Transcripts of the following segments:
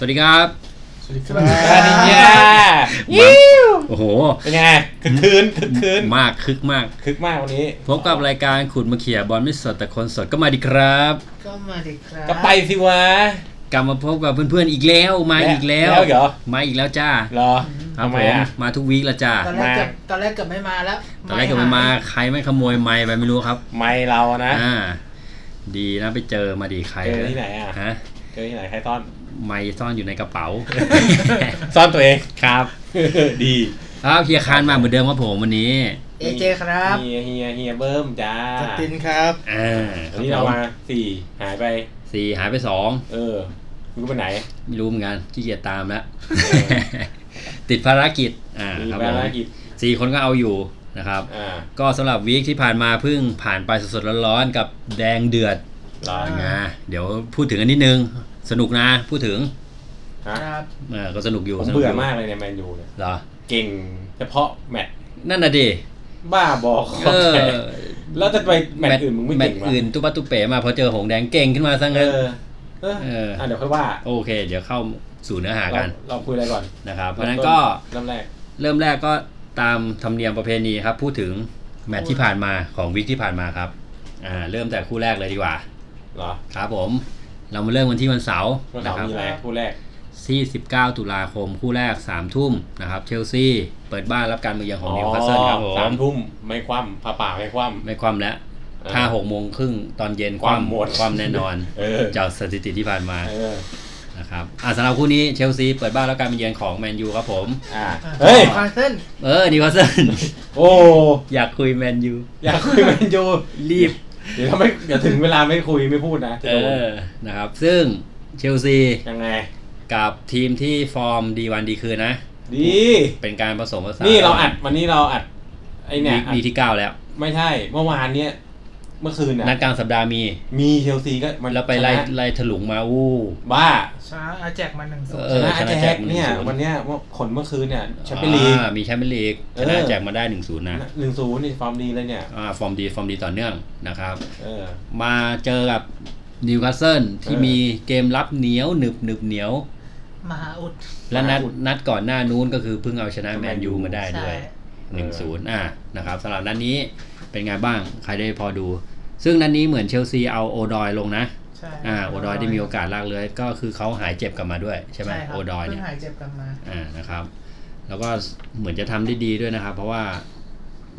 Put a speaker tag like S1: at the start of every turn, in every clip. S1: วัสดีครับ
S2: สวัสดีครั
S3: สวัสดี
S2: บ
S3: จ้า
S1: โอ้โห
S3: เป็นไงคึกคืนคึกคืน
S1: มากคึกมาก
S3: คึกมากวันนี้
S1: พบกับรายการขุดมาเขี่ยบอลไม่สดแต่คนสดก็มาดีครับ
S4: ก็มาดิครับ
S3: ก็ไปสิวะ
S1: กลับมาพบกับเพื่อนๆอีกแล้วมาอีกแล้ว
S3: แล้วเหรอ
S1: มาอีกแล้วจ้า
S3: เหรอ
S1: ครับ
S3: ทำ
S1: ผ
S3: ไม
S1: ม
S3: อ่ะ
S1: มาทุกวีคแล้วจ้า
S4: ตอนแรกเกือบ
S3: มา
S4: ตอนแรกเกือบไม่มาแล้ว
S1: ตอนแรกก็ไม่มาใครไม่ขโมยไม้ไปไม่รู้ครับ
S3: ไม่เรานะ
S1: อ่าดีนะไปเจอมาดีใคร
S3: เจอที่ไหนอะ
S1: ฮะ
S3: เจอที่ไหนใครซ่อน
S1: ไม้ซ่อนอยู่ในกระเป๋า
S3: ซ่อนตัวเอง
S1: ครับ
S3: ดี
S1: ครับเฮียคานมาเหมือนเดิมครับผมวันนี้
S4: เอเจครับ
S3: เฮียเฮียเฮียเบิ้มจ้า
S2: สตินครับ
S1: อ่าค
S3: วัน
S1: รับผ
S3: นี้เรา
S1: ม
S3: มาสี่หายไป
S1: สี่หายไปสอง
S3: เออรู้ไปไหน
S1: ไม่รู้เหมือนกันขี้เกียจตามแล้ว
S3: อ
S1: ติดภารกิจอ่า
S3: มี
S1: ครับ
S3: ภา
S1: ผม
S3: รกิจ
S1: สี่คนก็เอาอยู่นะครับ
S3: อ่า
S1: ก็สำหรับวีคที่ผ่านมาเพิ่งผ่านไปสดๆร้อนๆกับแดงเดือด
S3: รอ
S1: นะเดี๋ยวพูดถึงอันนิดนึง สนุกนะพูดถึง
S3: ฮะ
S4: ครับ
S1: เออก็สนุกอยู่
S3: ผม
S1: สนุ
S3: เบื่
S1: ยู่
S3: อมากเลยเนี่ยแมนยูเนี่ย
S1: เหรอ
S3: เก่งเฉพาะแมตช์
S1: นั่นน่ะดิ
S3: บ้าบอค
S1: เอ
S3: อ
S1: อ
S3: นแทคแล้วจะไปแมตช์อื่นมึงไม่
S1: แมต
S3: เก่
S1: ช์
S3: งวะ
S1: อื่นตุ๊ปะตุ๊เป๋มาพอเจอหงแดงเก่งขึ้นมาซะ
S3: เอ
S1: งั้น
S3: อเออ
S1: เอออ่
S3: อ่ะเดี๋ยวค่อยว่า
S1: โอเค เดี๋ยวเข้าสู่เนื้อหา
S3: เรา
S1: กัน
S3: เราคุยอะไรก่อน
S1: นะครับ เพราะฉะนั้นก็
S3: เริ่มแรก
S1: เริ่มแรกก็ตามธรรมเนียมประเพณีครับ พูดถึงแมตช์ที่ผ่านมาของวีคที่ผ่านมาครับอ่าเริ่มจากคู่แรกเลยดีกว่า
S3: เหรอ
S1: ครับผม เรามาเริ่มกันที่วันเสาร์
S3: เมื่อ
S1: นะ
S3: เสาร์
S1: ครับ
S3: มีอะไรคู่แรก
S1: ที่19 ตุลาคมคู่แรก 3 ทุ่มนะครับ เชลซีเปิดบ้านรับการมาเยือนของนิวคาสเซิลครับผ
S3: สาม มทุ่มไม่คว่ำผ่าป่าไม่คว่ำ
S1: ไม่ความแล้วถ้า6โมงครึ่งตอนเย็นค
S3: คาว
S1: วาม ม
S3: หมด
S1: ความแน่นอน
S3: เออ
S1: จากสถิติที่ผ่านมา
S3: เออ
S1: นะครับอ่ะสำหรับคู่นี้เชลซีเปิดบ้านรับการมาเยือนของแมนยูครับผม
S3: อ่ะเฮ้ย
S4: คาเส้น
S1: เออนิวคาสเซิล
S3: โอ้
S1: อยากคุยแมนยู
S3: อยากคุยแมนยู
S1: รีบ
S3: เดี๋ยวถ้าไม่เดี๋ยวถึงเวลาไม่คุยไม่พูดนะจะ
S1: เอ
S3: โดน
S1: อนะครับ ซึ่งเชลซี
S3: ยังไง
S1: กับทีมที่ฟอร์มดีวันดีคืนนะ
S3: ดี
S1: เป็นการผสมผสาน
S3: นี่เราอัดวันนี้เราอัด ไอเนี่ยอัด
S1: วีคที่เก้าแล้ว
S3: ไม่ใช่เมื่อวานเนี้ยเมื่อคืน
S1: นั
S3: น่ะ
S1: ดกลางสัปดาห์มี
S3: มีเชลซีก็มัน
S1: แล้วไปไล่
S3: ชนะ
S1: ไล่ถลุงมาอู้
S3: บ้า
S4: ช้าอาแจกมาหนึ่งศูน
S1: เอ
S3: ช
S1: อ
S3: นะ
S1: ชนะ
S3: แจ็ค
S1: แจ็ค
S3: เนี่ย
S1: 1-0
S3: วันเนี้ยคนเมื่อคืนเนี่ยแชมเปี้ยนลีก
S1: อ่ามีแชมเปี้ยนลีก
S3: เอ
S1: ช
S3: อ
S1: นะแจกมาได้หนึ่งศูนย์นะ
S3: หนึ่งศูนย์นี่ฟอร์มดีเลยเนี่ย
S1: อ่าฟอร์มดีฟอร์มดีต่อเนื่องนะครับ
S3: เออ
S1: มาเจอกับนิวคาสเซิลที่
S3: เออ
S1: มีเกมรับเหนียวหนึบหนึบเหนียว
S4: มหาอุด
S1: และนัด
S3: อุด
S1: นัดก่อนหน้านู้นก็คือเพิ่งเอาชนะแมนยูมาได้ด้วยห
S3: ใช่
S1: นึ่งศูนย์อ่านะครับสำหรับนัดนี้เป็นไงบ้างใครได้พอดู ซึ่งนัดนี้เหมือนเชลซีเอาโอดอยลงนะ
S4: ใช่
S1: อ่าโอดอยได้มีโอกาสลากเลื้อยก็คือเขาหายเจ็บกลับมาด้วยใช่ไหม
S4: ใช่ครับ
S1: โอดอยเนี่ย
S4: เพิ่งหายเจ็บกลับมา
S1: อ่านะครับ แล้วก็เหมือนจะทำได้ดีด้วยนะครับ เพราะว่า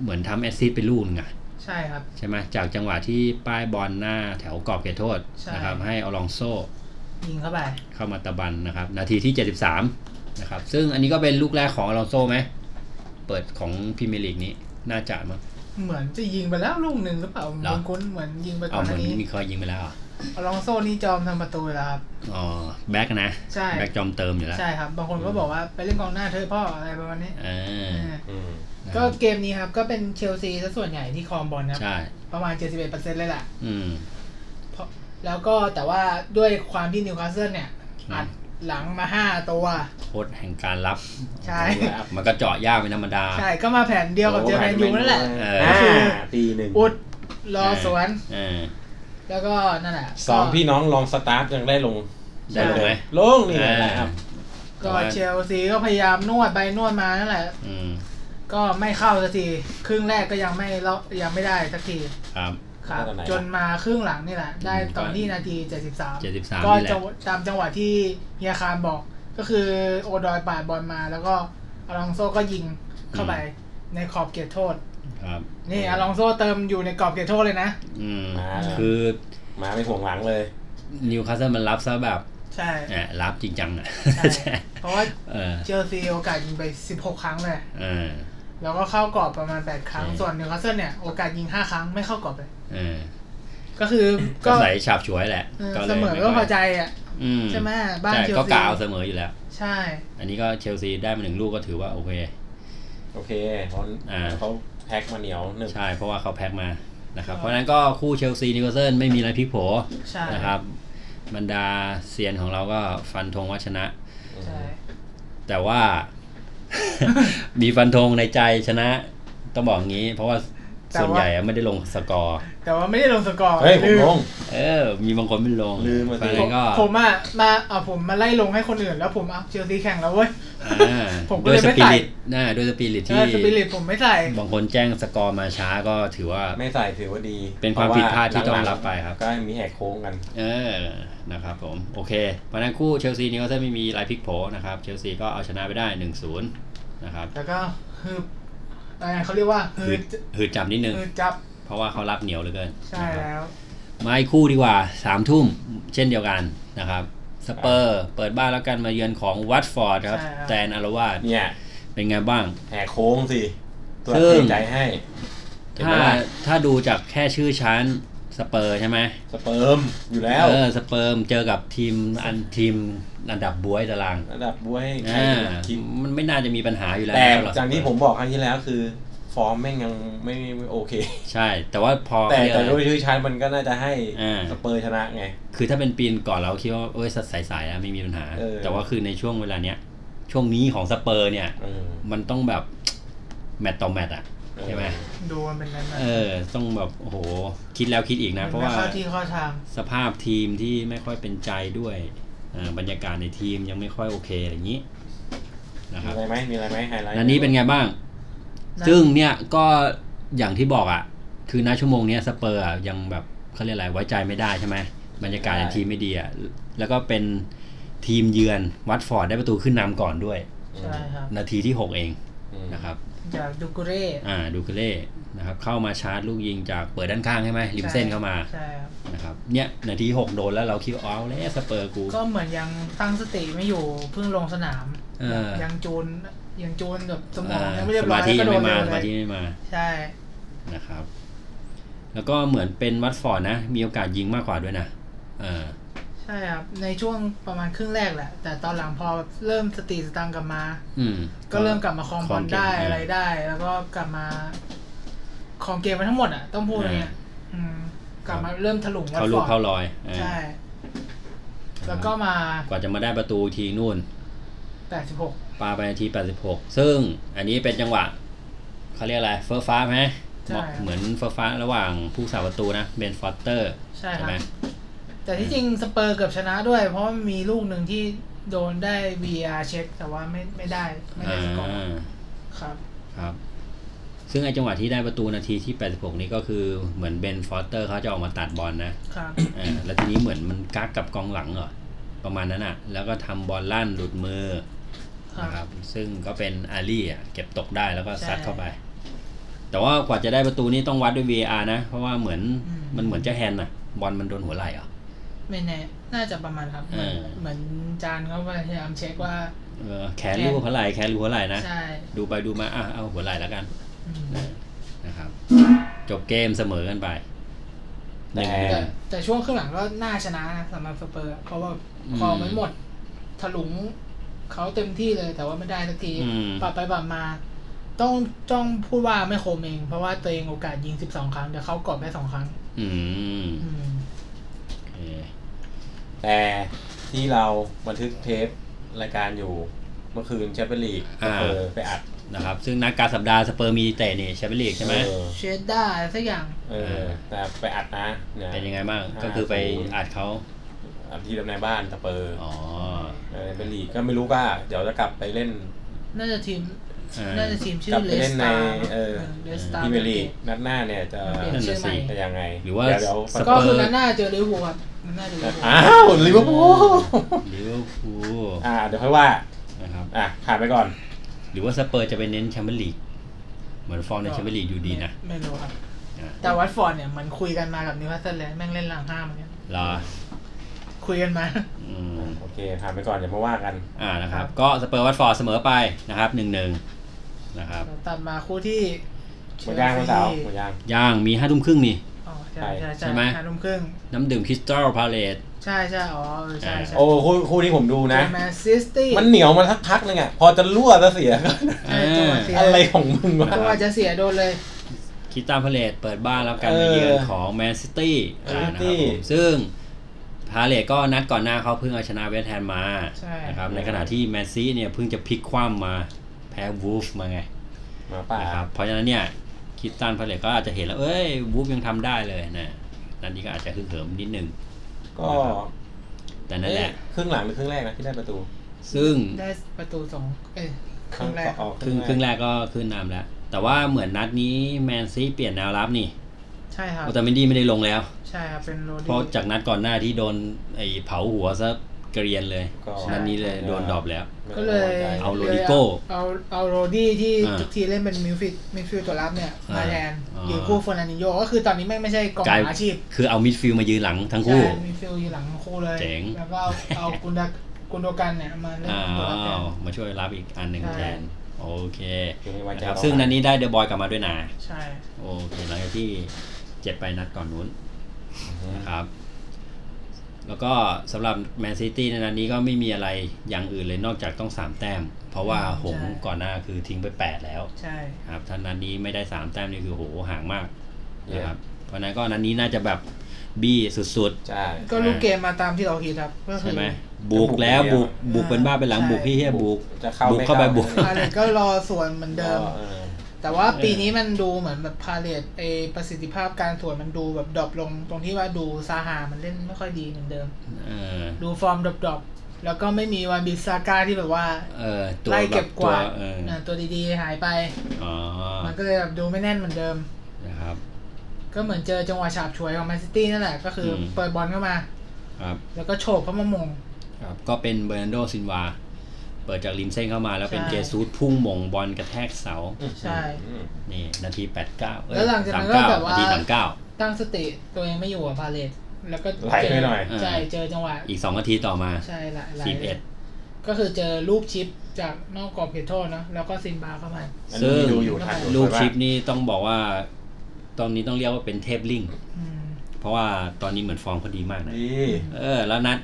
S1: เหมือนทำแอสซิสต์ไปลูกหนึงอะ
S4: ใช่ครับ
S1: ใช่ไหมจากจังหวะที่ป้ายบอลหน้าแถวกรอบเขตโทษ
S4: ใช่
S1: นะครับ ให้อลองโซ
S4: ยิงเข้าไป
S1: เข้ามาตะบันนะครับ นาทีที่ 73 นะครับ ซึ่งอันนี้ก็เป็นลูกแรกของอลองโซไหม เปิดของพรีเมียร์ลีกนี้ น่าจะมั้ง
S4: เหมือนจะยิงไปแล้วลูกหนึ่งหรือเปล่า
S1: เหรอ
S4: บางคนเหมือนยิงไปก่
S1: เอา
S4: อน
S1: เห
S4: ห
S1: มือ
S4: น้า
S1: น
S4: นี้
S1: มีคอยยิงไปแล้วเหรอ
S4: อลองโซนี่จอมทำประตูแล้วครับ
S1: อ๋อแบ็กนะ
S4: ใช่
S1: แบ็กจอมเติมอยู่แล้ว
S4: ใช่ครับ บางคนก็บอกว่าไปเล่นกองหน้าเธอะพ่ออะไรประมาณนี้
S1: เออ
S4: เออ
S3: อืม
S4: ก็เกมนี้ครับก็เป็นเชลซีซะส่วนใหญ่ที่ครองบอลนะครับ
S1: ใช่
S4: ประมาณ 71%เลยล่ะ
S1: อืม
S4: เพราะแล้วก็แต่ว่าด้วยความที่นิวคาสเซิลเนี่ย
S1: อืม
S4: อัดหลังมาห้าตัว
S1: โคตรแห่งการรับ
S4: ใช่
S1: มันก็เจาะยากเป็นธรรมดา
S4: ใช่ก็มาแผนเดียวกับเจอแมนยูนั่นแหละ
S1: เออ
S3: อ่าตีหนึ่ง
S4: อุดรอสวน
S1: เออ
S4: แล้วก็นั่นแหละ
S3: สอง
S4: ก็
S3: พี่น้องลองสตาร์ทยังได้ลง
S1: ได้ลงไหม
S3: ลงนี่แหละ
S1: อ่า
S3: ครับ
S4: ก็เชลซีก็พยายามนวดไปนวดมานั่นแหละ
S1: อืม
S4: ก็ไม่เข้าสักที ครึ่งแรกก็ยังไม่เลาะยังไม่ได้สักที
S1: ครับ
S4: ครับ
S3: ได้ตอนไหน
S4: จนมาครึ่งหลังนี่แหละ ได้ตอนที่นาที
S1: 73
S4: ก็
S1: นี่แหละ
S4: จะตามจังหวะที่เฮียคารบอก ก็คือโอดอยปาดบอลมา แล้วก็อลองโซก็ยิงเข้าไปในขอบเขตโทษ
S1: ครับ
S4: นี่อลองโซเติมอยู่ในกรอบเขตโทษเลยนะ
S1: อืม
S3: มาแล้ว
S1: คือ
S3: มาไม่ห่วงหลังเลย
S1: นิวคาสเซิลมันรับซะแบบ
S4: ใช่
S1: อ่ะรับจริงจังอ่ะ
S4: ใช่ เพราะว่า
S1: เออ
S4: เชลซีโอกาสยิงไป 16 ครั้งเลย
S1: เออ
S4: แล้วก็เข้ากรอบประมาณ 8 ครั้ง
S1: ใช่
S4: ส่วนนิวคาสเซิลเนี่ย โอกาสยิง 5 ครั้งไม่เข้ากรอบเลย
S1: เออ
S4: ก็คือ
S1: ก็
S4: ก็
S1: ใส่ฉาบฉวยแหละ
S4: เออ
S1: ลย
S4: เสมอ
S1: ไค่ย
S4: ก็พอใจอ่ะ
S1: อื
S4: ใช่ไหมบ้าน
S1: ใช่
S4: เชล
S1: ก็
S4: ซี
S1: กล่าวเสมออยู่แล้ว
S4: ใช่
S1: อันนี้ก็เชลซีได้มาหนึ่งลูกก็ถือว่าโอเค
S3: โอเคเพราะ
S1: อ่า
S3: เขาแพ็คมาเหนียวหนึ่ง
S1: ใช่ เพราะว่าเขาแพ็คมานะครับ
S4: ครับ
S1: เพราะฉะนั้นก็คู่เชลซีนิวคาสเซิลไม่มีอะไรพลิกโผ
S4: ใช่
S1: นะครับ บรรดาเซียนของเราก็ฟันธงว่าชนะ
S4: ใช่
S1: แต่ว่า มีฟันธงในใจชนะ ต้องบอกงี้ เพราะว่าส่วนใหญ่อะไม่ได้ลงสกอร์
S4: แต่ว่าไม่ได้ลงสกอร์
S3: เฮ้ยผมลง
S1: เอ เออ มีบางคนไม่ลง
S3: ลืมมา
S1: เพ
S3: สิ
S1: ราะฉะนั้นก็
S4: ผมอ่ะมาอ่ะผมมาไล่ลงให้คนอื่นแล้วผมเอาเชลซีแข่งแล้วเว้ย
S1: อ่า
S4: ผมก็
S1: ด้วย
S4: เลย
S1: ส
S4: ไม่
S1: ปิ
S4: ใส่
S1: ริตนะด้วยสปิริต
S4: ใช่
S1: ที่
S4: สปิริตผมไม่ใส่
S1: บางคนแจ้งสกอร์มาช้าก็ถือว่า
S3: ไม่ใส่ถือว่าดี
S1: เป็นความผิดพลาดที่ต้องรับไปครับ
S3: ก็มีแหกโค้งกัน
S1: เออ นะครับผม โอเคเพราะฉะนั้นคู่เชลซีนี้ก็จะไม่มีลายพลิกโผนะครับ เชลซีก็เอาชนะไปได้ 1-0 นะครับ
S4: แล้วก็ฮึบอะไรนะเขาเรียกว่าฮึ
S1: หื
S4: ด
S1: ดหืดจับนิดนึง
S4: ฮึดจับ
S1: เพราะว่าเขารับเหนียวเหลือเกิน
S4: ใช่
S1: นะครับ
S4: แล้ว
S1: มาอีกคู่ดีกว่าสามทุ่มเช่นเดียวกันนะครับ สเปอร์เปิดบ้านแล้วกันมาเยือนของวัตฟอร์ดครับ
S4: ใช่ครับ
S1: แตนอารวาส
S3: เนี่ย
S1: เป็นไงบ้าง
S3: แหกโค้งสิตัว
S1: ซึ่ง
S3: เสียใจให้เห็นไหม
S1: ถ้า
S3: ล่ะ
S1: ถ้าดูจากแค่ชื่อชั้นสเปอร์ใช่ไหม
S3: สเปิร์มอยู่แล้ว
S1: เออสเปอร์เจอกับทีมอันทีมอันดับบวยตาราง
S3: ระดับบ้วยใคร
S1: อ่า
S3: จะคิด
S1: มันไม่น่าจะมีปัญหาอยู่แล้ว
S3: แต่
S1: สำหรับ
S3: จากที่ผมบอกครั้งที่แล้วคือ ฟอร์มแม่งยังไม่ไม่โอเค
S1: ใช่ แต่ว่าพอ
S3: แต่
S1: เขาเรียก
S3: แต่
S1: อะไร
S3: ด้วยชื่อชั้นมันก็น่าจะให้
S1: อ่า
S3: สเปอร์ชนะไง
S1: คือถ้าเป็นปีนก่อนเราคิดว่าเอ้ยสายสายๆแล้วไม่มีปัญหา
S3: เออ
S1: แต่ว่าคือในช่วงเวลาเนี้ยช่วงนี้ของสเปอร์เนี่ย
S3: เออ
S1: มันต้องแบบ แมตต์ต่อแมตต์อ่ะใช่ไหม
S4: ดูมันเป็นนั้นนะ
S1: เออ ต้องแบบโอ้โห คิดแล้วคิดอีกนะ เพราะ
S4: ไม่
S1: ว่า
S4: เข้าที่เข้าทาง
S1: สภาพทีมที่ไม่ค่อยเป็นใจด้วยอ่าบรรยากาศในทีมยังไม่ค่อยโอเคอะไรอย่างนี้นะครับ
S3: มีอะไรไหมมีอะไรไหมไฮไลท์
S1: นันนี้เป็นไงบ้าง
S4: นะ
S1: ซึ่งเนี่ยก็อย่างที่บอกอ่ะ คือณชั่วโมงเนี้ยสเปอร์อะยังแบบเขาเรียกอะไรไว้ใจไม่ได้ใช่ไหมบรรยากาศในทีมไม่ดีอ่ะ แล้วก็เป็นทีมเยือนวัตฟอร์ดได้ประตูขึ้นนำก่อนด้วย
S3: อืม
S4: ใช่ครับ
S1: นาทีที่หกเอง
S3: อืม
S1: นะครับ
S4: จากดูกุเร่
S1: อ่าดูเคเล่นะครับเข้ามาชาร์จลูกยิงจากเปิดด้านข้างใช่ไหมริมเส้นเข้ามา
S4: ใช่ครับ
S1: นะครับเนี่ยนาทีหกโดนแล้วเราคิดว่าเอาแล้วสเปอร์กู
S4: ก็เหมือนยังตั้งสติไม่อยู่เพิ่งลงสนาม
S1: เออ
S4: ยังจูนยังจูนแบบสมอ
S1: อ่าง
S4: ยังไม่เรีย
S1: ส
S4: บร้อ
S1: มาย ธิยังไม่มา
S4: แล้ว
S1: สมา
S4: ก็โดนเลย
S1: ธิไม่มา
S4: ใช่
S1: นะครับ แล้วก็เหมือนเป็นวัตฟอร์ดนะ มีโอกาสยิงมากกว่าด้วยนะเออ
S4: ใช่ครับ ในช่วงประมาณครึ่งแรกแหละ แต่ตอนหลังพอแบบเริ่มสติสตังค์กลับมา
S1: อืม
S4: ก็เริ่มกลับมาคลองบอลได้
S1: คลองเกม
S4: อะไรได้ แล้วก็กลับมาคลองเกมมาทั้งหมดอ่ะ ต้องพูดอย่างเงี้ย
S1: อ่า
S4: อืมกลับมาเริ่มถลุงวัด
S1: เข้าลู
S4: ฟ
S1: ก
S4: อ
S1: เข้า
S4: ร์ด
S1: ลอยเออ
S4: ใช่ แล้วก็มา
S1: กว่าจะมาได้ประตูทีนู่น
S4: 86
S1: ปาไปนาที86 ซึ่งอันนี้เป็นจังหวะเขาเรียกอะไรเฟิร์สฟ้าไหม
S4: ใช่
S1: เหมือนเฟิร์สฟ้าระหว่างผู้สาประตูนะเบนฟอสเตอร์
S4: ใช่ครับ
S1: ไหม
S4: แต่ที่จริงสเปอร์เกือบชนะด้วย เพราะมันมีลูกหนึ่งที่โดนได้ VR เช็ค แต่ว่าไม่ไม่ได้ไม่ได้
S1: อ่า
S4: สกอร์ครับ
S1: ครับ ซึ่งไอจังหวะที่ได้ประตูนาทีที่ 86 นี้ก็คือเหมือนเบนฟอสเตอร์เขาจะออกมาตัดบอลนะครับ อ่าแล้วทีนี้เหมือนมันกักกับกองหลังเหรอประมาณนั้นอ่ะ แล้วก็ทำบอลลั่นหลุดมือ
S4: ค
S1: นะค
S4: รั
S1: รับ บ ซึ่งก็เป็นอาลี่อ่ะเก็บตกได้แล้วก็ซัด
S4: ใช่
S1: เข้าไป แต่ว่ากว่าจะได้ประตูนี้ต้องวัดด้วย VAR นะ เพราะว่าเหมือน
S4: อืม
S1: มันเหมือนจะแฮนด์อ่ะ บอลมันโดนหัวไหล่เหรอ
S4: ไม่แน่ น่าจะประมาณครับ เหมือน
S1: เออ
S4: เหมือนจานเขาพยายามเช็คว่า
S1: เออแขนรูปหัวไหล่แขนรูปหัวไหล่นะ
S4: ใช่
S1: ดูไปดูมาอ่ะเอาหัวไหล่แล้วกัน
S4: อืม
S1: นะครับ จบเกมเสมอกันไป
S3: แต่
S4: แต่แต่ช่วงครึ่งหลังก็น่าชนะนะสำหรับสเปอร์ เพราะว่า
S1: อืม
S4: คอมันหมด ถลุงเขาเต็มที่เลย แต่ว่าไม่ได้สักที
S1: อืม
S4: ปรับไปปรับมา ต้องต้องพูดว่าไม่คมเอง เพราะว่าตัวเองโอกาสยิง 12 ครั้งแต่เขากรอบได้สองครั้ง
S1: อืม
S4: อืม
S1: โอเค
S3: แต่ที่เราบันทึกเทปรายการอยู่เมื่อคืนแชมเปี้ยนลีกสเปอร์ไปอัด
S1: นะครับ ซึ่งนัดกลารสัปดาห์สเปอร์มีเตะนี่แชมเปี้ยนลีกใช่ไหม
S3: เออ
S4: เชดด้าอะไรสักอย่าง
S3: เออแต่ไปอัดนะเนี่ย
S1: เป็นยังไงบ้าง
S3: ห้า
S1: ก็คือไป
S3: ศูนย์
S1: อัดเขา
S3: อัดที่ทำในบ้านสเปอร์
S1: อ๋อ
S3: เออเป็นลีกก็ไม่รู้ก็เดี๋ยวจะกลับไปเล่น
S4: น่าจะทีม
S1: เออ
S4: น่าจะทีมชื่
S3: กลั
S4: อบ
S3: ไป
S4: เล
S3: เล่
S4: ส
S3: น
S4: ตาร์
S3: ในเออ
S4: เลสตาร์
S3: พรีเมียร์ลีกนัดหน้าเนี่ยจะ
S4: เปลี่ยน
S1: นั่น
S4: ชื่
S1: น่ะ
S4: อ
S1: สิ
S4: ใหม่
S3: จะยังไง
S1: หรือว่า
S3: เดี๋ยว
S1: สเปอร์
S4: ก็คือนั้นน่าเจอลิเวอร์พูลครับนั้นน่าเจอลิเวอร์พูล
S3: อ้าวลิเวอร์พูล
S1: ลิเวอร์พูล
S3: อ่าเดี๋ยวค่อยว่า
S1: นะครับ
S3: อ่ะผ่านไปก่อน
S1: หรือว่าสเปอร์จะไปเน้นแชมเปี้ยนลีก เหมือนฟอร์มในแชมเปี้ยนลีกอยู่ดีนะ
S4: ไม่รู้ครับ
S1: อ่ะ
S4: แต่วัตฟอร์ดเนี่ยมันคุยกันมากับนิวคาสเซิลแล้วแม่งเล่นหลังห้าเหมือนกัน
S1: รอ
S4: คุยกันมา
S1: อืม
S3: โอเคผ่านไปก่อนอย่ามาว่ากัน
S1: อ่านะครับ ก็สเปอร์วัตฟอร์ดเสมอไปนะครับหนึ่งหนึ่งนะครับ
S4: ตัดมาคู่ที่
S3: หมดย่างวันเสาร์หมดย่าง
S1: ย่างมีห้าทุ่มครึ่งนี่
S4: อ๋อใช่ใช่
S1: ใช่
S4: ใช่
S1: ไหม
S4: ห้าทุ่มครึ่ง
S1: น้ำดื่มคริสตัลพาเลต
S4: ใช่ใช่อ๋อเออใช่ใช่
S3: โอ้คู่คู่ที่ผมดูนะ
S4: แมนซิตี้
S3: มันเหนียวมาสักพักนึงอ่ะ พอจะรั่วจะเสียก็
S4: ใช่จังหวะเสีย
S3: อะไรของมึงวะ
S4: จังหวะจะเสียโดนเลย
S1: คิดตามพาเลตเปิดบ้านแล้วกัน
S3: เออ
S1: มาเยือนของแมนซิตี้
S3: แม
S1: นะ
S3: นซิ
S1: ค
S3: ตี้
S1: รับผมซึ่งพาเลตก็นัดก่อนหน้าเขาเพิ่งเอาชนะเวสต์แฮมมา
S4: ใช่
S1: นะครับในขณะที่แมนซีเนี่ยเพิ่งจะพลิกคว่ำมาแพ้วูฟมาไง
S3: หมาป่า
S1: นะครับเพราะฉะนั้นเนี่ยคิดตันพาเลตก็อาจจะเห็นแล้ว เอ้ยวูฟยังทำได้เลยนะ นัดนี้ก็อาจจะฮึกเหิมนิดนึง
S3: ก็
S1: แต่นั่นแหละ
S3: เอ๊ครึ่งหลังหรือครึ่งแรกนะที่ได้ประตู
S1: ซึ่ง
S4: ได้ประตูสองเอ้ยครึ่งแรก
S3: ออก
S1: ครึ่งครึ่งแรกก็ขึ้นนำแล้ว แต่ว่าเหมือนนัดนี้แมนซีเปลี่ยนแนวรับนี่
S4: ใช่ครับ
S1: โอตาเมนดี้ไม่ได้ลงแล้ว
S4: ใช่ครับเป็นโรด
S1: เพ
S4: ริ
S1: ราะ
S4: โก
S1: จากนัดก่อนหน้าที่โดนไอ้เผาหัวซะเกรียนเลย
S3: ก็
S4: ใช่
S1: นัดนี้เลยโดนดรอปแล้ว
S4: ก็เลย
S1: เอาโรดริโก้
S4: เอาเอาโรดี้ที่
S1: อ่า
S4: ทุกทีเล่นเป็นมิดฟิลด์มิดฟิลด์ตัวรับเนี่ยมา
S1: อ่า
S4: แทน
S1: อ่า
S4: อยู่คู่เฟอร์นันดินโยก็คือตอนนี้ไม่งไม่ใช่กองห
S1: กลาย
S4: ลังอาชีพ
S1: คือเอามิดฟิลด์มายืนหลังทั้ง
S4: ใช่
S1: คู่
S4: มิดฟิลด์อยู่หลังทั้งคู่เลย
S1: เจ๋ง
S4: แล้วก็เอาเอากุนดากุนโดกันเนี่ยมาเล่น
S1: อ้า
S4: เป็นตัวรับแทน
S1: วมาช่วยรับอีกอันหนึ่ง
S4: ใช่
S1: แทนโอเค
S3: อยู่ในวัน
S1: นะ
S3: ใจ
S1: ครับ
S3: เรา
S1: ซึ่งนัดนี้ได้เดอะบอยกลับมาด้วยนะ
S4: ใช่
S1: โอเคหลังจากที่เจ็บไปนัดก่อนนู้น
S3: อืม
S1: นะครับ แล้วก็สำหรับแมนซิตี้ในนัดนี้ก็ไม่มีอะไรอย่างอื่นเลยนอกจากต้อง 3 แต้ม เพราะว่าหงส์ก่อนหน้าคือทิ้งไป 8 แล้ว
S4: ใช่
S1: ครับถ้านัดนี้ไม่ได้ 3 แต้มนี่คือโหห่างมาก
S3: เยอะ
S1: นะครับเพราะนั้นก็นัดนี้น่าจะแบบบี้สุด
S3: ใช่
S4: ก็ลูกเกมมาตามที่เราคิดครับก็
S1: ๆ
S4: คื
S1: ใช่
S4: อ
S1: ไหมบุกแล้วบุกบุกเป็นบ้าเป็นหลัง
S4: ใช่
S1: บุกพี่เฮียบุก
S3: จะเข้า
S1: บุกเข้าไปบุก
S4: อะไรก็รอส่วนเหมือนเดิม
S3: ออ
S4: แต่ว่าปีนี้มันดูเหมือนแบบพาเลตไอประสิทธิภาพการสวนมันดูแบบดรอปลงตรงที่ว่าดูซาฮามันเล่นไม่ค่อยดีเหมือนเดิม
S1: เออ
S4: ดูฟอร์มดรอปๆแล้วก็ไม่มีวาบิซาก้าที่แบบว่า
S1: เออตัว
S4: ไล่
S1: แบ
S4: เก็
S1: บบ
S4: ก
S1: ตัว
S4: วาด
S1: เออ
S4: เออตัวดีๆหายไป
S1: อ๋อ
S4: มันก็เลยแบบดูไม่แน่นเหมือนเดิม
S1: นะครับ
S4: ก็เหมือนเจอจังหวะฉาบฉวยของแมนซิตี้นั่นแหละ ก็คืออ
S1: ม
S4: เปิดบอลเข้ามา
S1: ครับ
S4: แล้วก็โฉบเข้ามามง
S1: ครับก็เป็นเบอร์นันโดซินวา เปิดจากริมเส้นเข้ามาแล้วเป็น
S4: ใช่
S1: เจซูดพุ่งหมงบอลกระแทกเสา
S4: ใช่
S1: นี่ นาที 89เอ้ย
S4: แล้วหลังจากนั้นก็
S1: 39
S4: แบบว่า
S1: นาทีสามเก้า
S4: ตั้งสติตัวเองไม่อยู่อะพาเลตแล้วก็
S3: ไหลไปหน่อย
S1: เออ
S4: ใช่เจอจังหวะ
S1: อีก 2 นาทีต่อมา
S4: ใช่หลายหลาย
S1: สิบเอ็ด
S4: ก็คือเจอลูกชิปจากนอกกรอบเขตโทษเนอะแล้วก็ซินบาเข้ามา
S3: อันนี้ดูอยู่ทัน
S1: ลูกชิปนี่ต้องบอกว่า ตอนนี้ต้องเรียกว่าเป็นเทพลิง
S4: อืม
S1: เพราะว่าตอนนี้เหมือนฟอร์มเขาดีมากนะ
S3: ดี
S1: เออ แล้วนัด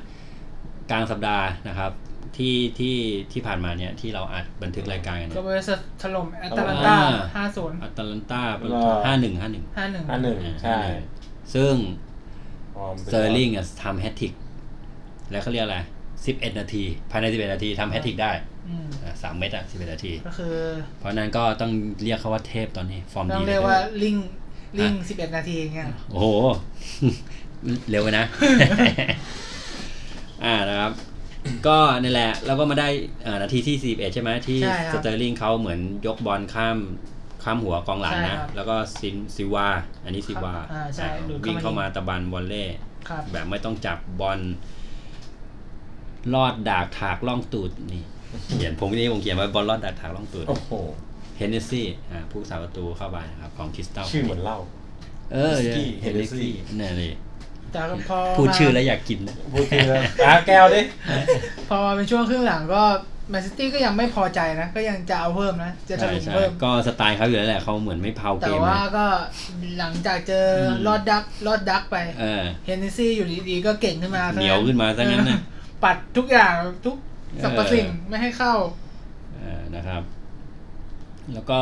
S1: กลางสัปดาห์นะครับ ที่ที่ที่ผ่านมาเนี่ยที่เราอัดบันทึกรายการกัน
S4: ก็
S1: เนี่ย
S4: เวสต์ถล่มแอตแลนตา
S1: อ่า
S4: ห้าศูนย์
S1: อัตแลนตา
S3: แล้วก็
S1: ห้าหนึ่งห้าหนึ่ง
S4: ห้าหนึ่ง
S3: อันหนึ่งใช่
S1: ซึ่ง สเตอร์ลิงอะทำแฮตทริก แล้วเขาเรียกอะไร 11 นาที ภายใน 11 นาทีทำแฮตทริกได้อ่ะสามเม็ดอะ11 นาที
S4: ก็คือ
S1: เพราะนั้นก็ต้องเรียกเขาว่าเทพตอนนี้ ฟอร์ม
S4: ต้อ
S1: ดี
S4: ง
S1: เล
S4: เรีย
S1: ย
S4: กว่าลิงลิงสิบเอ็ดนาทีอย่างเงี้ย
S1: โอ้โห เร็วไปนะ อ่านะครับ ก็นี่นแหละ แล้วก็มาได้เอ่อนาทีที่ 41 ใช่ไหมที่สเตอร์ลิงเขาเหมือนยกบอลข้ามข้ามหัวกองหลังนะ แล้วก็ซินซิวา อันนี้ซิวา
S4: อ่าใช่หลุด
S1: วิ่งเข้ามาตะบันวอลเล่
S4: ครับ
S1: แบบไม่ต้องจับบอลลอดดากถากล่องตูดนี่ เขียนผมนี่ผมเขียนไว้บอลลอดดากถากล่องตูด
S3: โอ้โห
S1: เฮนเนสซี่อ่าผู้สาประตูเข้าไปนะครับ ของคริสตัล
S3: ชื่อเหมือนเหล้า
S1: เออ
S3: Hennessy
S1: เฮนเนสซี่เนี่ยเลย
S4: แต่ก็พอ
S1: พูดชื่อ
S4: มา
S1: แล้วอยากกินนะ
S3: พูดทีแล้วอ่ะแก้วดิ
S4: พอมาเป็นช่วงครึ่งหลังก็แมนซิตี้ก็ยังไม่พอใจนะ ก็ยังจะเอาเพิ่มนะ จะถ
S1: ใช่
S4: ล่ม
S1: ใช่
S4: เพิ่ม
S1: ก็สไตล์เขาอยู่แล้วแหละเขาเหมือนไม่เพาเก
S4: แต่
S1: ม
S4: ว่า
S1: นะ
S4: ก็หลังจากเจออ
S1: ม
S4: ลอดดักลอดดักไป
S1: เออ
S4: เฮนเนสซี่อยู่ดีๆก็เก่งขึ้นมาซะ
S1: เหนียวขึ้นมาซะงั้นน่ะ
S4: เออปัดทุกอย่างทุกสรรพสิ่ง
S1: เออ
S4: ไม่ให้เข้า
S1: เออนะครับ แล้วก็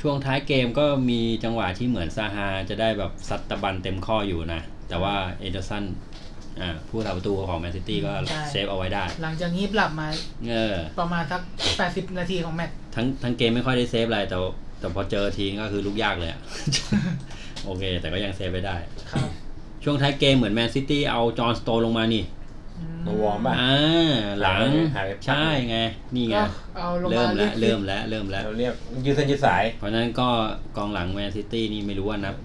S1: ช่วงท้ายเกมก็มีจังหวะที่เหมือนซาฮาจะได้แบบซัดตะบันเต็มข้ออยู่นะ แต่ว่าเอเดอร์สันอ่าผู้ทำประตูของแมนซิตี้ก็
S4: ใช่
S1: เซฟเอาไว้ได้
S4: หลังจากนี้หลับมา
S1: เออ
S4: ประมาณสัก 80 นาทีของแมตช์
S1: ทั้งทั้งเกมไม่ค่อยได้เซฟอะไร แต่วแต่พอเจอทีก็คือลูกยากเลยอะ โอเค แต่ก็ยังเซฟไปได้
S4: ครับ
S1: ช่วงท้ายเกมเหมือนแมนซิตี้เอาจอห์นสโตนลงมานี่
S3: มาวอร์มป่ะ
S1: อ่าหลัง
S3: หายไป
S1: ใช่ไง นี่ไง
S4: ก็เอาลง
S1: เริ่
S4: มาม
S1: แล้ว
S4: ก
S1: เริ่มแล้วเริ่มแล้ว
S3: เราเรียกยืดเส้นยืดสาย
S1: เพราะฉะนั้นก็กองหลังแมนซิตี้นี่ไม่รู้ว่านับ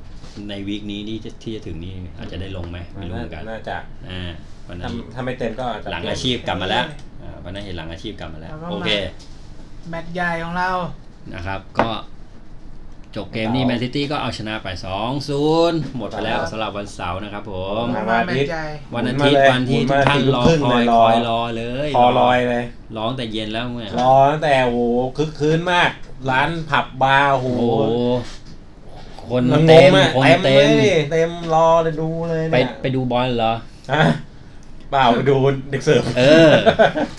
S1: ในวีคนี้นี่จะที่จะถึงนี่อาจจะได้ลงไหมไม่รู้เหมือนกัน
S3: น่าจะ
S1: อ่าวันนั้น
S3: ทำทำไม่เต็มก็จะ
S1: หลังอาชีพกลับมาแล้วอ่าวันนั้นเห็นหลังอาชีพกลับมาแล้ว โอเค
S4: แมตช์ใหญ่ของเรา
S1: นะครับ ก็จบเกมนี้แมนซิตี้ก็เอาชนะไป 2-0 หมดไปแล้วสำหรับวันเสาร์นะครับผม
S3: า
S4: ประมา
S3: วั
S4: ณ
S3: น
S4: แมต
S3: อาทิต
S4: ช์
S3: ย์
S4: ใหญ่
S1: วันอาทิตย์วันที่ทุกท่านรอคอยคอยรอเลย
S3: คอลอยเลย
S1: ร้องแต่เย็นแล้วเมื่อ
S3: รอตั้งแต่โอ้โหคึกคืนมาก ร้านผับบาร์โอ้โห
S1: โอ้โหคน
S3: มันง
S1: เต็
S3: ง
S1: ม
S3: อ่ะ
S1: คน
S3: เต็มเล
S1: เต็ม
S3: ยเต็มรอเลยดูเลย
S1: ไป
S3: เนี่ย
S1: ไปดูบอลเหรอ
S3: อ่ะเปล่าไปดูเด็กเสิร์ฟ
S1: เออ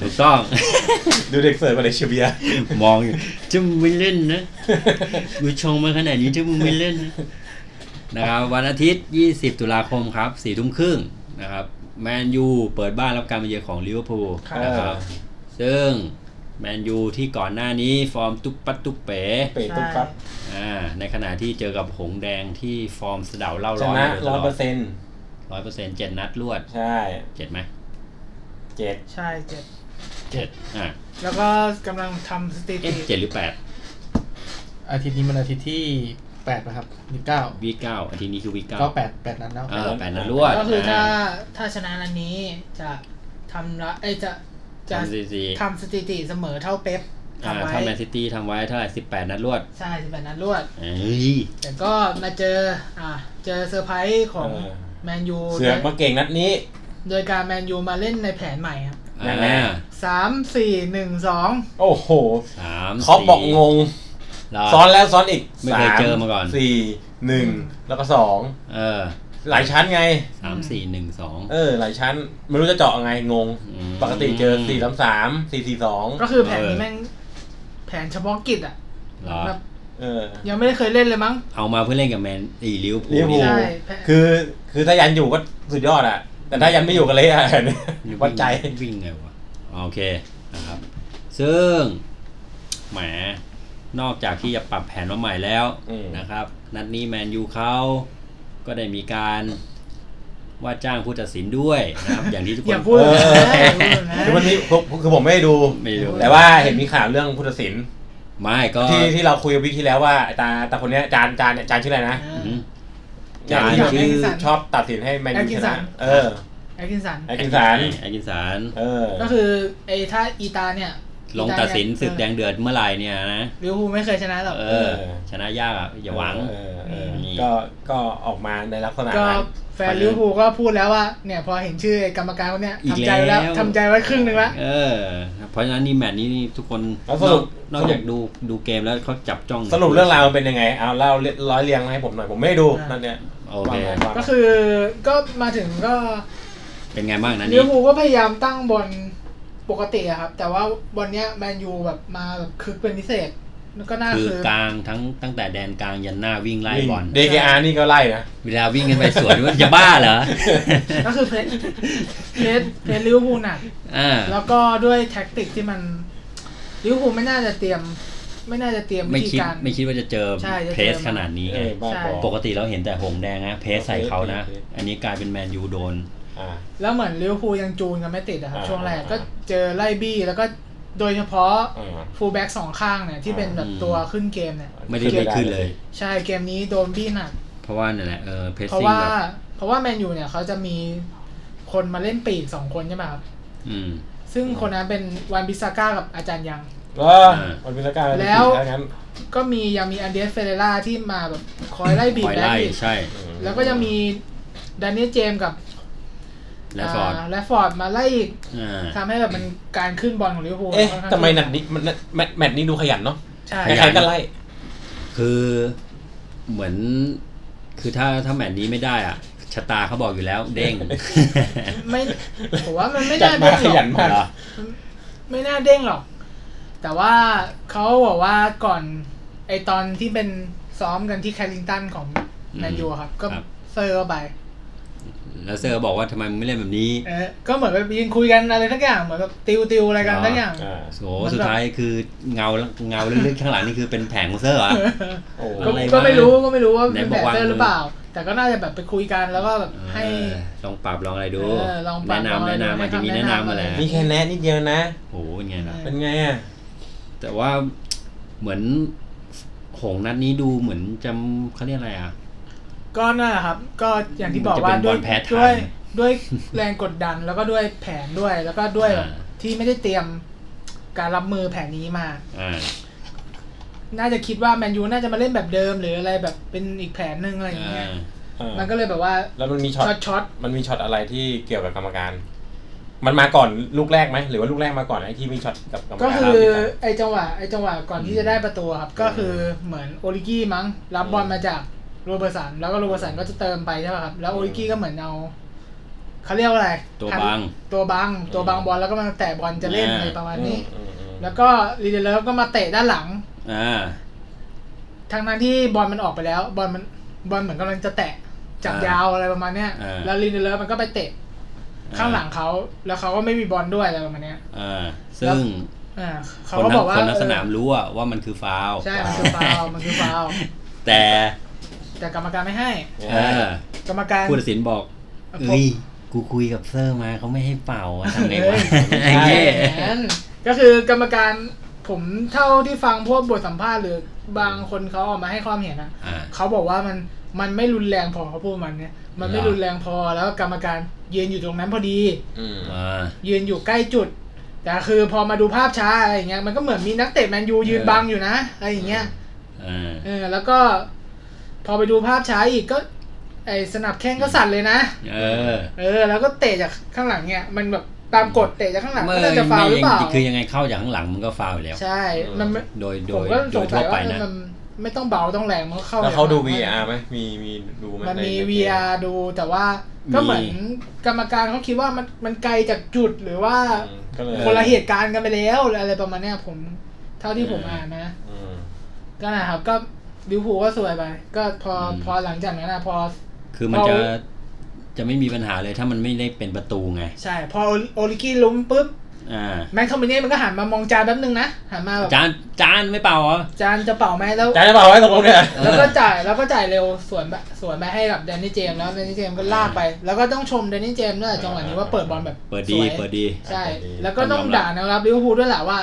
S1: ถูกต้อง
S3: ดูเด็กเสิร์ฟอะไรเชียเบียร์
S1: มองอยู่จะมึงไม่เล่นนะกูชงมาขนาดนี้จะมึงไม่เล่นนะนะครับ วันอาทิตย์ 20 ตุลาคมครับสี่ทุ่มครึ่งนะครับ แมนยูเปิดบ้านรับการมาเยือนของลิเวอร์พูล
S3: ครับ
S1: นะครับ ซึ่ง แมนยูที่ก่อนหน้านี้ฟอร์มตุ๊บปัดตุ๊บเป๋
S3: เป๋ตุ๊บปั๊บ
S1: อ่าในขณะที่เจอกับหงส์แดงที่ฟอร์มสะเดาเล่า
S3: ช
S1: ร้อน
S3: นะ
S1: มาโดยต
S3: ร้อย
S1: ล
S3: เป
S1: อด
S3: อร์เซ็นต์
S1: ร้อยเปอร์เซ็นต์เจ็ดนัดรวด
S3: ใช่
S1: เจ็ดไหม
S3: เจ็ด
S4: ใช่เจ็ด
S1: เจ็ดอ่า
S4: แล้วก็กำลังทำสถิ
S1: เอ๊ะ
S4: ติ
S1: เจ็ดหรือแปด
S2: อาทิตย์นี้มันอาทิตย์ที่แปดนะครับยี่เก้า
S1: วีเก้าอาทิตย์นี้คือวีเก้า
S2: ก็แปดแปดนัดแล้ว
S1: เออแปดนัดรวด
S4: ก็คือถ้าถ้าชนะนันนี้จะทำละเอ้ยจะจะ
S1: ทำซีซี
S4: ทำสถิติเสมอเท่าเป๊ป
S1: อ่า
S4: ทำไว้
S1: ถ้าแมนซิตี้ทำไว้เท่าไหร่สิบแปดนัดรวด
S4: ใช่สิบแปดนัดรวด
S1: เอ้ย
S4: แต่ก็มาเจออ่าเจอเซอร์ไพรส์ของ
S3: เออ
S4: แมนยู
S3: เสือกมาเก่งนัดนี้
S4: โดยการแมนยูมาเล่นในแผนใหม่ครับ
S3: ยั
S1: อ่าง
S3: ไง
S4: สามสี่หนึ่งสอง
S3: โอ้โห
S1: สาม
S3: เขาบอกงง
S1: เรา
S3: ซ้อนแล้วซ้อนอีก
S1: ไม่เคยเจอมาก่อน
S3: สสี่หนึ่งแล้วก็สอง
S1: เออ
S3: หลายชั้นไง
S1: สามสี่หนึ่งสอง
S3: เออ หลายชั้น ไม่รู้จะเจาะยังไงงง
S1: อืม
S3: ปกติเจอสี่สามสามสี่สี่สอง
S4: ก็คือแผนนี้แม่งแผนเฉพาะกิจอ่ะ
S1: เหรอ
S4: แบบ
S3: เออ
S4: ยังไม่ได้เคยเล่นเลยมั้ง
S1: เอามาเพื่อเล่นกับแมนอีลิวพู
S3: ลิเวอร์พูล
S4: ใช่
S3: คือ คือถ้ายันอยู่ก็สุดยอดอ่ะ แต่ถ้ายันไม่อยู่ก็เละอ่ะเนี่ยวัดใจ
S1: วิ่งไงวะโอเคนะครับ ซึ่งแหมนอกจากที่จะปรับแผนมาใหม่แล้ว
S3: อืม
S1: นะครับ นัดนี้แมนยูเขาก็ได้มีการว่าจ้างผู้ตัดสินด้วยนะครับ อย่างที่ทุกค
S4: อย่าน พูด
S3: เออ
S4: นะอย่าพูดนะ
S3: คือมันมีคือผมไม่ได้ดู
S1: ไม่ได้ดู
S3: แต่ว่าเห็นมีข่าวเรื่องพุทธศิลป์
S1: ไม่ก็
S3: ที่ที่เราคุยกันวิกที่แล้วว่าไอ้ตาตาคนเนี้ยจานจานเนี่ยจานชื่ออะไรนะ
S1: อืม
S3: จาน
S1: จาน
S3: ที่
S4: ชื่อ
S3: ชอบตัดสินให้แมน
S4: แอ
S3: ยู
S4: ตคิ
S3: ช
S4: นสั
S3: นะ
S4: น
S3: เออ
S4: แอคกินสัน
S3: ไอคินสัน
S1: ไอกินสาร
S3: เออ
S4: ก็คือไอ้ถ้าอีตาเนี่ย
S1: ลงตัดสินศึกแดงเดือดเมื่อไหร่เนี่ยนะ
S4: ลิเวอร์พูลไม่เคยชนะหรอก
S1: เออ ชนะยากอ่ะ อย่าหวัง
S3: เออเออ
S1: นี่
S3: ก็ก็ออกมาในลักษณะ
S4: ก็
S3: นั้น
S4: แฟนลิเวอร์พูลก็พูดแล้วว่า เนี่ยพอเห็นชื่อไอ้กรรมการคนเนี้ย
S1: อีก
S4: ทำใจไว้แล้ว
S1: แล้ว
S4: ทำใจไว้ครึ่งหนึ่งละ
S1: เออ เพราะฉะนั้นนี่แมตช์นี้นี่ทุกคน
S3: แล้ว
S1: น
S3: ส
S1: อ
S3: รุ
S1: ก
S3: ป
S1: นอกจากดูดูเกมแล้วเขาจับจ้อง
S3: สรุปเรื่องราวมันเป็นยังไง เอาเล่าร้อยเรียงมาให้ผมหน่อย ผมไม่ได้ดูนั่นเนี่ย
S1: โอเค
S3: วางไว้วางไว้
S4: ก็คือก็มาถึงก็
S1: เป็นไงบ้างนะ
S4: ลิเว
S1: นี่
S4: อร์พูลก็พยายามตั้งบอลปกติอะครับ แต่ว่าบอลเนี้ยแมนยูแบบมาแบบคึกเป็นพิเศษแล้วก็น่า
S1: คื
S4: คือ อก
S1: ลางทั้งตั้งแต่แดนกลางยันหน้าวิ่งไล่บอล
S3: เดกอาร์นี่ก็ไล่นะ
S1: เวลาวิ่งกันไปสวน ว่าจะบ้าเหรอ
S4: ก็คือเพลสเพลสเพลสลิเวอร์พูลหนัก
S1: อ่า
S4: แล้วก็ด้วยแท็กติกที่มันลิเวอร์พูลไม่น่าจะเตรียม ไม่น่าจะเตรียม
S1: ไม่
S4: วิธี
S1: คิด
S4: การ
S1: ไม่คิดว่าจะเจอ
S4: ใช่จะเจอ
S1: เพรสขนาดนี้ไง
S3: เออบ้าบอ
S4: ใช่
S1: ปกติเราเห็นแต่หงส์แดงนะ เพรสใส่เขานะ
S3: เพรส
S1: อันนี้กลายเป็นแมนยูโดน
S3: อ่า
S4: แล้วเหมือนลิเวอร์พูลยังจูนกันไม่ติดอะครับ
S3: อ่า
S4: ช่วงแรก
S3: อ่า
S4: ก็เจอไล่บี้แล้วก็โดยเฉพาะ
S3: อ่า
S4: ฟูลแบ็กสองข้างเนี่ยที่เป็นแบบ
S1: อืม
S4: ตัวขึ้นเกมเนี่ย
S1: ไม่ได้ไม่ขึ้นเลย
S4: ใช่เกมนี้โดนบี้หนัก
S1: เพราะว่านั่นแหละเออเพรส
S4: เพราะ
S1: ซิ่ง
S4: ว่า
S1: แบบ
S4: เพราะว่าแมนยูเนี่ยเขาจะมีคนมาเล่นปีกสองคนใช่ไหมครับ
S1: อืม
S4: ซึ่งคนนั้นเป็นวันบิสซาก้ากับอาจารย์ยัง
S3: เออ
S1: อ่า
S3: มันเป็นละกัน
S4: แล้ว
S3: งั้น
S4: ก็มียังมีอันเดรสเฟเรล่าที่มาแบบคอยไล่บี
S1: ค
S4: บ
S1: อย
S4: ไล่
S1: ไล่
S4: บีบ
S1: ใช่
S4: แล้วก็ยังมีดานเนียลเจมส์กับ
S1: และฟอร์ด
S4: าและฟอร์ดมาไล่อีก
S1: อ่า
S4: ทำให้แบบมันการขึ้นบอลของลิเวอร์พูล
S3: เอ๊ะ
S4: ค่อข้าง
S3: ทำไมนัดนี้มันแมตช์แมตช์นี้ดูขยันเนาะ
S4: ใช่
S1: ขยั
S3: ใคร
S1: น
S3: ๆก็ไล่
S1: คือเหมือน คือถ้าถ้าแมตช์นี้ไม่ได้อ่ะชะตาเขาบอกอยู่แล้ว เด้ง
S4: ไม่ผมว่ามันไม่
S3: จัด
S4: น่า
S3: มา
S4: เด้งห
S3: ข
S4: ร
S3: ยั
S4: อน ก
S3: มาก
S1: เหรอ
S4: ไม่น่าเด้งหรอก แต่ว่าเขาบอกว่าก่อนไอตอนที่เป็นซ้อมกันที่แคลิงตันของแมนยูอะครับ ก็
S1: ครับ
S4: เซอร์เข้าไป
S1: แล้วเซอร์บอกว่าทำไมมึงไม่เล่นแบบนี้
S4: เออก็เหมือนแบบยืนคุยกันอะไรทักอย่างเหมือนแบบติวติวอะไรกัน
S1: อ๋อ
S4: ทักอย่าง
S3: อ่า
S1: โอ้สุดท้ายคือเงาเงาลึกๆข้างหลังนี่คือเป็นแผงของเซอร์เหรอ่ะ
S3: โอ้โห
S4: ก็
S1: อะไรวะ
S4: ก็ไม่รู้ก็ไม่รู้ว่า
S1: ไหน
S4: เป็น
S1: บ
S4: แบอกบ
S1: ว่า
S4: เซอร์หรือเปล่า แต่ก็น่าจะแบบไปคุยกันแล้วก็แบบให้
S1: ลองปรับลองอะไรดู
S4: เออลองปรั
S1: แนะ
S4: บ
S1: นำแนะ
S4: ลอง
S1: นำ
S4: อะไร
S1: อาจจะมี
S4: ให้
S1: แนะ
S4: คำ
S1: นำมาแหล้ว
S4: แนะนำ
S3: นี่แค่แนะนิดเดียวนะ
S1: โอ้โหเป็นไงล่ะ
S4: เออ
S3: เป็นไงอ่ะ
S1: แต่ว่าเหมือนหงส์นัดนี้ดูเหมือนจำเขาเรียกอะไรอ่ะ
S4: ก็นั่นแหละครับ ก็อย่างที่บอก
S1: มันจะ
S4: ว่า
S1: เป็น
S4: ด้ว
S1: บอ
S4: ย
S1: ลแพ้ทาง
S4: ด้วยด้วยแรงกดดันแล้วก็ด้วยแผนด้วยแล้วก็ด้วยแบบ
S1: อ่า
S4: ที่ไม่ได้เตรียมการรับมือแผนนี้มา
S1: อ่า
S4: น่าจะคิดว่าแมนยูน่าจะมาเล่นแบบเดิม หรืออะไรแบบเป็นอีกแผนหนึ่งอะไรอย่างเงี้ยมันก็เลยแบบว่า
S3: แล้วมันมีช็
S4: ช็
S3: อ
S4: อ
S3: ต
S4: ตช็อต
S3: มันมีช็อตอะไรที่เกี่ยวกับกรรมการ มันมาก่อนลูกแรกไหม หรือว่าลูกแรกมาก่อนไอ้ที่มีช็อตกับกรรมการ
S4: ก็คือ
S3: เล่าให้ฟัง
S4: ไอจังหวะไอจังหวะก่อนที่จะได้ประตูครับ ก็คือเหมือนโอลิกี้มั้งรับบอลมาจากโรเบอร์สันแล้วก็โรเบอร์สันก็จะเติมไปใช่ป่ะครับแล้วโอลิกี้ก็เหมือนเอาเขาเรียกว่าอะไร
S1: ตัวบัง
S4: ตัวบังตัวบังบอลแล้วก็มาแตะบอลจะเล่นอะไรประมาณนี้ แล้วก็ลีเดเลอร์ก็มาเตะด้านหลัง
S1: อ่า
S4: ทางนั้นที่บอลมันออกไปแล้ว บอลมันบอลเหมือนกำลังจะแตะจับ
S1: อ่าย
S4: ยาวอะไรประมาณเนี้ย
S1: อ่า
S4: แล้วลีเดเลอร์มันก็ไปเตะข้างหลังเขาแล้วเขาก็ไม่มีบอลด้วยอะไรประมาณเนี้ย
S1: อ่าซึ่ง
S4: อ่าเขา
S1: คน
S4: ก็
S1: นั้
S4: บ
S1: ง
S4: อกว่า
S1: คนทั้ง
S4: เออ
S1: สนามรู้อะว่ามันคือฟาวล์
S4: ใช่มันคือฟาวล์มันคือฟาวล์
S1: แต่
S4: แต่กรรมการไม่ให้
S1: เออก
S4: รรมการ
S1: ผู้ตัดสินบอก
S4: ผม
S1: เอ้ยกูคุยกับเซอร์มาเขาไม่ให้เป่าอะทำไงวะ
S3: เฮ้ย
S1: ไอ้เหี้ย
S4: แหมก็คือกรรมการผมเท่าที่ฟังพวกบทสัมภาษณ์หรือบางคนเขาออกมาให้ความเห็นอะ
S1: อ่ะ
S4: เขาบอกว่ามันมันไม่รุนแรงพอเขาพูดมันเนี่ยมันไม่
S1: เหรอ
S4: รุนแรงพอแล้วกรรมการยืนอยู่ตรงนั้นพอดี
S3: อืม
S1: อ่า
S4: ยืนอยู่ใกล้จุด แต่คือพอมาดูภาพช้าอะไรอย่างเงี้ยมันก็เหมือนมีนักเตะแมนยูยืน
S3: เออ
S4: บังอยู่นะอะไรอย่างเงี้ย
S1: อ่า
S4: เออแล้วก็ พอไปดูภาพช้าอีกก็ไอสนับแข้งก็สั่นเลยนะ
S1: เออ
S4: เออ แล้วก็เตะจากข้างหลังเนี่ย มันแบบตามกฎเตะจากข้างหลังก็น่าจะฟาว
S1: ไม่
S4: ล์หรือเปล่า
S1: คือยังไงเข้าจากข้างหลังมันก็ฟาวล์อยู่แล้ว
S4: ใช่ มันไม่
S1: โดยโด
S4: ผม
S1: ย
S4: ก็
S1: โด
S4: ส
S1: ย
S4: งสั
S1: ทั่วยไป
S4: ว่า
S1: นะ
S4: มันไม่ต้องเบาต้องแรงมันก็เข้า
S3: แล้วเขา
S4: อย่ง
S3: ดู
S4: นั้น
S3: VR ไหมมีมีดูไห
S4: มันมี
S3: ใใเก
S4: VR ดูแต่ว่าก็เหมือน
S3: มี
S4: กรรมการเขาคิดว่ามันมันไกลจากจุดหรือว่า
S3: อืมก็เลย
S4: คนละเหตุการณ์กันไปแล้วหรืออะไรประมาณเนี้ยผมเท่าที่ผม
S3: เอออ่
S4: อ่านนะ
S3: อืม
S4: ก็นะครับก็ลิเวอร์พูลก็สวยไป ก็พอ
S1: อืม
S4: พอหลังจากนั้นนะพอ
S1: คือมันจะ
S4: เรา
S1: จะไม่มีปัญหาเลยถ้ามันไม่ได้เป็นประตูไง
S4: ใช่ พอโอลิกี้ล้มปุ๊บ
S1: อ่า
S4: แม็กโทมิเน่มันก็หันมามองจานแป๊บนึงนะหันมาแบบ
S1: จานจานไม่เป่าเหรอ
S4: จานจะเป่าไหมแล้ว
S3: จ่ายได้เปล่าไว้ตกลงเนี่ย
S4: แล้วก็จ่ายแล้วก็จ่ายเร็วสวนไปสวนไปให้กับแดนนี่เจมส์แล้วแดนนี่เจมส์ก็ลากไป แล้วก็ต้องชมแดนนี่เจมส์ด้วยจังหวะนี้ว่าเปิดบอลแบบ
S1: เปิด
S4: ส
S1: ดี
S4: วย
S1: เปิดดี
S4: ใช่ แล้วก็ต้องด่านะครับลิเวอร์พูลด้วยแหละว่า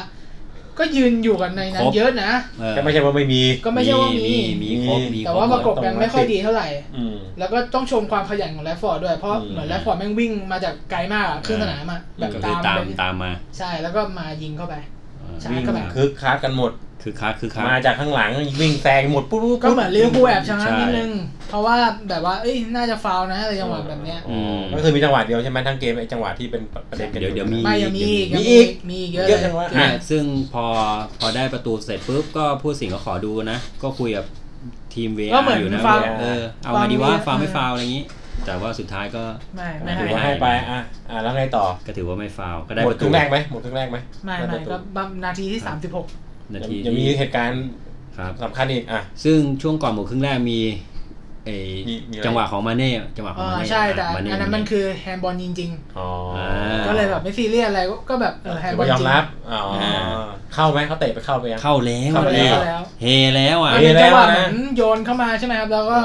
S4: ก็ยืนอยู่กันในนั้
S1: คร
S4: น
S1: บ
S4: เยอะนะ
S1: เออ
S3: ก็ไม่ใช่ว่าไม่มี
S4: ก็ไม่ใช่ว่ามี
S1: มีครบมีครบ
S4: แต่ว่าประกบกันไม่ค่อยดีเท่าไหร่
S3: อืม
S4: แล้วก็ต้องชมความขยันของแรดฟอร์ดด้วย เพราะ
S3: อืม
S4: เหมือนแรดฟอร์ดแม่งวิ่งมาจากไกลมากอะครึ่งสนามอะแบบ
S1: ก็
S4: ต
S1: คือตา
S4: ามม
S1: ตามมา
S4: ใช่แล้วก็มายิงเข้าไป
S1: อ่า
S4: ใช่
S3: วิ่ง
S4: ก็แบบ
S3: คึกคักกันหมด
S1: คือคักคือคัก
S3: มาจากข้างหลังวิ่งแซงหมดปุ๊บปุ๊บ
S4: ก็เหมือนลิเวอร์พูลแอบชะงักนิด
S1: ใช่
S4: นึงเพราะว่าแบบว่าเอ้ยน่าจะฟาวล์นะอะไรจังหวะแบบเนี้ย
S3: อืมก็คือมีจังหวะเดียวใช่ไหมทั้งเกมไอ้จังหวะที่เป็นประเด็นกันอ
S1: เดี๋ยวเดี๋ยวมี
S4: ไม่ยังมีอีก
S3: มี
S4: ยัง
S3: อีก
S4: มีอีกเยอะ
S3: เยอะ
S4: เล
S3: จั
S4: ย
S3: งวะ
S1: เนี่ยซึ่งพอพอได้ประตูเสร็จปุ๊บก็ผู้ตัดสินก็ขอดูนะ ก็คุยกับทีมเว
S4: ก็เหมือน
S1: อยู่นะ
S4: ฟาวล์
S1: เออเอาไงดีว่า
S4: ฟัง
S1: ฟาวล์ไม่ฟาวล์อะไรอย่างนี้ แต่ว่าสุดท้ายก็
S4: ไม่
S3: อ่ะ
S4: ไม่
S3: ถือ
S4: ให้
S3: ว่าให้ไปอ่ะอ่ะแล้วไงต่อ
S1: ก็ถือว่าไม่ฟาวล์ก็ได้
S3: หม
S1: ป
S3: ด
S1: ระ
S3: ค
S1: ตู
S3: รึ่งแรกไหมหมดครึ่งแรกไหม
S4: ไม่
S3: ด้
S4: ไม่
S3: ประตู
S4: ก็บัมนาทีที่ 36
S1: นาที
S3: ยังมี
S1: ที่
S3: เหตุการณ์
S1: ครับ
S3: สำคัญอีกอ่ะ
S1: ซึ่งช่วงก่อนหมดครึ่งแรกมีเอ่ย
S3: มีมีอะไร
S1: จังหวะของมาเน่จังหวะขอ
S4: อ๋
S1: ง
S4: อ
S1: มาเน่
S4: ใช่แต่
S1: าเ
S4: อันนั้นมันคือแฮนด์บอลจริง
S3: อ๋อ
S1: อ่า
S4: ๆ ก็เลยแบบไม่ซีเรียสอะไรก็แบบเออแฮน
S3: ถื
S4: ด์
S3: อบ
S4: อล
S3: ว่าย
S4: จ
S3: อม
S4: ริง
S3: รับอ๋ออา เข้าไหมเขาเตะไปเข้าไปยัง
S1: เข้าแล้ว
S3: เข้าแล้ว
S1: อ่ะเฮแล้วอ่ะ
S4: มันเป็นจังหวะ
S3: เอ๊ะ
S4: เห
S3: แล้
S4: มื
S3: วนะ
S4: อนโยนเข้ามาใช่ไหมครับ แล้วก็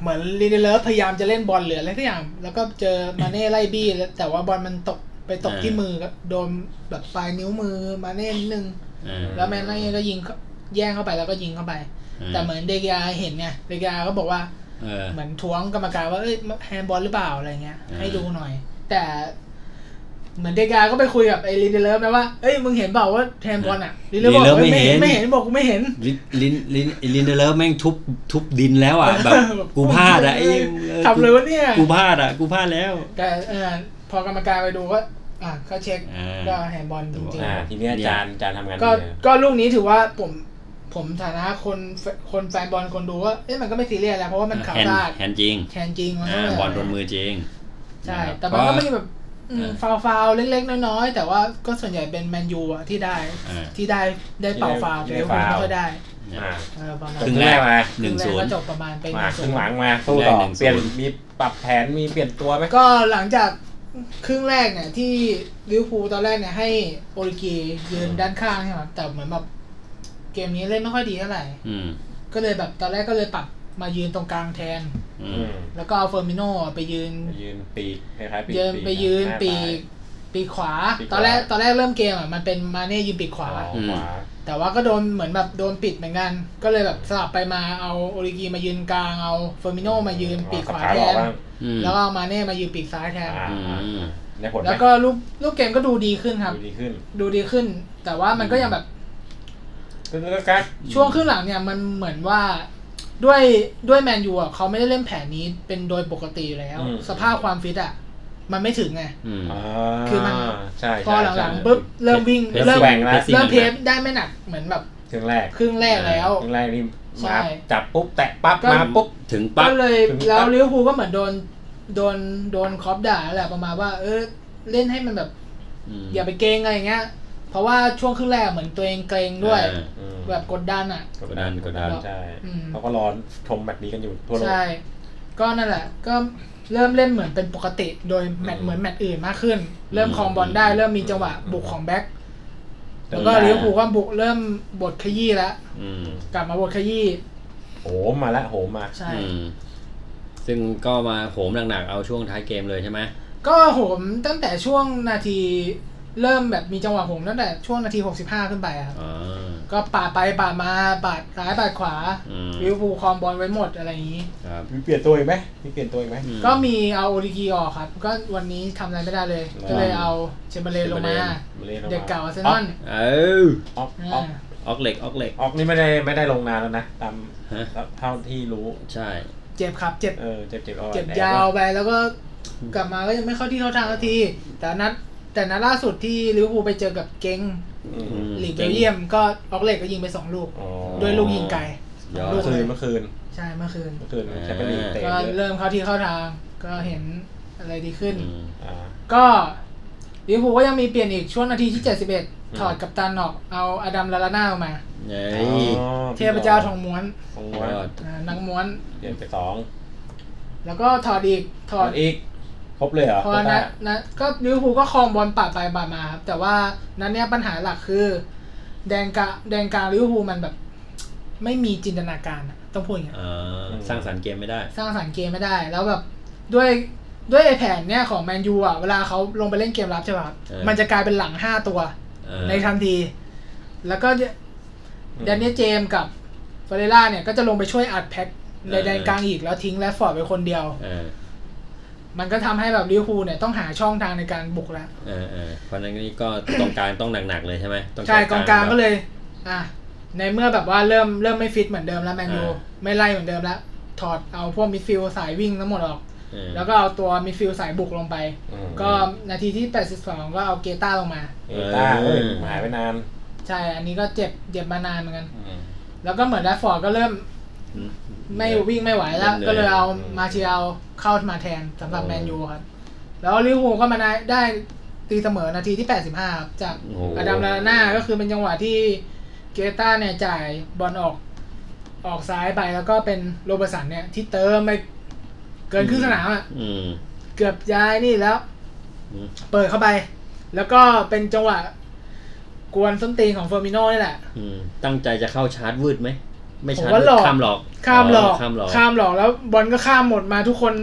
S4: เหมือนลีเดเลอร์พยายามจะเล่นบอลเหลืออะไรทุกอย่าง แล้วก็เจอมาเน่ไล่บี้แล้วแต่ว่าบอลมันตกไปตกที่มือก็โดนแบบปลายนิ้วมือมาเน่นิดนึง
S1: อ่า
S4: แล้วมาเน่ก็ยิงเข้าแย่งเข้าไปแล้วก็ยิงเข้าไป แต่เหมือนเดกยาเห็นไงเดกยาก็บอกว่า
S1: เออ
S4: เหมือนท้วงกรรมการว่าเอ้ยแฮนด์บอลหรือเปล่าอะไรเงี้ย
S1: อ่า
S4: ให้ดูหน่อย แต่ เหมือนเดกาก็ไปคุยกับไอ้ลินเดเลอร์ไหมว่าเอ้ยมึงเห็นเปล่าว่าแฮนด์บอลอ่ะลินเดเลอร์บอกว่าไม่เห็นไม่เห็นบอกกูไม่เห็น
S1: ลิลินลินลินเดเลอร์แม่งทุบทุบดินแล้ว อ่ะแบบ กูพลาดอ่ะไอ้ออ
S4: ทำเลยวะเนี่ย
S1: กูพลาดอ่ะกูพลาดแล้ว
S4: แต่เออพอกรรมการไปดูก็อ่ะก็เช็ค
S1: อ่า
S4: ก็แฮนด์บอลจริง
S3: อ่าทีเนี้ยอาจารย์อาจารย์ทำงาน
S4: ๆก็
S3: ดีนะ
S4: ก็ลูกนี้ถือว่าผมผมฐานะคนคนแฟนบอลคนดูว่าเอ้ยมันก็ไม่ซีเรียสแล้วเพราะว่ามันขาว
S1: แฮน
S4: พลาด
S1: แฮนจริง
S4: แฮนด์จริงมันก็
S1: อ่า
S4: ไม่
S1: บอลโดนมือจริง
S4: ใช่
S1: ะครับ
S4: แต่มันก็ไม่
S1: เพราะ
S4: แบบอืม
S1: อ่า
S4: ฟาวฟาวๆเล็กๆ น้อยๆ แต่ว่าก็ส่วนใหญ่เป็นแมนยูอะที่ได้
S1: อ่า
S4: ที่ได้ได้เป่าฟาวล์แต่ว่าไม่ค่อยได้
S3: อ่า
S4: เออประมาณ
S1: ค
S3: ค
S1: รึ่
S3: รึ่
S1: ง
S3: ง
S1: แร
S3: แร
S1: ก
S3: ก
S1: มา
S3: มา
S1: หนึ่ง
S4: ค
S1: ศู
S4: รึ่แรก
S1: นย์
S4: ก็จบประมาณเป็น
S3: มาค
S4: ศู
S3: รึ่
S4: น
S3: ง
S4: ย์
S3: หลังมาสู้ต่อ
S1: ได้หนึ่งศูนย์
S3: เปลี่ยนมีปรับแผนมีเปลี่ยนตัวไหม
S4: ก็หลังจากครึ่งแรกเนี่ยที่ลิเวอร์พูลตอนแรกเนี่ยให้โอลิเกียืนด้านข้างใช่ไหมครับแต่เหมือนแบบเกมนี้เล่นไม่ค่อยดีเท่าไหร่
S1: อืม
S4: ก็เลยแบบตอนแรกก็เลยปรับมายืนตรงกลางแทน
S1: อื
S3: อื
S1: ม
S3: ม
S4: แล้วก็เอาเฟอร์มิโน่ไปยืน
S3: ไปยืนปีกคล้ายๆปีก
S4: ยืนไปยืน
S3: หา
S4: ปี
S3: ซ้าย
S4: กปีกขวา
S3: ปีกขวา
S4: ตอนแรกตอนแรกเริ่มเกมอ่ะมันเป็นมาเน่ยืนปีกขวา
S3: อ๋อขวา
S4: แต่ว่าก็โดนเหมือนแบบโดนปิดเหมือนกัน ก็เลยแบบสลับไปมาเอาโอริกีมายืนกลางเอาเฟอร์มิโนมายืนปีกขวาแทน
S1: อืม
S4: แล้วก็เอามาเน่มายืนปีกซ้ายแทน
S3: อ่า
S1: อืม
S3: ได้ผลไหม
S4: แล้วก็ลูกลูกเกมก็ดูดีขึ้นครับ
S3: ดูดีขึ้น
S4: ดูดีขึ้น แต่ว่ามันก็ยังแบบ
S3: แล้วก็กัก
S4: ช่วงครึ่งหลังเนี่ยมันเหมือนว่าด้วยด้วยแมนยูอ่ะเขาไม่ได้เล่นแผนนี้เป็นโดยปกติอยู่แล้ว สภาพความฟิตอ่ะมันไม่ถึงไง
S1: อืม
S3: อ่า
S4: คือมัน
S3: ใช่
S4: พอ
S3: ใช่
S4: หลัง
S3: ใช่
S4: ๆปุ๊บเริ่มวิ่ง
S1: เพจ
S4: เริ่ม
S1: แกว่ง
S4: เริ่มเพฟได้ไม่หนักเหมือนแบบ
S3: เครื่องแรก
S4: ครึ่งแรกแล้ว
S3: เครื่องแรกนี่
S4: ใช่
S3: มาจับปุ๊บแตะปั๊บมาปุ๊บ
S1: ถึงปั๊บ
S4: ก็เลย
S3: ถึงปั๊บ
S4: แล้วลิเวอร์พูลก็เหมือนโดนโดนโดนครอปด่าแหละประมาณว่า เออเล่นให้มันแบบอย่าไปเกรงอะไรอย่างเงี้ย เพราะว่าช่วงครึ่งแรกเหมือนตัวเองเกรงด้วย
S3: อืม
S4: แบบกดดันอ่ะ
S1: กดดันกดดัน
S3: ใช่
S4: อืม
S3: เขาก็รอชมแบบนี้กันอยู่ทั่วโลก
S4: ใช่ ก็นั่นแหละ ก็เริ่มเล่นเหมือนเป็นปกติ โดยแมตช์
S3: อืม
S4: เหมือนแมตช์อื่นมากขึ้น เริ่มครองบอลได้เริ่มมีจังหวะ
S3: อืม
S4: บุกของแบ็ค แล้วก็
S1: เออ
S4: ลิเวอร์พูลก็บุกเริ่มบทขยี้แล้ว
S1: อืม
S4: กลับมาบทขยี้
S3: โหมมาละโหมมา
S4: ใช่
S1: อืมซึ่งก็มาโหมหนักๆเอาช่วงท้ายเกมเลยใช่ไหม
S4: ก็โหมตั้งแต่ช่วงนาทีเริ่มแบบมีจังหวะโหมตั้งแต่ช่วงนาที 65 ขึ้นไปอะครับ
S1: อ๋อ
S4: ก็ปาดไปปาดมาปาดซ้ายปาดขวา
S1: อืม
S4: ลิเวอร์พูลครองบอลไว้หมดอะไรอย่างนี้
S1: ครับ
S3: มีเปลี่ยนตัวอีกไหมมีเปลี่ยนตัวอีกไหม
S1: อื
S4: ก็มีเอาโอริกีออกครับ ก็วันนี้ทำอะไรไม่ได้เลย
S3: อ๋อ
S4: ก็เลยเอาเชมเบอร์เลนลงมา
S3: มาล่นอม
S4: เด็กเก่าอาร์เซนอล
S1: เออ
S3: ออกอ
S4: อ่า
S3: อก
S1: ออกเหล็กออกเหล็ก
S3: ออกนี่ไม่ได้ไม่ได้ลงนานแล้วนะ ตาม
S1: ฮะ
S3: เท่าที่รู้
S1: ใช่
S4: เจ็บครับ เจ็บ
S3: เออเจ็บเจ็บ
S4: เจ็บยาวไปแล้วก็กลับมาก็ยังไม่เข้าที่เข้าทางสักที แต่นัดแต่นัดล่าสุดที่ลิเวอร์พูลไปเจอกับเกง
S3: อืม
S1: ม
S4: ลีกเบลเยียม ก็ออกเล็กก็ยิงไปสองลูก
S3: อ๋อ
S4: ด้วยลูกยิงไกล
S1: ยอ
S4: ลู
S1: ด
S3: เมื่อคื
S4: ล
S3: น
S4: ย
S3: เมื่อคืน
S4: ใช่เมื่อคืน
S3: เมื่อคืนแชมเปี้ยนลีกเตะ
S4: ก็
S3: เยอะ
S4: เริ่มเข้าที่เข้าทาง ก็เห็นอะไรดีขึ้น
S1: อืม
S3: อ่า
S4: ก็ลิเวอร์พูลก็ยังมีเปลี่ยนอีกช่วงนาทีที่ 71 ถอดกัปตันออกเอาอดัมลาลาน่าออกมา
S1: เฮ้
S3: อ๋
S1: ย
S3: อ
S4: เทพเจ้าทองม้วน
S3: ทอง
S1: ย
S3: ม้วน
S1: อด
S4: อ่านักม้วน
S3: เปลี่ยนไปสอง
S4: แล้วก็ถอดอีกถ
S3: ถ
S4: อ
S3: อ
S4: ด
S3: ดอีก ครบเลยเหรอ
S4: พอนะ
S3: นะ
S4: นะก็ลิเวอร์พูลก็ครองบอลปาดไปปาดมาครับ แต่ว่านั้นเนี้ยปัญหาหลักคือ แดนกลางแดนกลางลิเวอร์พูลมันแบบ ไม่มีจินตนาการอะต้องพูดอย่างเงี้ย
S1: อ่าสร้างสรรค์เกมไม่ได้
S4: สร้างสรรค์เกมไม่ได้ แล้วแบบด้วยด้วยไอแผนเนี้ยของแมนยูอ่ะเวลาเขาลงไปเล่นเกมรับใช่ป่ะครับ
S1: เออ
S4: มันจะกลายเป็นหลังห้าตัว
S1: เออ
S4: ในทันที แล้วก็แดนนี่เจมส์กับฟาเรล่าเนี่ยก็จะลงไปช่วยอัดแพ็คในแดนกลางอีกแล้วทิ้งแรชฟอร์ดไปคนเดียว
S1: เออ
S4: มันก็ทำให้แบบลิเวอร์พูลเนี่ยต้องหาช่องทางในการบุกแล้ว
S1: เออเออเพราะฉะนั้นนี่ก็ ตรงกลางต้องหนักๆเลยใช่ไหมต้
S4: ใช่กองกลางก็
S1: แบบ
S4: เลย อ่ะ ในเมื่อแบบว่าเริ่มเริ่มไม่ฟิตเหมือนเดิมแล้วแมนยู
S1: อ่า
S4: ไม่ไล่เหมือนเดิมแล้ว ถอดเอาพวกมิดฟิลด์สายวิ่งทั้งหมดออก
S1: เออ
S4: แล้วก็เอาตัวมิดฟิลด์สายบุกลงไป
S3: อืม
S4: ก็นาทีที่ 82 ก็เอาเกต้าลงมา
S3: เอต้าเอ้ยหายไปนาน
S4: ใช่ อันนี้ก็เจ็บเจ็บมานานเหมือนกัน
S3: อืม
S4: แล้วก็เหมือนแรชฟอร์ดก็เริ่ม
S1: อืม
S4: ไม่วิ่งไม่ไหวแล้ว ก็เลยเอา
S3: อืม
S4: มาเชียลเข้ามาแทนสำหรับ
S1: อืม
S4: แมนยูครับ แล้วลิเวอร์พูลก็มาได้ได้ตีเสมอนาทีที่ 85ครับจาก
S1: โอ้โห
S4: อดัมลาลาน่าก็คือเป็นจังหวะที่เกต้าเนี่ยจ่ายบอลออกออกซ้ายไปแล้วก็เป็นโรเบร์ตสันเนี่ย ที่เติมไปเกินครึ่งสนามอ่ะ
S1: อืม
S4: เกือบย้ายนี่แล้ว
S1: อืม
S4: เปิดเข้าไป แล้วก็เป็นจังหวะกวนส้นตีนของเฟอร์มิโน่นี่แหละ
S1: อืมตั้งใจจะเข้าชาร์จวืดไหม ไม่ชาร์จ
S4: ผมว่าหลอก
S1: ข้ามหลอก
S4: ข้ามหลอก
S1: ข้ามหลอก
S4: ข้ามหลอกแล้วบอลก็ข้ามหมดมาทุกคน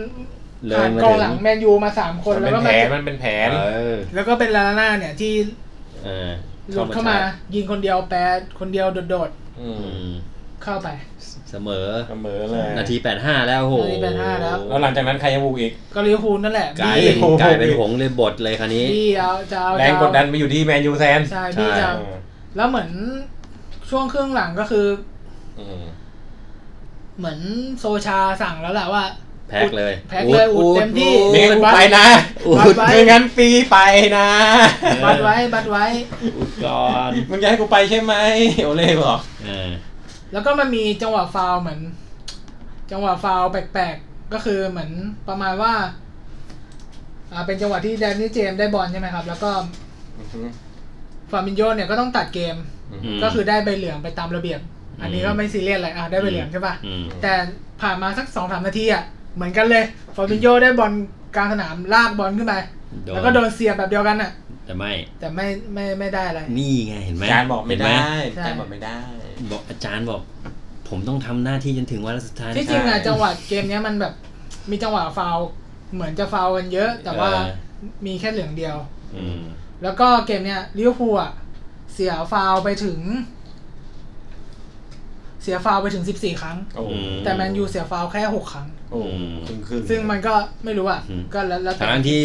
S1: เลย
S4: ผ่าน
S1: มาก
S4: อง
S1: ถึ
S4: หลังแมนยูมาสามคน
S3: มัน
S4: แล้ว
S3: เป็น
S4: ก็
S3: แผ
S4: มาน
S3: มันเป็นแผน
S1: เออ
S4: แล้วก็เป็นลาลาน่าเนี่ยที่
S1: เออ
S4: หลุดเข้ามา
S1: ชร์จ
S4: ยิงคนเดียวแปรคนเดียวโดด
S3: อื
S1: อื
S3: ม
S1: ม
S4: ๆเข้าไป
S1: เสมอ
S3: เสมอเลย
S1: นาทีแปดห้าแล้วโอ้โห
S4: นาที85แล้ว
S3: แล้วหลังจากนั้นใครจะบุกอีก
S4: ก็ลิเวอร์พูลนั่นแหละ
S1: กลาย
S4: บี้
S1: เป็น
S3: โอ้โห
S1: กลายเป็นหงส์เลยบทเลยคันนี้
S4: บี้เอาจะเอา
S3: แรงกดดันไปอยู่ที่แมนยูแซน
S4: ใช่บี้จะเอา
S3: อืม
S4: แล้วเหมือนช่วงครึ่งหลังก็คือ
S3: อืม
S4: เหมือนโซชาสั่งแล้วแหละว่า
S1: แพ็กเลย
S4: แพ็คเลยอุดเต็มที่
S1: อุด
S3: นี่งั้นกูไปนะ
S1: อุ
S4: วัด
S1: ด
S4: ไว้
S3: ไม่งั้นฟรีไปนะ
S4: บัดไว้บัดไว้
S1: อุดก่อน
S3: มึงจะให้กูไปใช่ไหมโอเล่บอก
S1: เออ
S4: แล้วก็มันมีจังหวะฟาวล์เหมือน จังหวะฟาวล์แปลกๆ ก็คือเหมือนประมาณว่า อ่าเป็นจังหวะที่แดนนี่เจมส์ได้บอลใช่ไหมครับ แล้วก็ฟามินโยเนี่ยก็ต้องตัดเกม
S1: ม
S4: ก็คือได้ใบเหลืองไปตามระเบียบ อันนี้ก็ไม่ซีเรียสอะไรอ่ะได้ใบเหลืองใช่ป่ะ
S1: อืม
S4: แต่ผ่านมาสักสองสามนาทีอ่ะ เหมือนกันเลยฟาบินโยได้บอลกลางสนามลากบอลขึ้นไป แล้วก็โดนเสียบแบบเดียวกันอ่ะ
S1: แต่ไม่
S4: แต่ไม่ไม่ไม่ได้อะไร
S1: นี่ไงเห็นไหม
S3: อาจารย์บอกไม่ได้
S1: เห็นห
S4: ใช่
S3: อาจารย์บอกไม่ได้
S1: บอกอาจารย์บอก ผมต้องทำหน้าที่จนถึงวันสุดท้าย
S4: ที่จริงอ่ะจังหวะเกมเนี้ยมันแบบมีจังหวะฟาวล์เหมือนจะฟาวล์กันเยอะ แต่ว่ามีแค่เหลืองเดียว
S1: อืม
S4: แล้วก็เกมเนี้ยลิเวอร์พูลอ่ะเสียฟาวล์ไปถึง เสียฟาวล์ไปถึงสิบสี่ครั้ง
S3: โอ้โห
S4: แต่แมนยูเสียฟาวล์แค่หกครั้ง
S3: โอ้โหครึ่งครึ่ง
S4: ซึ่งมันก็ไม่รู้อ่ะ ก็แล้วแล้วแต่
S1: ทั้งที่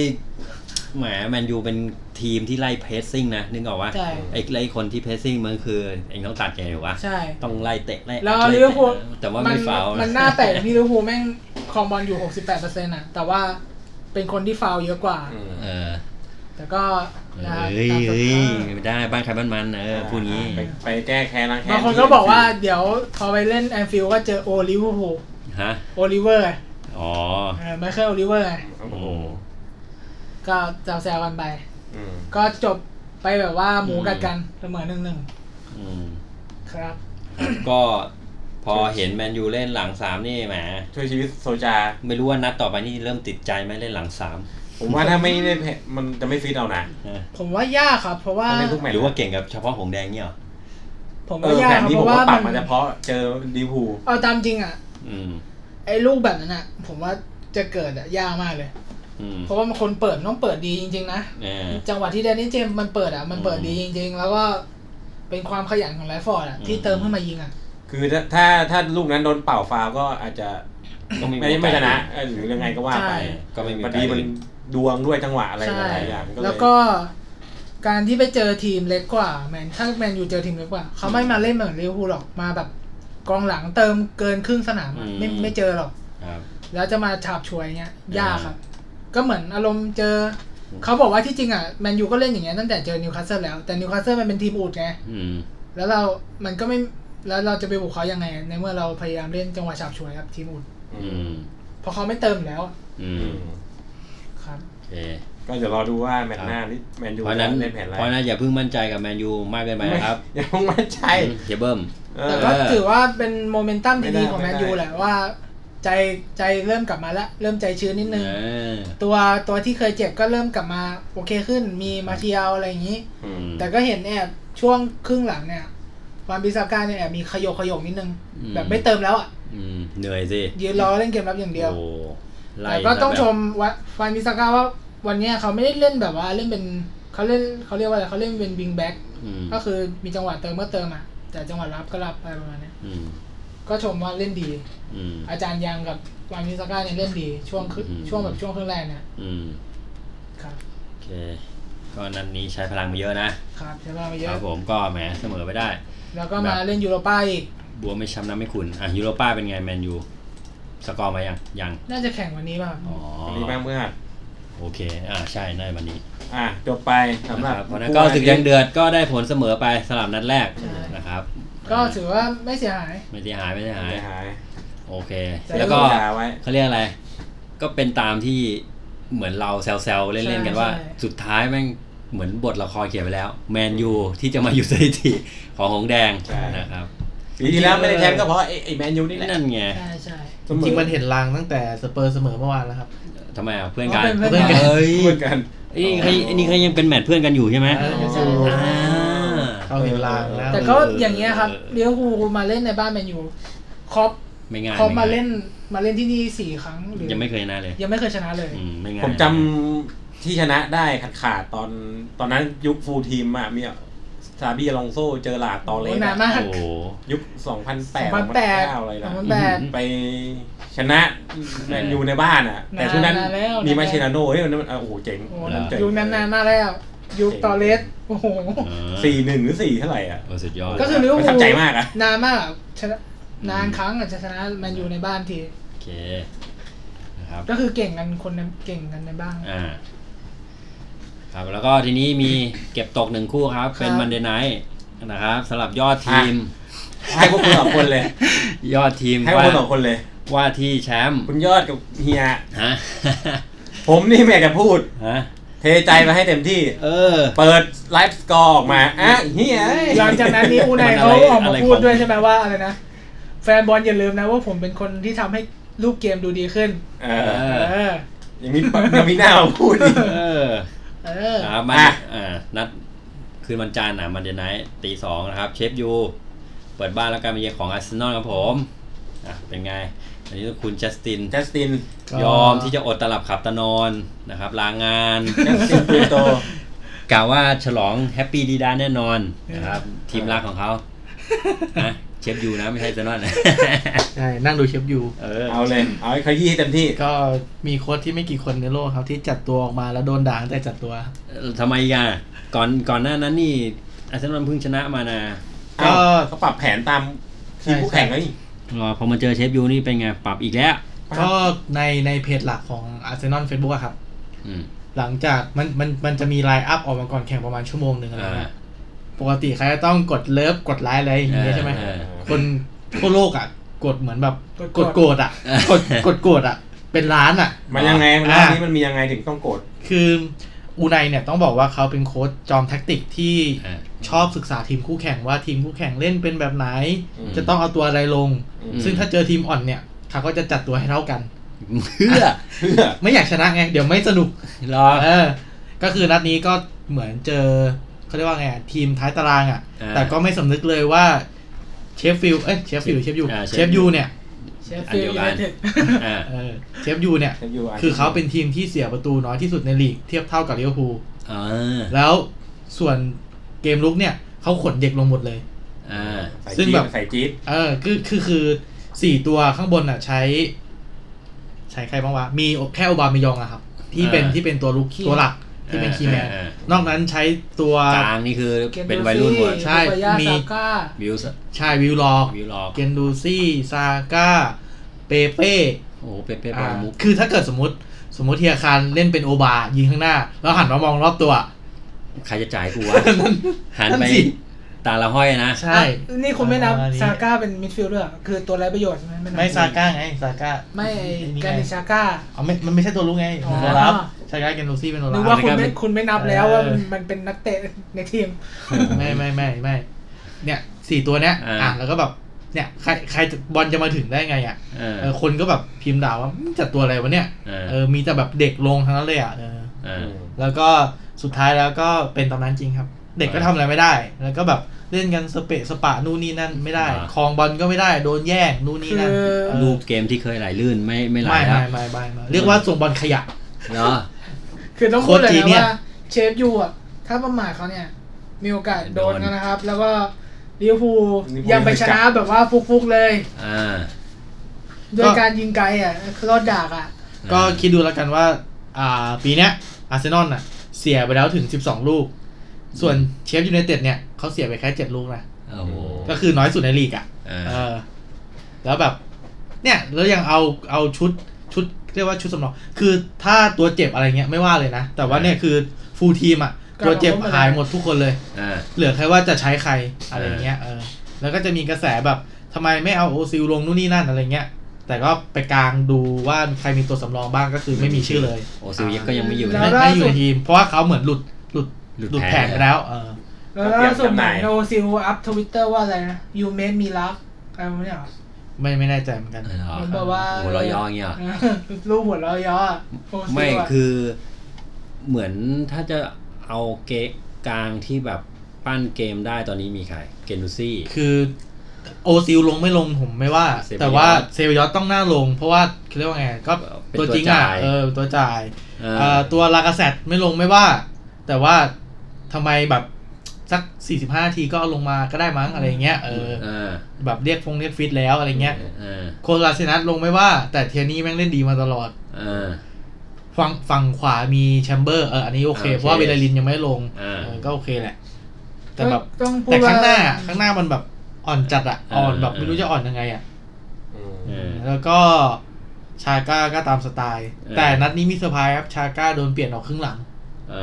S1: แหมแมนยูเป็นทีมที่ไล่เพรสซิ่งนะ นึกออกว่า
S4: ใช่
S1: ไอ้ไล่คนที่เพรสซิ่งมันคือเองต้องตัดใจหรือวะ
S4: ใช่
S1: ต้องไล่เตะไล่
S4: แล้ว
S1: ะ
S4: ลิเวอร์พูล
S1: แต่ว่าไม่ฟาวล์
S4: มันน่า แปลกที่ลิเวอร์พูลแม่งครองบอลอยู่ 68%อ่ะ แต่ว่าเป็นคนที่ฟาวล์เยอะกว่า
S3: อืม
S1: เออ
S4: แต่ก็นะ
S1: เอ้ย
S4: ตามส
S1: เอ้ย
S4: ภาพ
S1: ไม่ได้บ้านใครบ้านมันเออพูดงี้
S3: ไปไปแก้แค้นล้างแค้น
S4: บางคนก็บอกว่าเดี๋ยวพอไปเล่นแอนฟิลด์ก็เจอโอลิเวอร์พูล
S1: ฮะ
S4: โอลิเวอร์ไง
S1: อ๋อ
S4: เออไม่เคยโอลิเวอร์ไง
S3: โอ้โห
S4: ก็แซวๆกันไป
S3: อืม
S4: ก็จบไปแบบว่าหมูกัดกันเสมอหนึ่งหนึ่ง
S1: อืม
S4: ครับ
S1: ก็พอเห็นแมนยูเล่นหลังสามนี่แหม
S3: ช่วยชีวิตโซจา
S1: ไม่รู้ว่านัดต่อไปนี่เริ่มติดใจไหมเล่นหลังสาม
S3: ผมว่าถ้าไม่ได้แพ้มันจะไม่ฟิตเอานะ
S4: ผมว่ายากครับ เพราะว่า
S3: ถ้าเล่นทุกแมตช์
S5: หรือว่าเก่งกับเฉพาะหงแดงเนี่ยเหรอ
S4: ผม
S3: เออย
S4: ว่าากคน รับ
S3: แผนี้
S4: เพ
S3: ผม
S4: ราะว่า
S3: ว่าป
S4: มั
S3: รับมาเฉ
S4: น
S3: พาะเจอลิเวอร์พูล
S4: เอาตามจริงอ่ะ
S1: อืม
S4: ไอ้ลูกแบบนั้นอ่ะ ผมว่าจะเกิดอ่ะยากมากเลย
S1: อืม
S4: เพราะว่ามันคนเปิดมันต้องเปิดดีจริง ๆ นะ
S1: เออ
S4: จังหวะที่แดนนี่เจมส์มันเปิดอ่ะมันเปิด
S1: อืม
S4: ดีจริง ๆ แล้วก็เป็นความขยันของแรชฟอร์ดอ่ะที่
S1: อืม
S4: เติมขึ้นมายิงอ่ะ
S3: คือถ้าถ้าถ้าลูกนั้นโดนเป่าฟาวก็อาจจะ
S1: ต้อง
S3: ไม่ไม่ชนะเออหรือยังไงก็ว่าไป
S4: ใช่
S5: ก็ไม่มี
S3: พอ
S5: โอกา
S3: ดี
S5: ส
S3: มัน
S5: อื่น
S3: ดวงด้วยจังหวะอะไร
S4: ใช่
S3: หลายๆอย่างก็เล
S4: แล้ว
S3: ย
S4: ก็การที่ไปเจอทีมเล็กกว่าแมนถ้าแมนอยู่เจอทีมเล็กกว่า เขาไม่มาเล่นเหมือนลิเวอร์พูลหรอกมาแบบกองหลังเติมเกินครึ่งสนามอะ
S1: อืม
S4: ไม่ไม่เจอหรอก
S1: ครับ
S4: แล้วจะมาฉาบฉวยเงี้ย ยากครับ
S1: อ่
S4: ก็เหมือนอารมณ์เจอ เขาบอกว่าที่จริงอ่ะแมนยูก็เล่นอย่างเงี้ยตั้งแต่เจอนิวคาสเซิลแล้วแต่นิวคาสเซิลมันเป็นทีมอูดไง
S1: อืม
S4: แล้วเรา มันก็ไม่ แล้วเราจะไปบุกเขายังไง ในเมื่อเราพยายามเล่นจังหวะฉาบฉวยครับทีมอุด
S1: อืม
S4: เพราะเขาไม่เติมอยู่แล้ว
S1: อื
S3: อื
S1: ม
S3: ม
S4: ครับ
S1: โอเค
S3: ก็เดี๋ยวรอดูว่าแมตช์หน้านี่แมนยู
S1: เพราะฉะนั้น
S3: เล่นแผนอะไร
S1: เพราะฉะนั้นอย่าเพิ่งมั่นใจกับแมนยูมากเกินไปนะครับ
S3: ไม่ยังมั่นใจ
S1: อืมอย่าเบิ่ม
S3: เอ
S4: แต่
S3: อ
S4: ก็ถือว่าเป็นโมเมนตัมที่ดีของ
S3: ไม่
S4: แม
S3: ได้
S4: นยูแหละว่า ใจใจเริ่มกลับมาแล้ว เริ่มใจชื้นนิดนึง
S1: เออ
S4: ตัวตัวที่เคยเจ็บก็เริ่มกลับมา โอเคขึ้น มีมาเทียลอะไรอย่างนี้
S3: อืม
S4: แต่ก็เห็นแอบช่วงครึ่งหลังเนี่ยวันบิซาก้าเนี่ยแอบมีขยโขยกนิดนึง แบบไม่เติมแล้วอ่ะ
S1: อืมเหนื่อยสิ
S4: ยืนรอเล่นเกมรับอย่างเดียว
S1: โอ้ไล่
S4: แต่ก็ต้อง
S1: แบบ
S4: ชมว่าฟันมิซาก้าว่าวันเนี้ยเขาไม่ได้เล่นแบบว่าเล่นเป็นเขาเล่นเขาเรียกว่าอะไรเขาเล่นเป็นวิงแบ็ก
S1: อืม
S4: ก็คือมีจังหวะเติมก็เติมอ่ะแต่จังหวะรับก็รับอะไรประมาณเนี้ย
S1: อืม
S4: ก็ชมว่าเล่นดี
S1: อืม
S4: อาจารย์ยังกับฟันมิซาก้าเนี่ยเล่นดีช่วงครึ่ง
S1: อืม
S4: ช่วงแบบช่วงครึ่งแรกเนี่ย
S1: อืม
S4: ครับ
S1: โอเค ก็นัดนี้ใช้พลังมาเยอะนะ
S4: ครับใช้เวลามาเย
S1: ค
S4: อะ
S1: รับผมก็แหมเสมอไปได้
S4: แล้วก็มาเล่นยูโรป้าอีก
S1: บัวไม่ช้ำน้ำไม่ขุนอ่ะยูโรป้าเป็นไงแมนยู สกอร์มายัง ยัง
S4: น่าจะแข่งวันนี้ป่ะครับ
S1: อ๋อ
S3: วันนี้แม่เมื่อ
S1: โอเค อ่าใช่ได้วันนี้
S3: อ่ะจบไปสำหรับ
S1: นะครับเพราะฉะนั้นก็ศึกแดงเดือดก็ได้ผลเสมอไปสลับนัดแรกนะครับ
S4: ก็ถือว่าไม่เสียหาย
S1: ไม่เสียหายไม่เสียหาย
S3: ไม่หาย
S1: โอเค
S4: แต่
S1: แล้วก็
S3: เสียเาไว้
S1: เขาเรียกอะไร ก็เป็นตามที่เหมือนเราแซวๆ เล่นๆ กันว่า
S4: ใช่
S1: สุดท้ายแม่งเหมือนบทละครเขียนไปแล้ว แมนยูที่จะมาอยู่สถิติของหงแดง
S3: ใช่
S1: นะครับ
S3: ปีที่แล้วไม่ได้แชมป์ก็เพราะไอ้ไอ้แมนยูนี่แหละ
S1: นั่นไง
S4: ใช่ใช่
S2: จริงๆมันเห็นลางตั้งแต่สเปอร์เสมอเมื่อวานแล้วครับ
S1: ทำไมอ่ะเพื่อนกัน
S4: พราะป็เพื่
S2: พื่
S4: อนกัน
S1: เฮ้ย
S3: เหมือนกัน
S1: นี่ใครนี่ใครยังเป็นแมทเพื่อนกันอยู่ใช่ไหม
S2: เออ
S4: ใช่
S1: อ่า
S2: เขาเห็นลางแล้ว
S4: แต่ก็อย่างเงี้ยครับ
S1: เออ
S4: เลี้ยวฮูลมาเล่นในบ้านแมนยูครอป
S1: ไม่ง่าย
S4: เขามา
S1: ไง่ย
S4: เล่นมาเล่นที่นี่สี่ครั้งหรือ
S1: ยังไม่เคยชนะเลย
S4: ยังไม่เคยชนะเลย
S1: อืมไม่ง่าย
S3: ผมจำที่ชนะได้ขาดขาดๆตอนตอนนั้นยุคฟูลทีมอ่ะมีซาบีอลองโซเจอหลาดตอเลส
S4: โอ้นา
S3: อะ
S4: นมาก
S1: โอ้โห
S3: ยุค
S4: 2008
S3: 2008 2009อะไร
S4: ส
S3: นะ
S4: องพันแปด
S3: ไปชนะแมนยูในบ้านอ่ะ แต่ช่วงนั้น
S4: นานแล้ว
S3: มีมา
S4: นา
S3: เช
S4: นแล้ว
S3: นาโน่เฮ้ยวันนั้นมันโอ้โหเจ๋ง
S4: โอ้
S1: เหรอ
S3: เจ๋ง
S4: ยุคนั้นนานมากแล้ว ยุคตอเลสโอ้โห
S1: เออ
S3: สี่หนึ่งหรือสี่เท่าไหร่ อ่ะ
S1: โอ้สุดยอด
S4: ก็คือ ลิเวร์พูล
S3: ประทับใจมากอ่ะ
S4: นานมากอะชนะนานครั้งอาจจะชนะแมนยูในบ้านที
S1: โอเคนะครับ
S4: ก็คือเก่งกันคนในเก่งกันในบ้าน
S1: อ่าครับแล้วก็ทีนี้มีเก็บตกหนึ่งคู่ครับ เป็น
S4: ครับ
S1: มันเด y n ไน h t นะครับสำหรับยอดทีม
S3: ให้พวกคุณสองคน เลย
S1: ยอดทีม
S3: ให้พวก
S1: ว่า
S3: คุณสองคนเลย
S1: ว่าที่แชมป์
S3: คุณยอดกับเฮีย
S1: ฮะ
S3: ผมนี่ไม่อยากจะพูด
S1: ฮะ
S3: เทใจมาให้เต็มที่
S1: เออ
S3: เปิดไลฟ์สกอร์ออกมาอ่ะเฮียเอ้ย
S4: หลังจากนั้นนี่อูไน
S1: มันอะไร
S4: เขาออกมา
S1: อะไร
S4: พู
S1: ข
S4: ด
S1: อง
S4: ด้วยใช่ไหมว่าอะไรนะ แฟนบอลอย่าลืมนะว่าผมเป็นคนที่ทำให้รูปเกมดูดีขึ้น
S3: เอ
S1: เอ
S3: อ
S1: อ
S4: เออ
S3: ยังมีปะยังมีหน้ามาพูดอีก
S1: เออ
S4: เออ
S1: ครับมัน
S3: อ่ะ
S1: อ่านัดคืนวันจันทร์นะมันเด y n ไน h t ตีสองนะครับ เชฟยู เปิดบ้านแล้วการมาเยือนของอาร์เซนอลครับผม อ่ะ เป็นไง อันนี้คุณจัสติน
S3: จัสติน
S1: ยอมที่จะอดตลับขับตะนอนนะครับ ลางาน
S3: จัสตินปูโต
S1: กล่าวว่าฉลองแฮปปี้ดีด้าแน่นอนนะครับ ทีมรักของ เขานะเชฟยูนะไม่ใช่เซนอนนะ
S2: ใช่นั่งดูเชฟอยู่
S1: เออ
S3: เอาเลย เอาให้ขยี้ให้เต็มที่
S2: ก็มีโค้ชที่ไม่กี่คนในโลกครับที่จัดตัวออกมาแล้วโดนด่าตั้งแต่จัดตัว
S1: ทำไมอ่ะก่อนก่อนหน้านั้นนี่อาร์เซนอลเพิ่งชนะมานะ
S2: ก็
S3: ก็เขาปรับแผนตามทีมผู้แข่งเลย
S1: รอพอมาเจอเชฟยูนี่เป็นไง ปรับอีกแล้ว
S2: ก็ในในเพจหลักของ Arsenal Facebook อะครับ
S1: อืม
S2: หลังจากมันมันมันจะมีไลน์อัพออกมาก่อนแข่งประมาณชั่วโมงหนึ่งอะไร
S1: อ่า
S2: เงี้ยปกติใครจะต้องกดเลิฟกดไลค์อะไรอย่างเงี้ยใช่ไหม
S1: เออ
S2: คนทั่วโลกอ่ะ กดเหมือนแบบ
S4: ก
S2: ก
S4: ด
S2: ด
S4: โก
S2: โก
S4: ร
S2: ร
S4: ธ
S2: ธอ่ะกดกดโกรธอ่ะ เป็นล้านอ่ะ
S3: มันยังไง
S2: อ่ะ
S3: ร้านนี้มันมียังไงถึงต้องโกรธ
S2: คืออูไนเนี่ยต้องบอกว่าเขาเป็นโค้ชจอมแท็กติกที่
S1: อ่า
S2: ชอบศึกษาทีมคู่แข่งว่าทีมคู่แข่งเล่นเป็นแบบไหน
S3: อืม
S2: จะต้องเอาตัวอะไรลง
S3: อืม
S2: ซึ่งถ้าเจอทีมอ่อนเนี่ยเขาก็จะจัดตัวให้เท่ากัน
S1: เพื่อ
S3: เพื่อ
S2: ไม่อยากชนะไง เดี๋ยวไม่สนุก
S1: รอ
S2: เออ ก็คือนัดนี้ก็เหมือนเจอเขาเรียกว่าไงอะทีมท้ายตารางอ่ะ
S1: อ่า
S2: แต่ก็ไม่สำนึกเลยว่าเชฟฟิลด์เอ้ยเชฟฟิลด์หรือเชฟยู
S1: อ่าเชฟ
S2: เชฟยูเนี่ย
S4: เชฟ
S1: อัน
S4: ฟิล
S1: เดียว
S4: ด์ยู
S1: กั
S4: ไน
S1: น
S4: เต็ด
S1: อ่า
S2: เออเชฟยูเนี่ย
S3: เชฟยูร์
S2: คือเขาเป็นทีมที่เสียประตูน้อยที่สุดในลีกเทียบเท่ากับลิเวอร์พูล
S1: อ่า
S2: แล้วส่วนเกมลุกเนี่ยเขาขนเด็กลงหมดเลย
S1: อ่า
S3: สาย
S2: ซึ่ง
S3: จี๊ด
S2: แบบ
S3: สายจี๊ด
S2: เออคือคือคือสี่ตัวข้างบนอ่ะใช้ ใช้ใครบ้างวะ มีแค่โอบามายองอะครับ ที่เป็นที่เป็นตัวลุกตัวหลักที่เป็นคีย์แมน
S1: อ่าอ่าน
S2: อกนั้นใช้ตัว
S1: กลางนี่คือ
S4: เกม
S1: เป็น
S4: ดู
S1: วัยรุ่นหมด
S4: ซี่
S2: ใช่
S4: โอบายา
S2: มี
S4: ซาก้า
S1: วิวส
S2: ใช่วิลลอก
S1: วิวลอก
S2: เกนดูซี่ซาก้าเปเป้
S1: โอ้โหเป๊ะเป๊ะ
S2: อ่า
S1: มุก
S2: คือถ้าเกิดสมมติสมมติเทียคารเล่นเป็นโอบายิงข้างหน้า แล้วหันมามองรอบตัว
S1: ใครจะจ่ายกูวะ
S2: นั่น
S1: หัน
S2: นั่น
S1: ไป
S2: สิ
S1: ตาละห้อยนะ
S2: ใช่
S4: อ่ะนี่คุณไม่นับ
S2: ประมาณนี้
S4: ซาก้าเป็นมิดฟิลด์ด้วยเหรอคือตัวไร้ประโยชน์ใช่ไหมนับ
S2: ไม่ซาก้าไงซาก้า
S4: ไม่ไอ้
S2: นี่
S4: แก
S2: ง
S4: นิซาก้า
S2: อ๋อไม่มันไม่ใช่ตัวลุกไง
S4: อ๋อ
S2: ตัวรับซาก้าเกนดูซี่เป็นตัว
S4: นึ
S2: รั
S4: ก
S2: บ
S4: ว่าคุณ
S1: แล้วก็เป็
S4: ไม่
S1: น
S4: คุณไม่นับแล้ว
S2: เออ
S4: ว่ามันมันเป็นนักเตะในทีม
S2: ไม่ไม่ไม่ไม่เนี่ยสี่ตัวเนี้ย
S1: อ่า
S2: อ่ะแล้วก็แบบเนี่ยใครใครจะบอลจะมาถึงได้ไงอ่ะ
S1: เออ
S2: เออคนก็แบบพิมพ์ด่าว่ามึงจัดตัวอะไรวะเนี่ย
S1: เออ
S2: เออมีแต่แบบเด็กลงทั้งนั้นเลยอ่ะเออ
S1: เออ
S2: แล้วก็สุดท้ายแล้วก็เป็นตามนั้นจริงครับ เด็กก็ทำอะไรไม่ได้ แล้วก็แบบเล่นกันสเปะสปะนู่นนี่นั่นไม่ได้
S1: อ่า
S2: คลองบอลก็ไม่ได้โดนแย่งนู่นนี่นั่น
S4: คือ
S2: เออ
S1: รูปเกมที่เคยไหลลื่นไม่ไม่ไหล
S2: ไม่
S1: แล้ว
S2: ไม่ไม่ไม่ไม่เรียกว่าส่งบอลขยะ
S1: เนาะ
S4: คือต้องพูดเลย
S2: โค้ชจี
S4: นะ
S2: เนี่ย
S4: ว่าเชฟยูอ่ะถ้าประมาทเขาเนี่ย มีโอกาสโดนกันนะครับ แล้วก็ลิเวอร์พูลยังไปชนะแบบว่าฟุกๆเลย
S1: อ่า
S4: ด้วยการยิงไกลอ่ะคือรอดดากอ่ะ
S2: ก็คิดดูแล้วกันว่า อ่า ปีเนี้ยอาร์เซนอลน่ะ เสียไปแล้วถึง 12 ลูก ส่วนเชฟยูไนเต็ดเนี่ยเขาเสียไปแค่ 7 ลูกนะ
S1: โอ้โห
S2: ก็คือน้อยสุดในลีกอ่ะ
S1: เออ
S2: เออ แล้วแบบ เนี่ย แล้วยังเอาเอาชุดชุดเรียกว่าชุดสำรอง คือถ้าตัวเจ็บอะไรเงี้ยไม่ว่าเลยนะ แต่ว่าเนี่ยคือฟูลทีมอ่ะ
S4: ก็เอา
S2: ตัวเจ็บ
S4: เข้ามา
S2: หายหมดทุกคนเลย
S1: อ่า
S2: เหลือแค่ว่าจะใช้ใครอะไรเงี้ย เออ แล้วก็จะมีกระแสแบบทำไมไม่เอาโอซิลลงนู่นนี่นั่นอะไรเงี้ย แต่ก็ไปกลางดูว่าใครมีตัวสำรองบ้างก็คือไม่มีชื่อเลย
S1: โอซิลยังก็ยังไม่อยู่
S4: แล้
S1: นะ
S4: ว
S2: ไม่ไม่อยู่ในทีม เพราะว่าเขาเหมือนหลุดหลุด
S1: หลุด
S2: หลุด
S1: แผ
S2: แผ
S1: น
S2: นไปแล้ว เออ
S4: แล้วล่าสุดเหมือนโนซิลอัพทวิตเตอร์ว่าอะไรนะ you made me laugh อะไรประมาณเนี้ยเหรอ
S2: ไม่ไม่แน่ใจเหมือนกัน
S1: เออเหรอ
S4: มันแบบว่า
S1: โอ้โหรอยย่ออย่างเงี้ยเหรอ
S4: รูปหัวเราะย่ออะโนซิลอะ
S1: ไม่คือเหมือนถ้าจะเอาเกะกลางที่แบบปั้นเกมได้ตอนนี้มีใคร เกนูซี่
S2: คือโอซิลลงไม่ลงผมไม่ว่า
S1: เซเบยอส
S2: แต่ว่าเซเบยอสต้องหน้าลง เพราะว่าเขาเรียกว่าไง ก็
S1: เป็นตั
S2: ตัว วจริงอ่ะ
S1: จ่าย
S2: เออ ตัวจ่าย
S1: อ่า
S2: เอ่อตัวลากาเซตไม่ลงไม่ว่า แต่ว่าทำไมแบบสัก 45 ทีก็เอาลงมาก็ได้มั้งอะไรเงี้ยเออ
S1: เออ
S2: แบบเรียกฟงเรียกฟิตแล้วอะไรเงี้ย
S1: เออ
S2: โคลาเซนัสลงไม่ว่า แต่เทียนี่แม่งเล่นดีมาตลอด
S1: เออ
S2: ฝั่งฝั่งขวามีแชมเบอร์เอออันนี้โอเค
S1: โอเค
S2: เพราะว่าเวลาลินยังไม่ลง
S1: อ่า
S2: เออก็โอเคแหละ แต่แบบ
S4: ต้องพูด
S2: แต่ข้าง
S4: ว่
S2: หน้าข้างหน้ามันแบบอ่อนจัดอะอ่อนแบบไม่รู้จะอ่อนยังไงอะ
S3: อืม
S1: เออ
S2: แล้วก็ชาก้าก็ตามสไตล์
S1: เออ
S2: แต่นัดนี้มีเซอร์ไพรส์ครับชาก้าโดนเปลี่ยนออกครึ่งหลัง
S1: เอ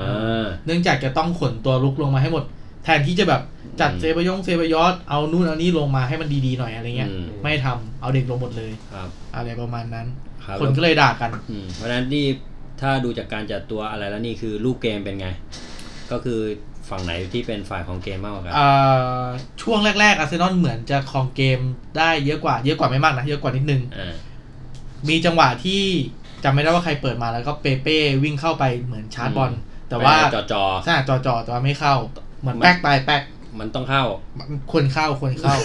S1: อ
S2: เนื่องจากจะต้องขนตัวลุกลงมาให้หมด แทนที่จะแบบจัด
S1: อืม
S2: เซบะยงเซบะยอดเอานู่นเอานี่ลงมาให้มันดีๆหน่อยอะไรเงี้ย
S1: อืม
S2: ไม่ทำเอาเด็กลงหมดเลย
S1: ครับ
S2: อะไรประมาณนั้น
S1: ครับ
S2: คนก็เลยด่ากัน
S1: อืมเพราะฉะนั้นนี่ถ้าดูจากการจัดตัวอะไรแล้วนี่คือรูปเกมเป็นไง ก็คือฝั่งไหนที่เป็นฝ่ายของเกมมากกว่ากัน
S2: เอ่อช่วงแรกๆอาร์เซนอลเหมือนจะครองเกมได้เยอะกว่า เยอะกว่าไม่มากนะ เยอะกว่านิดนึง
S1: อ่า
S2: มีจังหวะที่จำไม่ได้ว่าใครเปิดมาแล้วก็เปเป้วิ่งเข้าไปเหมือนชาร์จบอล
S1: อืม
S2: แต่ว่า
S1: จอจอ
S2: ใช่จอจอแต่ว่าไม่เข้า เหมือน
S1: มัน
S2: แป๊กไปแป๊ก
S1: ๆมันต้องเข้า
S2: ควรเข้าควร เข้า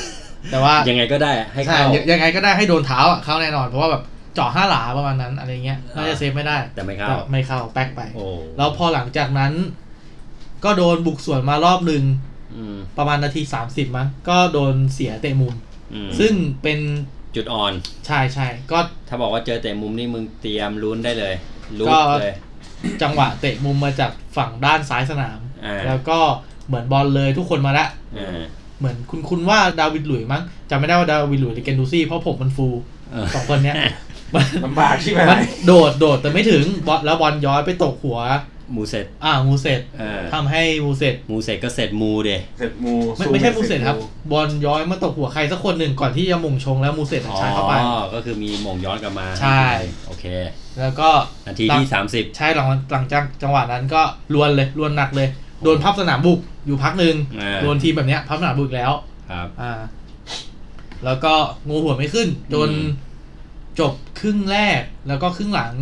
S2: แต่ว่า
S1: ยังไงก็ได้ให้เข้า
S2: ใช่ยังยังไงก็ได้ให้โดนเท้าอ่ะเข้าแน่นอน เพราะว่าแบบเจาะห้าหลาประมาณนั้นอะไรเงี้ย
S1: อ่า
S2: น่าจะเซฟไม่ได้
S1: แต่ไม่เข้า
S2: ก็ไม่เข้าแป๊กไป
S1: โอ้
S2: แล้วพอหลังจากนั้น ก็โดนบุกสวนมารอบหนึ่ง
S1: อืม
S2: ประมาณนาที 30 มั้งก็โดนเสียเตะมุม
S1: อืม
S2: ซึ่งเป็น
S1: จุดอ่อน
S2: ชายชายก็
S1: ถ้าบอกว่าเจอแต่มุมนี่มึงเตรียมลุ้นได้เลยลุ้น
S2: ก็
S1: เลย
S2: จังหวะเตะมุมมาจากฝั่งด้านซ้ายสนาม
S1: อ่า
S2: แล้วก็เหมือนบอลเลยทุกคนมาละ
S1: อ่า
S2: เหมือนคุณคุณว่าดาวิดหลุยส์มั้งจำไม่ได้ว่าดาวิดหลุยส์หรือเกนดูซี่เพราะผมมันฟู
S1: เออ
S2: สอง คนเนี้ยมัน
S3: ลำบากใช่ไหม
S2: มันโดดโดดแต่ไม่ถึงบอลแล้วบอลย้อยไปตกหัว
S1: มูเสร็จ
S2: อ่ามูเสต
S1: เออ
S2: ทำให้มูเสต
S1: มูเสร็จก็เสร็จมูเดะ
S3: เสร็จมู
S2: ไม่
S3: สู้
S2: ไม่ใช่มู
S3: จ
S2: เสตครับ บอลย้อยมาตกหัวใครสักคนหนึ่งก่อนที่จะมุงชงแล้วมูเสต
S1: อ๋
S2: ชาร์จเข้าไป
S1: อ ก็คือมีหม่งย้อนกลับมา
S2: ใช่
S1: โอเค
S2: แล้วก็
S1: นาทีที่ 30
S2: ใช่หลังหลังจากจังหวะนั้นก็ลวนเลยลวนหนักเลย โดนพับสนามบุกอยู่พักหนึ่ง
S1: อ่า
S2: โดนทีมแบบเนี้ยพับสนามบุกอีกแล้ว
S1: ครับ
S2: อ่า แล้วก็งูหัวไม่ขึ้น จน
S1: อืม
S2: จบครึ่งแรกแล้วก็ครึ่งหลัง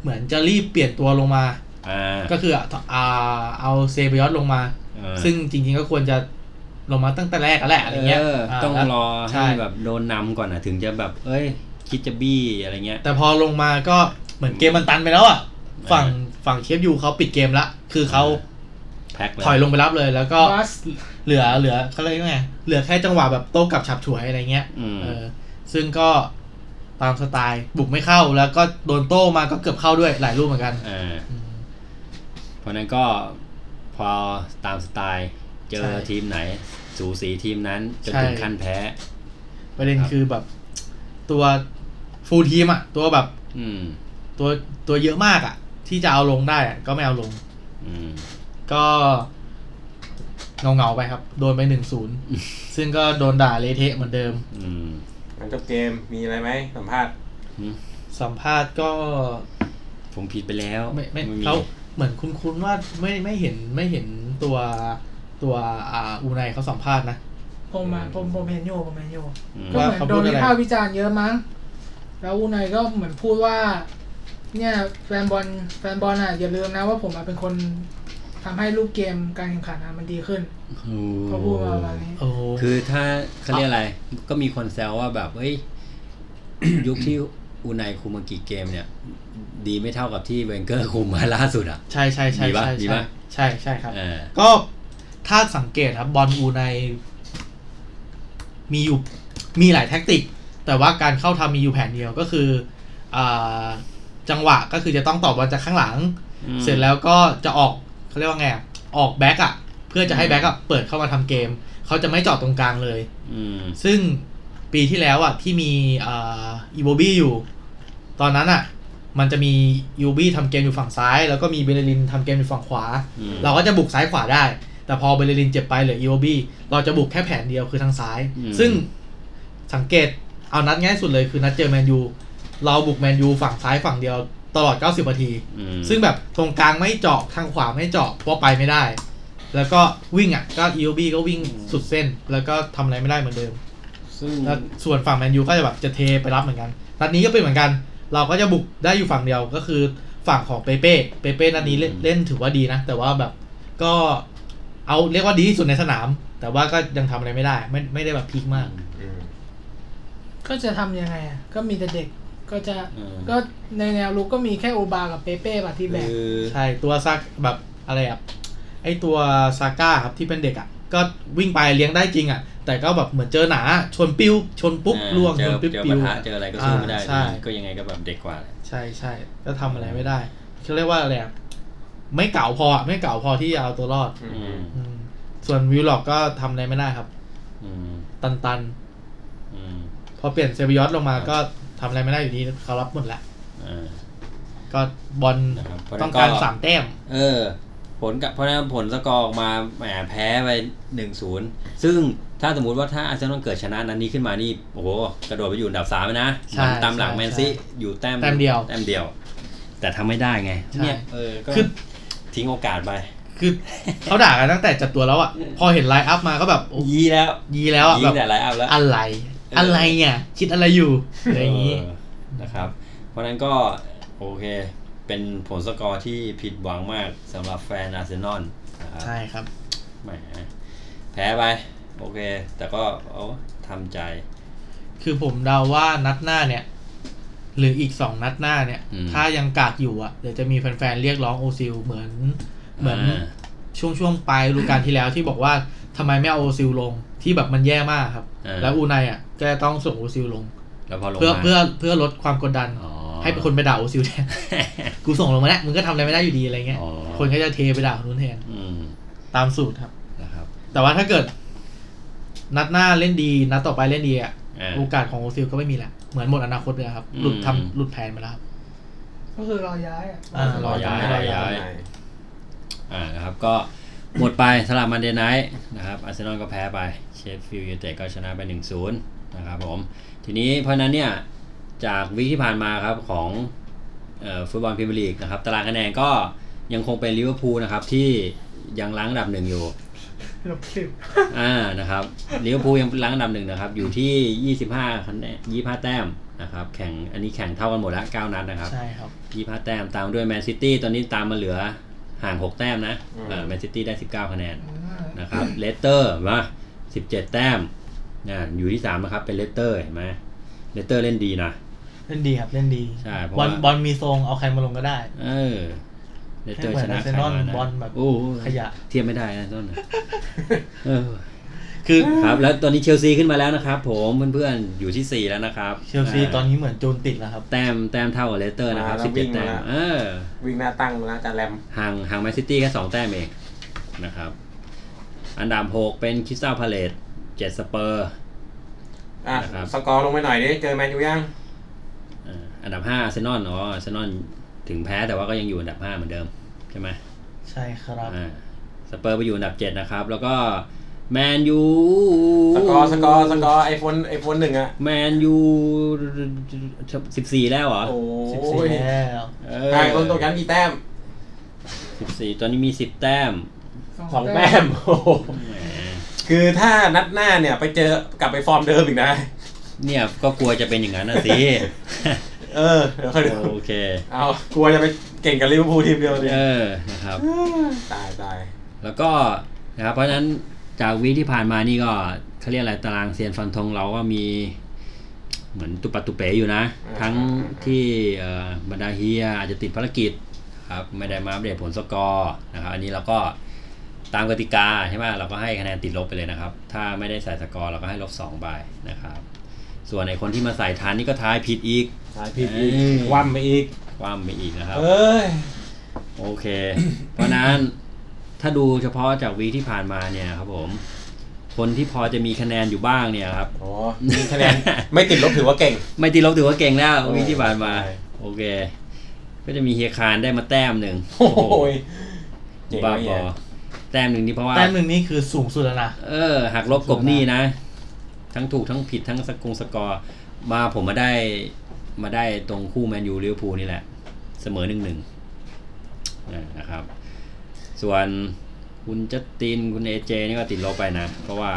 S2: เหมือนจะรีบเปลี่ยนตัวลงมา
S1: อ่า
S2: ก็คืออ่าเอาเซเบยอสลงมา
S1: อ่า
S2: ซึ่งจริงๆก็ควรจะลงมาตั้งแต่แรกอะแหละอะไรเงี้ยา
S1: ต้อง
S2: แล้ว
S1: รอ
S2: ใช่
S1: ให้แบบโดนนำก่อนอ่ะ ถึงจะแบบ เอ้ย คิดจะบี้อะไรเงี้ย
S2: แต่พอลงมาก็เหมือนเกมมันตันไปแล้วอ่ะฝั่งฝั่งเชฟยูเขาปิดเกมละ คือเขา
S1: แพ็คเลย
S2: ถอยลงไปรับเลยแล้วก็
S4: บัส
S2: เหลือเหลือเขาเรียกว่าไงเหลือแค่จังหวะแบบโต้กลับฉับฉวยอะไรเงี้ย
S1: อืม
S2: เออซึ่งก็ตามสไตล์บุกไม่เข้าแล้วก็โดนโต้มาก็เกือบเข้าด้วยหลายลูกเหมือนกัน
S1: อ่า
S2: อืม
S1: เพราะนั้นก็พอตามสไตล์ เจอ
S2: ใช่
S1: ทีมไหน สูสีทีมนั้นจน
S2: ใช่
S1: ถึงขั้นแพ้
S2: ประเด็น
S1: ครับ
S2: คือแบบตัวฟูลทีมอะตัวแบบ
S1: อืม
S2: ตัวตัวเยอะมากอะที่จะเอาลงได้อะก็ไม่เอาลง
S1: อืม
S2: ก็เงาเงาๆไปครับ โดนไปหนึ่งศู นย์ซึ่งก็โดนด่าเละเทะเหมือนเดิม
S1: อืม
S3: หลังจบเกมมีอะไรไหมสัมภาษณ์
S1: หึ
S2: สัมภาษณ์ก็
S1: ผมผิดไปแล้ว
S2: ไม่ไม่
S1: ไม่มี
S2: เขาเหมือนคุ้นคุ้นๆว่าไม่ไม่เห็นไม่เห็นตัวตัวอ่าอูไนเขาสัมภาษณ์นะ
S4: ผมอะผมผมเห็นอยู่ผมเห็นอยู่
S1: อืม
S4: ก็เหมือนโดน
S2: ว่าเขาพูด
S4: วิ
S2: อะไร
S4: พากษ์วิจารณ์เยอะมั้ง แล้วอูไนก็เหมือนพูดว่า เนี่ยแฟนบอลแฟนบอลอ่ะอย่าลืมนะว่าผมอะเป็นคนทำให้รูปเกมการแข่งขันอะมันดีขึ้น
S1: โอ้
S4: เขาพูดมาประมาณนี้
S2: โอ้โห
S1: คือถ้าเขาเรียกอะไร ก็มีคนแซวว่าแบบเฮ้ย ยุคที่อูไนคุมมากี่เกมเนี่ย ดีไม่เท่ากับที่เวนเกอร์คุมมาล่าสุดอ่ะ
S2: ใช่ใช่ใช่
S1: ดีปะ
S2: ใช่
S1: ดี
S2: ใช่
S1: ปะ
S2: ใช่ใช่ครับ
S1: เออ
S2: ก็ถ้าสังเกตครับบอลอูไนมีอยู่มีหลายแท็กติก แต่ว่าการเข้าทำมีอยู่แผนเดียวก็คืออ่าจังหวะก็คือจะต้องต่อบอลจากข้างหลัง
S1: อืม
S2: เสร็จแล้วก็จะออกเขาเรียกว่าไงอะออกแบ็กอะเพื่อจะให้แบ็กอะเปิดเข้ามาทำเกมเขาจะไม่เจอดตรงกลางเลย
S1: อืม
S2: ซึ่งปีที่แล้วอ่ะที่มีเอ่ออีโบบี้อยู่ ตอนนั้นอ่ะ มันจะมียูบี้ทำเกมอยู่ฝั่งซ้าย แล้วก็มีเบเลรินทำเกมอยู่ฝั่งขวา
S1: อืม
S2: เราก็จะบุกซ้ายขวาได้ แต่พอเบเลรินเจ็บไปเหลืออีโบบี้เราจะบุกแค่แผนเดียวคือทางซ้าย
S1: อืม
S2: ซึ่งสังเกตเอานัดง่ายสุดเลยคือนัดเจอแมนยูเราบุกแมนยูฝั่งซ้ายฝั่งเดียวตลอด 90นาที
S1: อืม
S2: ซึ่งแบบตรงกลางไม่เจาะทางขวาไม่เจาะเพราะไปไม่ได้ แล้วก็วิ่งอ่ะก็อีโบบี้ก็วิ่งสุดเส้น แล้วก็ทำอะไรไม่ได้เหมือนเดิม
S3: ซึ่ง
S2: แล้วส่วนฝั่งแมนยูก็จะแบบจะเทไปรับเหมือนกัน นัดนี้ก็เป็นเหมือนกัน เราก็จะบุกได้อยู่ฝั่งเดียวก็คือฝั่งของเปเป้ เปเป้นัดนี้เล่นเล่นถือว่าดีนะ แต่ว่าแบบก็เอาเรียกว่าดีที่สุดในสนาม แต่ว่าก็ยังทำอะไรไม่ได้ ไม่ไม่ได้แบบพีคมาก
S3: อืม
S4: ก็จะทำยังไงอะก็มีแต่เด็กก็จะ
S1: เออ
S4: ก็ในแนวลุกก็มีแค่โอบากับเปเป้ปะที่แบก
S1: คือ
S2: ใช่ตัวซักแบบอะไรอ่ะไอตัวซาก้าครับที่เป็นเด็กอ่ะ ก็วิ่งไปเลี้ยงได้จริงอ่ะ แต่ก็แบบเหมือนเจอหนาชนปิ้วชนปุ๊บ
S1: อ่า
S2: ล่วง
S1: เจ
S2: ชน
S1: อ
S2: ปิ๊บ
S1: เจอ
S2: ปิ้
S1: ปะ
S2: ว
S1: ทะเจออะไรก็สู้ไม่ได้
S2: อ่าใช่
S1: ก็ยังไงก็แบบเด็กกว่าแหละ
S2: ใช่ใช่ก็ทำอะไรไม่ได้เขาเรียกว่าอะไรอะไม่เก่าพออะไม่เก่าพอที่จะเอาตัวรอด
S3: อื
S1: อื
S3: ม
S1: ม
S2: อืมส่วนวิวล็อกก็ทำอะไรไม่ได้ครับ
S1: อืม
S2: ตันตัน
S1: อืม
S2: ๆพอเปลี่ยนเซบิยอสลงมาก็ทำอะไรไม่ได้อยู่ดีเขารับหมดแล้ว
S1: อ่า
S2: ก็บอล
S1: นะครับเพราะฉะนั้น
S2: ต้องการ
S1: ก็
S2: สามแต้ม
S1: เออ ผลกับเพราะฉะนั้นผลสกอร์ออกมาแหมแพ้ไปหนึ่งศูนย์ซึ่งถ้าสมมุติว่าถ้าอาร์เซนอลเกิดชนะนั้นนี้ขึ้นมานี่ โอ้โห กระโดดไปอยู่อันดับสามเลยนะ
S2: ใช่
S1: เหมือนตามหลัง
S2: ใช่
S1: แมนซี
S2: ใช่
S1: อยู่แต้ม
S2: แต้มเดียว
S1: แต้มเดียว แต่ทำไม่ได้ไง
S2: ใช่
S1: เนี่ยเออก็
S2: คือ
S1: ทิ้งโอกาสไป
S2: คือเขาด่ากันตั้งแต่จัดตัวแล้วอ่ะ พอเห็นไลน์อัพมาก็แบบโอ้ย
S1: ยีแล้ว
S2: ยีแล้วอ่ะ
S1: ยี
S2: แบบ
S1: แต่ไรเอาแล้ว
S2: อะไร อะไรเนี่ยคิดอะไรอยู่อะไรอย่างนี้
S1: เออนะครับ เพราะฉะนั้นก็โอเค เป็นผลสกอร์ที่ผิดหวังมากสำหรับแฟนอาร์เซนอลนะครับ
S2: ใช่ครับ
S1: แหมแพ้ไป โอเค แต่ก็เอาทำใจ
S2: คือผมเดาว่านัดหน้าเนี่ย หรืออีกสองนัดหน้าเนี่ย
S1: อืม
S2: ถ้ายังกากอยู่อ่ะเดี๋ยวจะมีแฟนๆเรียกร้องโอซิลเหมือน เหมือน
S1: อ่า
S2: ช่วงช่วงๆปลายฤดูกาลที่แล้วที่บอกว่าทำไมไม่เอาโอซิลลงที่แบบมันแย่มากครับ
S1: อ่า
S2: แล้วอูไนอ่ะก็จะต้องส่งโอซิลลง
S1: แล้วพอลง
S2: เพื่อ
S1: มา
S2: เพื่อเพื่อลดความกดดัน
S1: อ๋อ
S2: ให้เป็นคนไปด่าโอซิลแทน กูส่งลงมาแล้วมึงก็ทำอะไรไม่ได้อยู่ดีอะไรเงี้ย
S1: อ๋อ
S2: คนก็จะเทไปด่าคนนู้นแทน
S1: อืม
S2: ตามสูตรครับ
S1: นะครับ
S2: แต่ว่าถ้าเกิด นัดหน้าเล่นดีนัดต่อไปเล่นดีอ่ะ
S1: อ่า
S2: โอกาสของโอซิลก็ไม่มีแล้ว เหมือนหมดอนาคตเลยครับ
S1: อืม
S2: หลุดทำหลุดแผนไปแล้วครับ
S4: ก็คือรอย้ายอ่ะ
S2: อ่า
S1: รอย้ายรอย้าย
S3: ไหน
S1: อ่านะครับก็หมดไปสลับมันเดย์ไนท์นะครับอาร์เซนอลก็แพ้ไปเชฟฟิลด์ยูไนเต็ดก็ชนะไป 1-0นะครับผม ทีนี้เพราะฉะนั้นเนี่ย จากวิกที่ผ่านมาครับของเอ่อฟุตบอลพรีเมียร์ลีกนะครับตารางคะแนนก็ยังคงเป็นลิเวอร์พูลนะครับที่ยังล้างอันดับหนึ่งอยู่
S4: หลบสิบ
S1: อ่านะครับลิเวอร์พูลยังล้างอันดับหนึ่งนะครับ อยู่ที่ 25คะแนน25 แต้มนะครับ แข่งอันนี้แข่งเท่ากันหมดละ9นัดนะครับ
S2: ใช่ครับ
S1: 25 แต้มตามด้วยแมนซิตี้ตอนนี้ตามมาเหลือห่าง 6 แต้มนะ
S3: อืม
S1: แมนซิตี้ได้ 19 คะแนนนะครับเลสเตอร์มา 17 แต้มนะอยู่ที่ 3 นะครับ เป็นเลสเตอร์เห็นไหมเลสเตอร์เล่นดีนะ
S2: เล่นดีครับเล่นดี
S1: ใช่เพราะ
S2: บอล
S1: ว่า
S2: บอลมีทรงเอาใครมาลงก็ได้
S1: เออเลสเตอร์ชนะ
S2: ให้
S1: ใคร
S2: เหมือนอาร์เซ
S1: มานะ
S2: นอลบอลแบบ
S1: โอ้โห
S2: ขยะ
S1: เทียบไม่ได้นะต้น นะเออ
S2: คือ
S1: ครับ แล้วตอนนี้เชลซีขึ้นมาแล้วนะครับผมเพื่อนๆอยู่ที่ 4 แล้วนะครับ
S2: เชลซี
S1: า
S2: ตอนนี้เหมือนจูนติดแล้วครับ
S1: แต้มแต้มเท่ากับเลสเตอร์นะครับ
S3: มาแล้ววิ่ง
S1: 17แต้ม
S3: มาแล้ว
S1: เออ
S3: วิ่งหน้าตั้งนะจานแรม
S1: ห่างห่างแมนซิตี้แค่2แต้มเองนะครับ อันดับ 6 เป็นคริสตัลพาเลต7สเปอร์
S3: อ่ะ
S1: นะครับ
S3: สกอร์ลงไปหน่อยดิเจอแมนยูยัง
S1: อ่าอันดับ5อาร์เซนอลอ๋ออาร์เซนอลถึงแพ้แต่ว่าก็ยังอยู่อันดับ 5 เหมือนเดิม ใช่ไหม
S2: ใช่ครับ
S1: อ่าสเปอร์ไปอยู่อันดับ 7 นะครับ แล้วก็แมนยู
S3: สกอร์สกอร์สกอร์ไอโฟนไอโฟนหนึ่งอ่ะ
S1: แมนยู14 แล้วเหรอ
S3: โอ้
S2: สิบสี่
S3: ย
S2: แล้ว
S1: เ
S3: ห่างคนตกชั้นกี่แต้ม
S1: สิบสี่ตอนนี้มีสิบแต้ม
S3: สองแต้ม โอ้โห
S1: แหม
S3: คือถ้านัดหน้าเนี่ยไปเจอกลับไปฟอร์มเดิมอีกนะ
S1: เนี่ยก็กลัวจะเป็นอย่างนั้นนะสิ
S3: เออเดี๋ยวค่อยดู
S1: โอเค
S3: เอากลัวจะไปเก่งกับลิเวอร์พูลทีมเดียวดิ
S1: เออนะครับ
S3: ตายตาย
S1: แล้วก็นะครับเพราะฉะนั้นจากวีคที่ผ่านมานี่ก็เขาเรียกอะไรตารางเซียนฟันธงเราก็มี เหมือนตุปัตตุเป๋อยู่นะ ทั้งที่เอ่อบรรดาเฮียอาจจะติดภารกิจครับไม่ได้มาอัปเดตผลสกอร์นะครับ อันนี้เราก็ตามกติกาใช่ไหมเราก็ให้คะแนนติดลบไปเลยนะครับ ถ้าไม่ได้ใส่สกอร์เราก็ให้ลบสองใบนะครับ ส่วนในคนที่มาใส่ทานนี่ก็ทายผิดอีก
S3: ตายผิดอีก
S1: เอ้ย
S3: ว่ำไปอีก
S1: ความไปอีกนะครับ
S3: เอ้ย
S1: โอเค เพราะฉะนั้นถ้าดูเฉพาะจากวีคที่ผ่านมาเนี่ยครับผม คนที่พอจะมีคะแนนอยู่บ้างเนี่ยครับ
S3: โอ้มีคะแน น ไม่ติดลบถือว่าเก่ง
S1: ไม่ตีลบถือว่าเก่งแล้ว
S3: โอ้
S1: วีคที่ผ่านมา
S3: ใช่
S1: โอเค ก็จะมีเฮียคารได้มาแต้มหนึ่ง
S3: โอ้ยเจ๋ง
S1: บ้า
S3: เหี้
S1: บ
S3: ย
S1: อแต้มหนึ่งนี่เพราะว่า
S2: แต้มหนึ่งนี่คือสูงสุดแล้วนะ
S1: เออหักลบกบหนี้นะ ทั้งถูกทั้งผิดทั้งสกุงสกอร์ มาผมมาได้มาได้ตรงคู่แมนยูลิเวอร์พูลนี่แหละ เสมอหนึ่งหนึ่งนะครับ ส่วนคุณจัสตินคุณเอเจนี่ก็ติดลบไปนะ เพราะว่า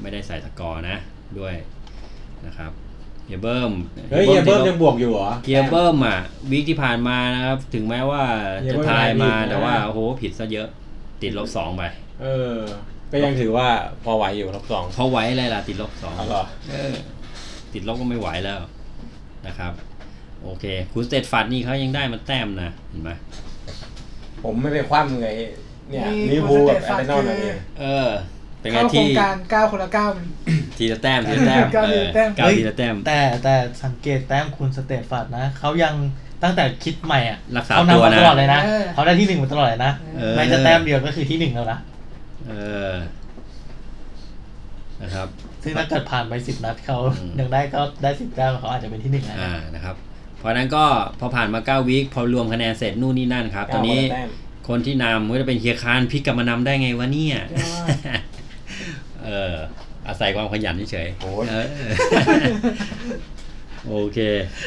S1: ไม่ได้ใส่สกอร์นะด้วยนะครับเฮียเบิ้ม
S3: เฮ้ยเฮียเบิ้ม
S1: ติดล
S3: ยังบวกอยู่เหรอ
S1: เฮียเบิ้มอ่ะวีคที่ผ่านมานะครับ ถึงแม้ว่า
S3: เฮีย
S1: จะ
S3: เบิ้ม
S1: ทายมา
S3: ได้ดีนะ
S1: แต่ว่าโอ้โหผิดซะเยอะ ติดลบสองไป
S3: เออ ก็ยังถือว่าพอไหวอยู่ลบสอง
S1: เขาไหว้อะไรล่ะติดลบสอง
S3: เอาเหรอ
S1: ติดลบก็ไม่ไหวแล้วนะครับ โอเค คุณสเตตฟัดนี่เขายังได้มาแต้มนะเห็นไหม
S3: ผมไม่ไปคว่ำเลยเนี่ย
S4: มี
S3: ลิเวอร์พูลกับ
S4: คนสเตต
S3: อาร์เซนอลนะ
S4: คือ
S3: เนี่ย
S1: เออ เป็นไง
S4: เข้าโคร
S1: ที่
S4: งการเก้าคนละเก้ามัน
S1: ทีละแต้มทีละแต้ม
S4: เก้า
S1: เออ
S4: ทีละแต้ม
S1: เก้า
S2: เฮ้ย
S1: ทีละแต้ม
S2: แต่แต่สังเกตแต้มคุณสเตตฟาดนะ เขายังตั้งแต่คิดใหม่อ่ะ
S1: รักษา
S2: เขา
S1: ตัวน
S2: ำมา
S1: นะ
S2: ตลอดเลยนะ
S4: เออ
S2: เขาได้ที่หนึ่งมาตลอดเลยนะ
S1: เออ
S2: แม้จะแต้มเดียวก็คือที่หนึ่งแล้วนะ
S1: เออ นะครับ
S2: ซึ่งถ้าเกิดผ่านไปสิบนัดเขา
S1: อืม
S2: ยังได้ก็ได้สิบแต้มเขาอาจจะเป็นที่หนึ่งนะ
S1: อ่า นะครับ เพราะฉะนั้นก็พอผ่านมา 9 วีคพอรวมคะแนนเสร็จนู่นนี่นั่นครับ ต
S3: เก้า
S1: อน
S3: ค
S1: นี้
S3: ละแต้ม
S1: คนที่นำก็จะเป็นเฮียคานพลิกกลับมานำได้ไงวะเนี่ย
S4: ใช่
S1: เออ อาศัยความขยันเฉยๆ
S3: โอ้ย
S1: เออ โอเค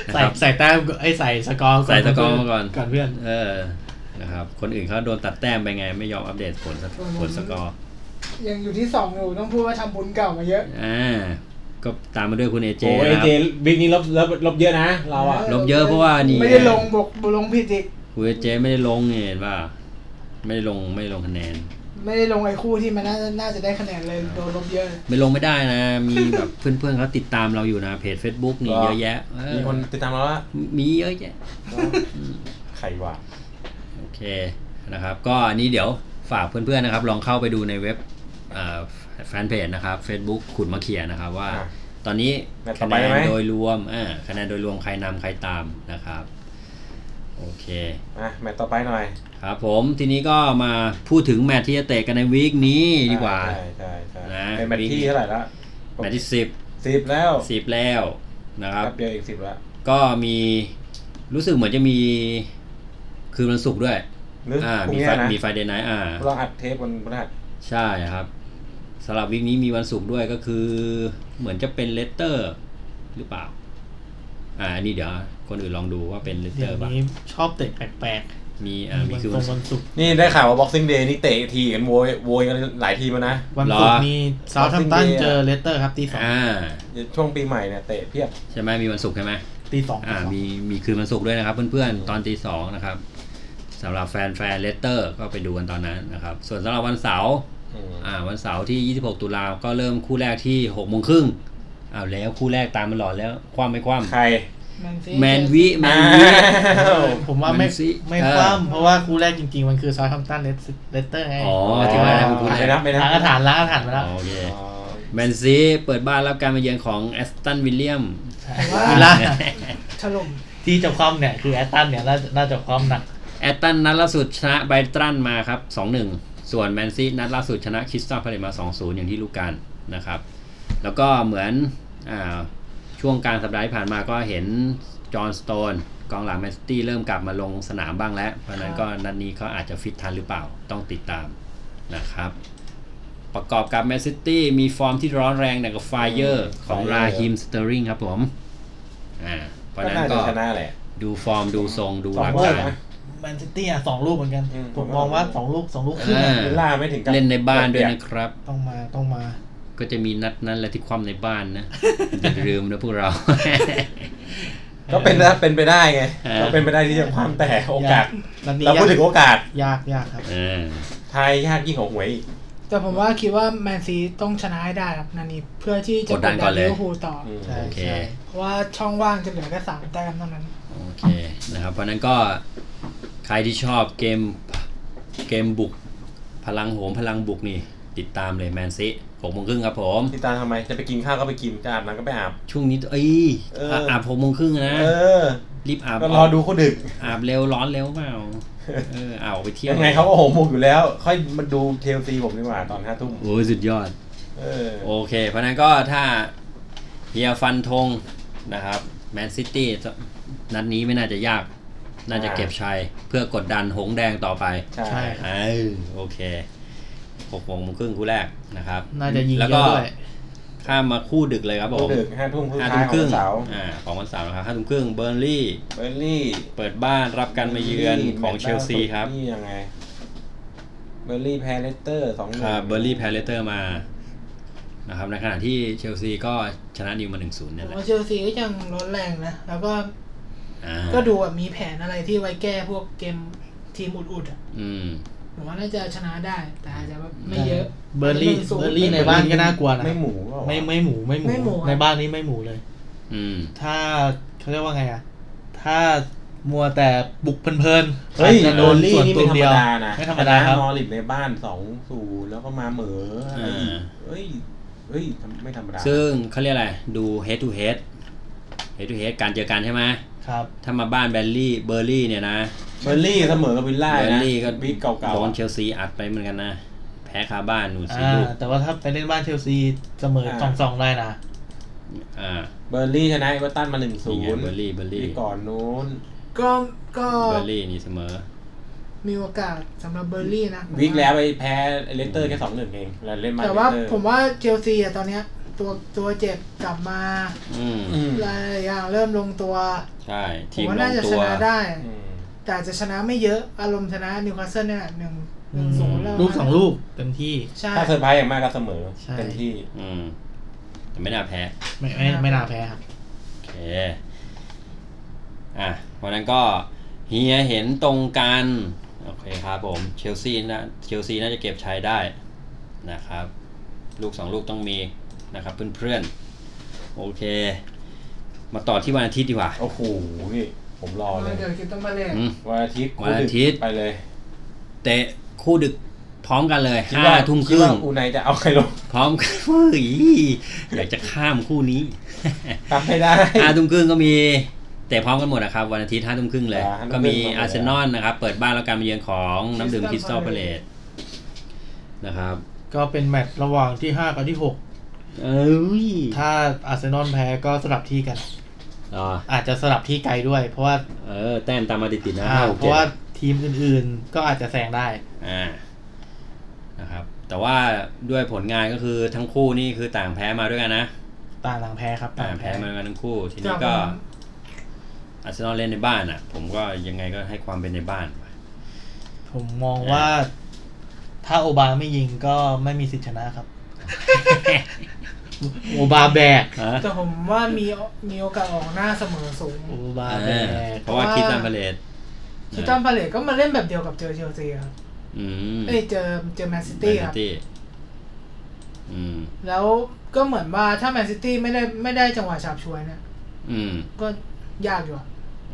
S1: นะค
S2: ใส่
S1: รับ
S2: ใส่แต้มไอ้ยใส่สกอร์น
S1: ใส่สกอร์มาก่อน
S2: ก่อนเพื่อน
S1: เออ นะครับ คนอื่นเขาโดนตัดแต้มไปไง ไม่ยอมอัปเดตผลสกผลสกอร์
S4: ยังอยู่ที่สองอยู่ต้องพูดว่าทำบุญเก่ามาเยอะ
S1: อ่า ก็ตามมาด้วยคุณเอเจ
S3: โอ้ย
S1: นะครับ
S3: เจบิ๊กนี่ลบลบลบเยอะนะ เราอ่ะ
S1: ลบเยอะเพราะว่านี่
S4: ไม่ได้ลงบกลงผิดอีก
S1: คุณเอเจไม่ได้ลงเนี่ยเห็นป่ะไม่ได้ลงไม่ได้ลงคะแนน
S4: ไม่ได้ลงไอ้คู่ที่มันน่าน่าจะได้คะแนนเลยโดนลบเยอะเลย
S1: ไม่ลงไม่ได้นะ มีแบบ เพื่อนๆเขาติดตามเราอยู่นะ เพจ Facebook นี่
S3: หรอ
S1: เยอะแยะเออ
S3: มีคนติดตามเราละ
S1: มีเยอะแยะ
S3: ใครวะ
S1: โอเคนะครับ ก็อันนี้เดี๋ยวฝากเพื่อนๆนะครับ ลองเข้าไปดูในเว็บแฟนเพจนะครับ Facebook ขุดมาเขียนะครับว่า
S3: อ่ะ
S1: ตอนนี้
S3: แมตช์ต่
S1: คะ
S3: อ
S1: แน
S3: ไป
S1: น
S3: ไหม
S1: โดยรวมอ่าคะแนนโดยรวมใครนำใครตามนะครับ โอเค
S3: อ่ะแมตช์ต่อไปหน่อย
S1: ครับผมทีนี้ก็มาพูดถึงแมตช์ที่จะเตะกันในวีคนี้ดีกว่า
S3: ใช่ใช่ใช่
S1: นะ
S3: เป็นแมตช์ที่เท่าไหร่ละ
S1: แมตช์ที่สิบ
S3: สิบแล้ว
S1: สิบแล้วนะครับ
S3: แป๊บเดียวอีกสิบละ
S1: ก็มีรู้สึกเหมือนจะมีคืนวันศุกร์ด้วย
S3: หรือ
S1: อ่า
S3: พรุ่ง
S1: มี
S3: เนี้ย
S1: ไฟ
S3: นะ
S1: มีไฟเดย์ไนท์อ่า
S3: เราอัดเทปวันพฤหัส
S1: ใช่ครับสำหรับวีคนี้มีวันศุกร์ด้วยก็คือ เหมือนจะเป็นเลตเตอร์ หรือเปล่า อ่าอันนี้เดี๋ยว คนอื่นลองดูว่าเป็นเลตเต
S2: เดี๋
S1: อย ร์
S2: ว
S1: ป่ะ
S2: นี้ชอบเตะแปลก
S1: มีอ่ามี
S2: วัน
S1: คือ
S2: ตร
S1: วัน
S2: ง
S1: ศุ
S2: วั
S1: กร์
S2: นศุกร์
S3: นี่ได้ข่าวว่า boxing day นี่เตะทีกันโวยโวยกันหลายทีมานะ
S2: วันศุก
S1: เหร
S2: ร์
S1: อ
S2: มีซาว t ์ a ัมตัน
S3: Boxing Day
S2: เจอเลสเตอร์ครับตีสอง
S1: อ่า
S3: ช่วงปีใหม่เนี่ยเตะเพียบ
S1: ใช่ไหมมีวันศุกร์ใช่ไหม
S2: ตีสอง
S1: อ่ามีมีคืนวันศุกร์ด้วยนะครับเพื่อนๆ ตอนตีสองนะครับสำหรับแฟนแฟนเลสเตอร์ก็ไปดูกันตอนนั้นนะครับ ส่วนสำหรับวันเสาร์
S3: อืม
S1: อ่าวันเสาร์ที่ 26 ตุลาก็เริ่มคู่แรกที่6โมงครึ่งอ้าวแล้วคู่แรกตามมันหลอดแล้ว คว่ำไม่คว่
S3: ใคร
S4: แมนซี
S1: ำแมนวิแมนวิ
S3: อ้าว
S2: ผมว่าไม่
S1: มันสิ
S2: ไม่
S1: เออ
S2: คว่ำเพราะว่าคู่แรกจริงๆ มันคือซาวทัมตันเลสเตอร์ไง
S1: อ๋อที่ว่าแล้วคุณ
S3: ไป
S1: แล้ว
S3: นะไปนะ
S2: ล้างอาถรรพ์ล้างอาถรรพ์ไปแล้ว
S1: โอเค
S3: อ๋อ
S1: แมนซีเปิดบ้านรับการมาเยือนของแอสตันวิลเลียม
S2: วิลล่า
S4: ถล่ม
S2: ที่จะคว่ำเนี่ยคือแอตตันเนี่ยน่าน่าจะคว่ำหนัก
S1: แอตตันนัดล่าสุดชนะไบรตันมาครับ 2-1 ส่วนแมนซีนัดล่าสุดชนะคริสตัลพาเลตมา 2-0 อย่างที่ลูกการนะครับ แล้วก็เหมือนอาช่วงกลางสัปดาห์ที่ผ่านมาก็เห็นจอห์นสโตนกองหลังแมนซิตี้เริ่มกลับมาลงสนามบ้างแล้ว เพราะฉะนั้นก็นัดนี้เขาอาจจะฟิตทันหรือเปล่าต้องติดตามนะครับ ประกอบกับแมนซิตี้มีฟอร์มที่ร้อนแรงหนักกับไฟเยอร์ของราฮิมสเตอริงครับผมอ่าเพราะ
S3: ก็
S1: ฉะนั้
S3: น่าน จะ
S1: ก็
S3: ชนะแหละ
S1: ดูฟอร์มดูทรงดู
S3: สอง
S1: ร่าง
S3: ลูก
S1: กาย
S3: นะ
S2: แมนซิตี้อ่ะสองลูกเหมือนกัน
S3: อืม
S2: ผมมองว่าสองลูกสองลูกขึ้น
S1: เออ
S2: อ่ะ
S3: วิลล่าไม่ถึงกับ
S1: เล่นในบ้านด้วยนะครับ
S2: ต้องมาต้องมา
S1: ก็จะมีนัดนั้นแหละที่คว่ำในบ้าน นะ อย่าลืมนะพวกเรา
S3: ก็เป็นนะเป็นไปได้ไง
S1: เออ
S3: ก็เป็นไปได้ที่จะความแต่โอกาส
S2: นัดนี้
S3: เราพูดถึงโอกาส
S2: ยากยากครับ
S1: เออ
S3: ทายยากยิ่งของหวยอีก
S4: แต่ผมว่าคิดว่าแมนซีต้องชนะให้ได้ครับนันนี้เพื่อที่จะลิเวอร์พูลต่อ
S3: อืม
S2: ใช่
S1: โอเค
S2: ใช่
S4: เพราะว่าช่องว่างจะเหลือแค่สามแต้มเท่านั้น
S1: โอเคนะครับ เพราะฉะนั้นก็ใครที่ชอบเกมเกมบุก พลังโหมพลังบุกนี่ ติดตามเลยแมนซีหกโมงครึ่งครับผม
S3: ติดตามทำไมจะไปกินข้าวก็ไปกินจะอาบน้ำก็ไปอาบ
S1: ช่วงนี้เอ้ย
S3: เออ
S1: เอาอาบหกโมงครึ่งนะ
S3: เออ
S1: รีบอาบ
S3: ก็รอดูเขาดึก
S1: อาบเร็วร้อนเร็วเปล่าเอออาบออกไปเที่ยว
S3: ยังไงเขาก็โหมหมกอยู่แล้ว ค่อยมาดูเทลซีผมดีกว่าตอนห้าทุ่ม
S1: โอ้ยสุดยอด
S3: เออ
S1: โอเค เพราะฉะนั้นก็ถ้าเฮียฟันธงนะครับแมนซิตี้นัดนี้ไม่น่าจะยาก น่าจะเก็บชัย เพื่อกดดันหงแดงต่อไป
S2: ใช่
S1: เออโอเคหกโมงครึ่งคู่แรกนะครับ
S2: น่าจะยิง
S1: แล้ว
S2: เย
S1: ก็
S2: อะด้วย
S1: ข้ามมาคู่ดึกเลยครับผ
S3: ทุ่
S1: ม
S3: มดึกห้าทุ่ม
S1: ห้า
S3: ทุ่
S1: ทุ่
S3: ม
S1: ม
S3: ค
S1: ค
S3: รึ่
S1: รึ่
S3: ง
S1: ง
S3: ของวันเสาร์
S1: อ่าของวันเสาร์นะครับห้าทุ่มครึ่งเบอร์ลี่
S3: เบอร์นลี่
S1: เปิดบ้านรับการมาเยือนของเชลซีครับ
S3: นี่ยังไง เบอร์นลี่แพ้เลสเตอร์สอง
S1: อ่าเบอร์ลี่แพ้เลสเตอร์มานะครับในขณะที่เชลซีก็ชนะนิวมาหนึ่งศูนย์
S4: ผ
S1: นั่น
S4: ม
S1: แหละ
S4: ว่าเชลซีก็ยังร้อนแรงนะ แล้วก็
S1: อ่า
S4: ก็ดูแบบมีแผนอะไรที่ไว้แก้พวกเกมทีมอุดๆอ่ะ
S1: อืม
S4: ผมว่าน่าจะชนะได้ แต่อาจจะแบบไม่เยอะ
S2: เบอร์ลี่
S4: ไม่สูง
S2: เบอร์ลี่ในบ้านก็น่ากลัวนะ
S3: ไม่หมูเปล่าวะ
S2: ไม่ไม่หมูไม่ห
S4: ไม่หมู
S2: มู
S4: อะ
S2: ในบ้านนี้ไม่หมูเลย
S1: อืม
S2: ถ้าเขาเรียกว่าไงอ่ะ ถ้ามัวแต่บุกเพลินๆ
S3: เฮ้ย
S2: อาจจะโด
S3: เบอน ร์นลี่
S2: ส่วน
S3: นี่
S2: ตั
S3: ไม่ธร
S2: วเดี
S3: รม
S2: ยว
S3: ดานะ
S2: ไม่ธรรมดา
S3: ช
S2: ค
S3: นะ
S2: รับ
S3: นอริดในบ้านสองศูนย์แล้วก็มาเหมืออะไรอีก
S1: อ่า
S3: เฮ้ยเฮ้ยไม่ธรรมดา
S1: ซึ่งเขาเรียกอะไร ดู head to head head to head การเจอกันใช่ไหม
S2: ครับ
S1: ถ้ามาบ้านแบลลี่เบอร์ลี่เนี่ยนะ
S3: เบอร์นลี่เสมอกับวิลล่า
S1: เบอ
S3: นะ
S1: ร์ลี่ก็
S3: บิ๊กเก่า
S1: โด
S3: ๆ
S1: น
S3: อะ
S1: เชลซีอัดไปเหมือนกันนะ แพ้คาบ้านหนูนสี
S2: อ่า
S1: ลูก
S2: แต่ว่าถ้าไปเล่นบ้านเชลซีเสมอ
S3: อ่า
S2: สองสองได้นะ
S1: อ่า
S3: เบอร์นลี่ชนะเอเวอร์ตันมาหนึ่งศู
S1: นี่ไง
S3: นย์
S1: เบอร์ลี่เบอร์ลี่
S3: ที่ก่อนนู้น
S4: ก็ก็
S1: เบอร์ลี่นี่เสมอ
S4: มีโอกาสสำหรับเบอร์ลี่นะ
S3: วิกแล้วไปแพ้เลสเตอร์แค่สองหนึ่งเองแล้วเล่นมา
S4: แต่ว่า
S3: เลสเตอร์
S4: ผมว่าเชลซีอะตอนเนี้ย ตัวตัวเจ็บกลับมา
S1: อืม
S3: อืม
S4: หลายอย่างเริ่มลงตัว
S1: ใช่
S4: ผ
S1: ที
S4: ม
S1: ม
S4: ว่า
S1: ล
S4: น่าง จะ
S1: ตั
S4: ช
S1: ว
S4: นะได้
S3: อืม
S4: แต่อาจจะชนะไม่เยอะอารมณ์ชนะนิวคาสเซิลเนี่ยหนึ่งหนึ่งศูนย์แล้ว
S2: ลูกสองลูกเต็มที่
S4: ใช่
S3: ถ้าเซอร์ไพรส์อย่างมากก็เสมอ
S2: ใช่
S3: เต็มที่
S1: อืม แต่ไม่น่าแพ้
S2: ไม่ไม่ไม่น่าแพ้ครับ
S1: โอเค อ่ะวันนั้นก็เฮียเห็นตรงกัน โอเคครับผม เชลซีนะเชลซีน่าจะเก็บใช้ได้นะครับ ลูกสองลูกต้องมีนะครับเพื่อนๆ โอเค มาต่อที่วันอาทิตย์ดีกว่า
S3: โอ้โหนี่ผมรอเลย
S4: เดี๋ยวคิดต้องมาเล่น
S1: อืม
S3: วันอาทิตย์
S1: วันอาทิตย์
S3: ไปเลย
S1: เตะคู่ดึกพร้อมกันเลย
S3: คิด
S1: ห้า
S3: ว่
S1: ทุ่มค
S3: คิด
S1: รึ่
S3: ว่าง อูไนจะเอาใครลง
S1: พร้อมกัน เฮ้ยอยากจะข้ามคู่นี้
S3: ทำไม่ได้
S1: ห้าทุ่มครึ่งก็มีเตะพร้อมกันหมดนะครับ วันอาทิตย์ห้าทุ่มครึ่งเลย
S3: อ่า5
S1: ก็มี
S3: ทุ่มครึ่ง
S1: อาร์เซนอลนะครับ เปิดบ้านแล้วการมาเยือนของน้ำดื่มคริสตัลพาเลตนะครับ
S2: ก็เป็นแมตช์ระหว่างที่ห้ากับที่หก
S1: เอ้ย
S2: ถ้าอาร์เซนอลแพ้ก็สลับที่กัน
S1: อ๋อ
S2: อาจจะสลับที่ไกลด้วย เพราะว่า
S1: เออ แต้มตามมาติดๆนะ
S2: อ่า
S1: ห้าหก
S2: เพ
S1: เจ็ด
S2: ราะว่าทีมอื่นๆ ก็อาจจะแซงได้
S1: อ่านะครับ แต่ว่าด้วยผลงานก็คือทั้งคู่นี่คือต่างแพ้มาด้วยกันนะ
S2: ต่างหลังแพ้ครับ
S1: ต่างแพ้มาด้วยกันทั้งคู่ ทีนี้ก็อาร์เซนอลเล่นในบ้านอ่ะ ผมก็ยังไงก็ให้ความเป็นในบ้านไป
S2: ผมมองว่า
S6: ถ้าโอบาไม่ยิงก็ไม่มีสิทธิชนะครับ
S2: โอบาแบก
S1: ฮะ
S4: แต่ผมว่ามีมีโอกาสออกหน้าเสมอสูง
S2: โอบา
S1: อ่า
S2: แบก
S1: เพราะว่าคิดตามพาเลต
S4: คิดตันพาเลตก็มาเล่นแบบเดียวกับเจอเชลซีครับ
S1: อืม
S4: เอ้ยเจอเจอแมนซิตี้ครับ
S1: ตี้อืม
S4: แล้วก็เหมือนว่าถ้าแมนซิตี้ไม่ได้ไม่ได้จังหวะฉาบฉวยเนี่ย
S1: อืม
S4: ก็ยากอยู่อะ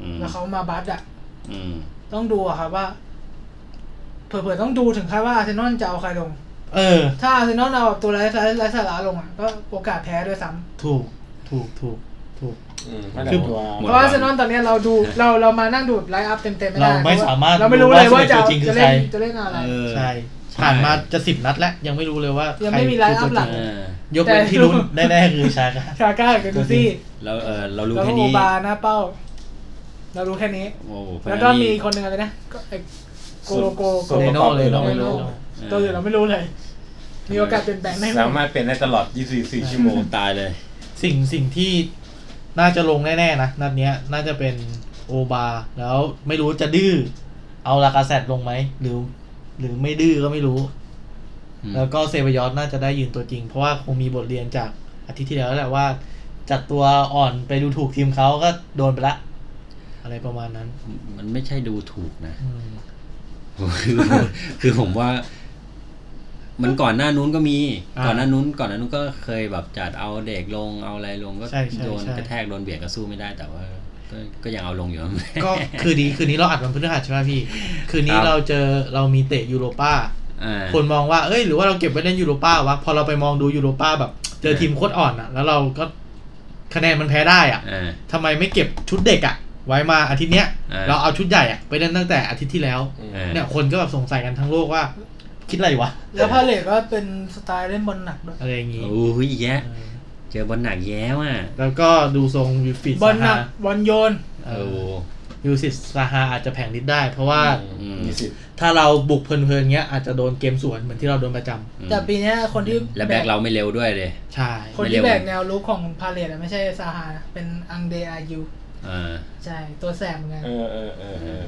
S1: อืม
S4: แล้วเขามาบัสอะ
S1: อืม
S4: ต้องดูอะครับว่า เผื่อๆต้องดูถึงขั้นว่าอาร์เซนอลจะเอาใครลง
S2: เออ
S4: ถ้าอาร์เซนอลเอาแบบตัวไร้สาระไร้สาระลงอะก็โอกาสแพ้ด้วยซ้ำ
S2: ถูก ถูก ถูก ถูก
S3: อืมนั่นแห
S2: คือ
S3: ละผ
S1: หม
S3: มว่า
S1: ด
S4: เพราะอา
S1: หวั
S4: ร์
S1: ง
S4: เซนอลตอนเนี้ยเราดูเราเรามานั่งดูไลฟ์อัพเต็มๆไม่ได้
S2: เราไม่สามารถ
S4: เราไม่รู้เลยว่าจะ
S2: รู้ว่าสิบเอ็ดตัวจริงคือ
S4: จะเล่น
S2: ใคร
S4: จะเล่นอะไร
S1: เออ
S2: ใช่
S1: ใช่
S2: ผ่านมาจะสิบนัดแล้ว ยังไม่รู้เลยว่า
S4: ยัง
S2: ใคร
S4: ไม่มีไลน์อัพหลัง
S1: เออ
S2: คืตัวจริงยกเว้นที่รุ่น
S6: แน่ๆคือชาก้า
S4: ชาก้ากับดูซี่
S1: เราเออเรารู้
S4: แล้ว
S1: แค่
S4: ก็โอ
S1: นี้
S4: บาหน้าเป้า เรารู้แค่นี้
S1: โอ้โห
S4: แล้วก็มี
S1: เพราะฉะนั้นนี่
S4: คนหนึ่งอะไรนะก็ไอ้โกโก
S3: โซ
S4: โก
S3: โ
S2: เดโน่เลยเราไม่
S4: เดโน่
S2: รู้
S4: ตัวอื่นเราไม่รู้เลย มีโอกาสเปลี่ยนแปลงได้ไหม
S3: สามารถเป็นได้ตลอด 24 ชั่วโม
S1: โอ้
S3: ง
S1: ตายเลย
S2: สิ่งสิ่งที่น่าจะลงแน่ๆนะนัดเนี้ย น่าจะเป็นโอบา แล้วไม่รู้จะดื้อ เอาลากาเซตลงไหม หรือ หรือไม่ดื้อก็ไม่รู้
S1: อืม
S2: แล้วก็เซบายอสน่าจะได้ยืนตัวจริง เพราะว่าคงมีบทเรียนจากอาทิตย์ที่แล้วแหละว่า จัดตัวอ่อนไปดูถูกทีมเขาก็โดนไปละ อะไรประมาณนั้น
S1: มันไม่ใช่ดูถูกนะ
S2: อืม
S1: คือคือผมว่า มันก่อนหน้านู้นก็มี
S2: อ่า
S1: ก่อนหน้านู้นก่อนหน้านู้นก็เคยแบบจัดเอาเด็กลงเอาอะไรลงก็
S2: ใช่ใช่
S1: โดน
S2: ใช่
S1: กระแทกโดนเบียดก็สู้ไม่ได้แต่ว่า ก็ก็ยังเอาลง อยู่
S2: ก็คืนนี้คืนนี้เราอัดวันพฤหัสใช่ไหมพี่ คืนนี้
S1: ครับ
S2: เราเจอเรามีเตะยูโรป้า
S1: อ่า
S2: คนมองว่า เอ้ย หรือว่าเราเก็บไว้เล่นยูโรป้าวะ พอเราไปมองดูยูโรป้าแบบ เจอ
S1: เออ
S2: ทีมโคตรอ่อนอะแล้วเราก็คะแนนมันแพ้ได้อะ
S1: อ่า
S2: ทำไมไม่เก็บชุดเด็กอะไว้มาอาทิตย์เนี้ย
S1: เออ
S2: เราเอาชุดใหญ่อะไปเล่นตั้งแต่อาทิตย์ที่แล้ว
S1: อ่า
S2: เนี่ยคนก็แบบสงสัยกันทั้งโลกว่า คิดอะไรวะ
S4: แล้วพาเลทก็เป็นสไตล์เล่นบอลหนักด้วย
S2: อะไรอย่างงี้
S1: โอ้ยแย่
S2: เออ
S1: เจอบอลหนักแย่ว่ะ
S2: แล้วก็ดูทรงยูฟิต
S4: บอล
S2: ซา
S4: หนั
S2: ฮาก
S4: บอลโยน
S2: เอ
S1: โอ้
S2: อยูฟิตซาฮาอาจจะแผงนิดได้ เพราะว่า
S1: อืม
S3: มีสิทธิ์
S2: ถ้าเราบุกเพลินๆเงี้ยอาจจะโดนเกมสวนเหมือนที่เราโดนประจำ
S4: แต่ปีเนี้ยคนที่
S1: และแบ็คเราไม่เร็วด้วยเลย
S2: ใช่
S4: คนที่
S1: ไม่
S4: แบ
S1: เร็ว
S4: กแนวลุกของพาเลทอะไม่ใช่ซาฮานะเป็นอังเดอายู
S1: อ่า
S4: ใช่ ตัวแสบเหมือนกัน
S3: เออเออเออเออ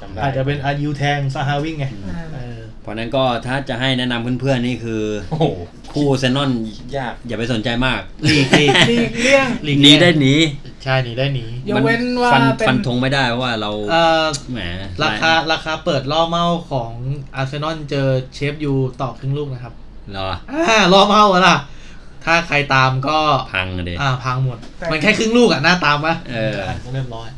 S3: จำได้
S2: อาจจะเป็นอายุแทงซาฮาวิ่งไง
S4: อ่า
S2: เออ
S1: เพราะนั้นก็ถ้าจะให้แนะนำเพื่อนๆนี่คือ
S3: โอ้โห
S1: คู่เซนนอน
S3: ยาก
S1: อย่าไปสนใจมาก
S2: หลีกหลีก
S4: หลีกเลี่ยง
S2: หลีก
S1: หนีได้หนี
S2: ใช่หนีได้หนี
S4: ยกเว้นว่า
S1: ฟัน
S4: เป็น
S1: ฟันธงไม่ได้ว่าเรา
S2: เอ่อ
S1: แหม
S2: ราคาราคาเปิดล่อเมาของอาร์เซนอลเจอเชฟยูต่อครึ่งลูกนะครับ
S1: เหรอ
S2: อ่าล่อเมาอะล่ะ ถ้าใครตามก็
S1: พังเลย
S2: อ่าพังหมด มันแค่ครึ่งลูกอ่ะหน้าตามปะ
S1: เออ
S2: ก็เรียบร้อย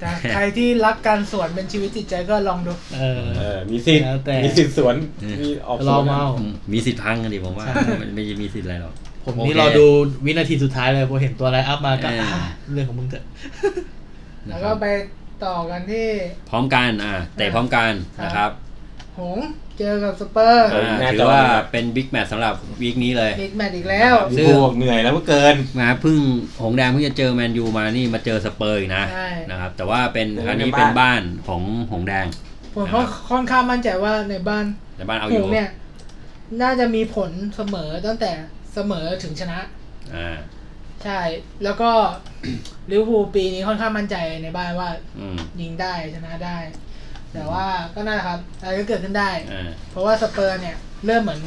S4: แต่ใครที่รักการสวนเป็นชีวิตจิตใจก็ลองดู
S2: เออ
S3: เออมีสิทธิ์
S2: แล้วแต่
S3: มีสิทธิ์สวน
S1: เออ
S3: มีออกส
S2: ล่อ
S3: วนนะ
S2: เมา
S1: มีสิทธิ์พังกันดิผมว่า
S2: ใช่
S1: มันไม่มีสิทธิ์อะไรหรอก
S2: ผม
S1: โอเค
S2: นี่รอดูวินาทีสุดท้ายเลยพอเห็นตัวไลน์อัพมาก็
S1: เอออ่
S2: ะเรื่องของมึงเถอะ
S1: นะ
S4: แล้ว
S1: ค
S4: ก็
S1: รับ
S4: ไปต่อกันที่
S1: พร้อมกันอ่าเตะพร้อมกันนะครับ
S4: หงส์เจอกับสเปอร์
S1: อ่าถือว่าเป็นบิ๊กแมตช์สำหรับวีคนี้เลย
S4: อีกแมตช์อีกแล้ว
S3: ลิเวอร์พูลบอกเหนื่อยแล้วก็เกิน
S1: มาเพิ่งหงแดงเพิ่งจะเจอแมนยูมานี่มาเจอสเปอร์อีกนะ
S4: ใช่
S1: นะครับ แต่ว่าเป็น
S3: เจอ
S1: ครั้งนี้
S3: ในบ้าน
S1: เป็นบ้านของหงแดง
S4: ผมก็ค่อนข้างมั่นใจว่าในบ้าน
S1: แต่บ้านเอาอ
S4: ห
S1: ยู่
S4: งเนี่ยน่าจะมีผลเสมอตั้งแต่เสมอถึงชนะ
S1: อ่า
S4: ใช่ แล้วก็ ลิเวอร์พูลปีนี้ค่อนข้างมั่นใจในบ้านว่า
S1: อืม
S4: ยิงได้ชนะได้ แต่ว่าก็น่าครับอะไรก็เกิดขึ้นได้
S1: อ่า
S4: เพราะว่าสเปอร์เนี่ย เริ่มเหมือน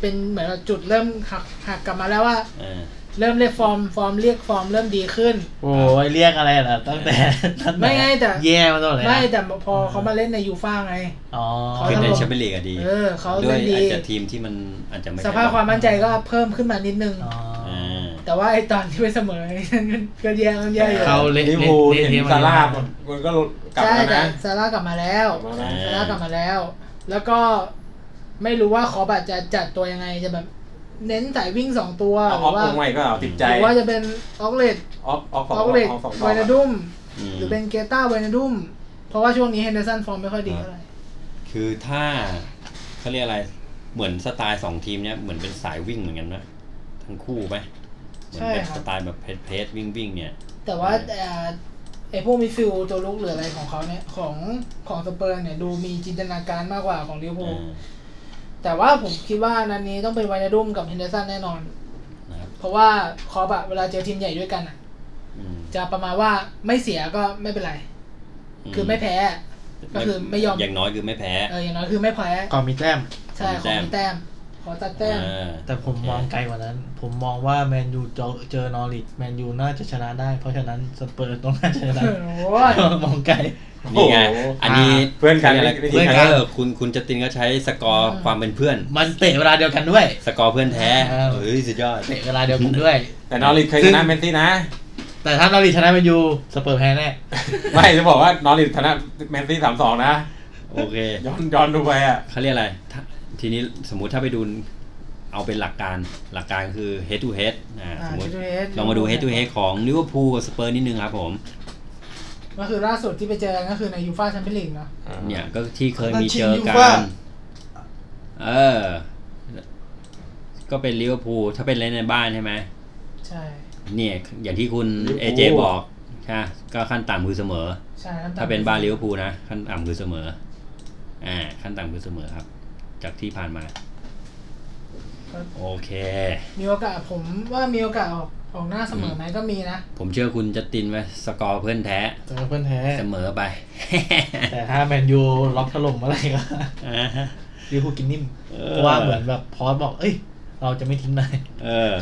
S4: เป็นเหมือนจุดเริ่มหักหักกลับมาแล้วว่า
S1: อ่า
S4: เริ่มเรียกฟอร์มฟอร์มเรียกฟอร์มเริ่มดีขึ้น
S2: โอ้ยเรียกอะไรล่ะตั้งแต่ตั้ง
S4: ไม่ไงแต่
S2: แย่มาตลอดเลยนะ
S4: ไม่แต่พอเขามาเล่นในยูฟ่าไง
S2: อ๋อ
S4: เขา
S1: คือ
S4: จะ
S1: ในแชมเปี้ยนลีกอะดี
S4: เออเขา
S1: ด้วย
S4: เล่นดี
S1: อาจจะทีมที่มันอาจจะไม่
S4: ส
S1: ใช่
S4: ภาพความมั่นใจก็เพิ่มขึ้นมานิดนึง
S2: อ๋อ
S1: อ่า
S4: แต่ว่าไอตอนที่ไปเสมอนี่มันก็แย่มันแย่อยู่
S2: เขาเละ
S3: ลิเวอร์พูล
S2: เละ
S3: เห็
S2: เทะ
S3: น
S2: ม
S3: ซาร่า
S2: เย
S3: มัน
S2: อะ
S3: มันก็กลับ
S4: ใช่
S3: แล้ว
S4: แต่
S3: นะ
S4: ซาร่ากลับมาแล้ว
S3: กลับมาแล้ว
S4: ซาร่ากลับมาแล้ว แล้วก็ไม่รู้ว่าขอบาดจะจัดตัวยังไงจะแบบ เน้นสายวิ่งสองตัว
S3: เอา
S4: ห
S3: ออ
S4: รือ
S3: ฟ
S4: ว่า
S3: องใหม่ก็เอาติดใจ
S4: หรือว่าจะเป็นออกเลต
S3: ออฟออฟส
S4: อ
S3: อง
S4: อกเลต
S3: ออฟสอง
S4: ไวนาดุม
S1: อืม
S4: หรือเป็นเกต้าไวนาดุมเพราะว่าช่วงนี้เฮนเดอร์สันฟอร์มไม่ค่อยดีเท่าไหร่
S1: คือถ้าเขาเรียกอะไร เหมือนสไตล์สองทีมเนี้ยเหมือนเป็นสายวิ่งเหมือนกันไหมทั้งคู่ไหมเหมือนเป็นสไตล์แบบเพจเพจวิ่งวิ่งๆเนี่ย
S4: แต่ว่าเอ่อไอพวกมิดฟิลด์ตัวลุกหรืออะไรของเขาเนี่ยของของสเปอร์เนี่ยดูมีจินตนาการมากกว่าของลิเวอร์พูล แต่ว่าผมคิดว่านันนี้ต้องเป็นไวนาดุมกับเฮนเดอร์สันแน่นอน
S1: นะครับ
S4: เพราะว่าคอปอะเวลาเจอทีมใหญ่ด้วยกันอะ
S1: อืม
S4: จะประมาณว่าไม่เสียก็ไม่เป็นไร คือไม่แพ้ ก็คือไม่ยอม
S1: อย่างน้อยคือไม่แพ้
S4: เอออย่างน้อยคือไม่แพ้
S7: ก่อนมีแต้ม
S4: ใช่ข
S1: ข
S4: อ
S1: อมี
S4: มี
S1: แต้
S4: แต้ม
S1: ม
S4: ขอตัดแต้ม
S1: อ่า
S2: แต่ผมมองไกลกว่านั้น ผมมองว่าแมนยูเจอนอริทแมนยูน่าจะชนะได้ เพราะฉะนั้นสเปอร์ต้องน่าจะชนะ
S4: โอ้ย
S2: มองไกล
S1: นี่ไง
S3: โอ้โห
S1: อันนี้
S7: อ่
S3: เพื่อนกัน
S1: อะไร
S3: วิธี
S1: เพื่อน
S7: กั
S1: กัน นเออคุณคุณจตินก็ใช้สกอร์
S4: อืม
S1: ความเป็นเพื่อน
S2: มันเตะเวลาเดียวกันด้วย
S1: สกอร์เพื่อนแท้
S2: อ้าว
S1: เฮ้ยสุดยอด
S2: เตะเวลาเดียวกันด้วย
S3: แต่นอริทเคยชนะเมนซี่นะ
S2: แต่ถ้านอริทชนะแมนยูสเปอร์แพ้แน่
S3: ไม่จะบอกว่านอริทชนะเมนซี่สามสองนะ
S1: โอเค
S3: ย้อนย้อนดูไปอ่ะ
S1: เขาเรียกอะไรถ้าทีนี้สมมุติถ้าไปดูเอาเป็นหลักการหลักการคือ head to head อ่า
S4: อ่า
S1: สมมติ
S4: head to head
S1: ลองมาดู head to head ของลิเวอร์พูลกับสเปอร์นิดนึงครับผม
S4: ก็คือล่าสุดที่ไปเจอกันก็คือในยูฟ่าแชมเปี้ยนลีกเนาะ
S1: เนี่ยก็ที่เคยมีเจอ
S7: นัดชิงยู
S1: กั
S7: ฟ่า
S1: น เออ ก็เป็นลิเวอร์พูลถ้าเป็นเล่นในบ้านใช่ไหม
S4: ใช่
S1: เนี่ย อย่างที่คุณ
S3: ลิเวอร์
S1: เอ
S3: พูล
S1: เจบอกใช่ก็ขั้นต่ำคือเสมอ
S4: ใช่ำตล
S1: ถ้าเป็นบ้านลิเวอร์พูลนะ ขั้นต่ำคือเสมอ อ่า ขั้นต่ำคือเสมอครับ จากที่ผ่านมา
S4: ก็
S1: โอเค
S4: มีโอกาสผมว่ามีโอกาสออกออกหน้าเสมอไหมก็มีนะ
S1: ผมเชื่อคุณจะตินไว้สกอร์เพื่อนแท้
S2: เจอเพื่อนแท้
S1: เสมอไป
S2: แต่ถ้าแมนยูล็อกถล่มอะไรก็
S1: อ่าฮะ
S2: ลิเวอร์พูลกินนิ่ม
S1: เออ
S2: เพราะว่าเหมือนแบบพอสบอก เอ้ย เราจะไม่ทิ้งนาย
S1: เออ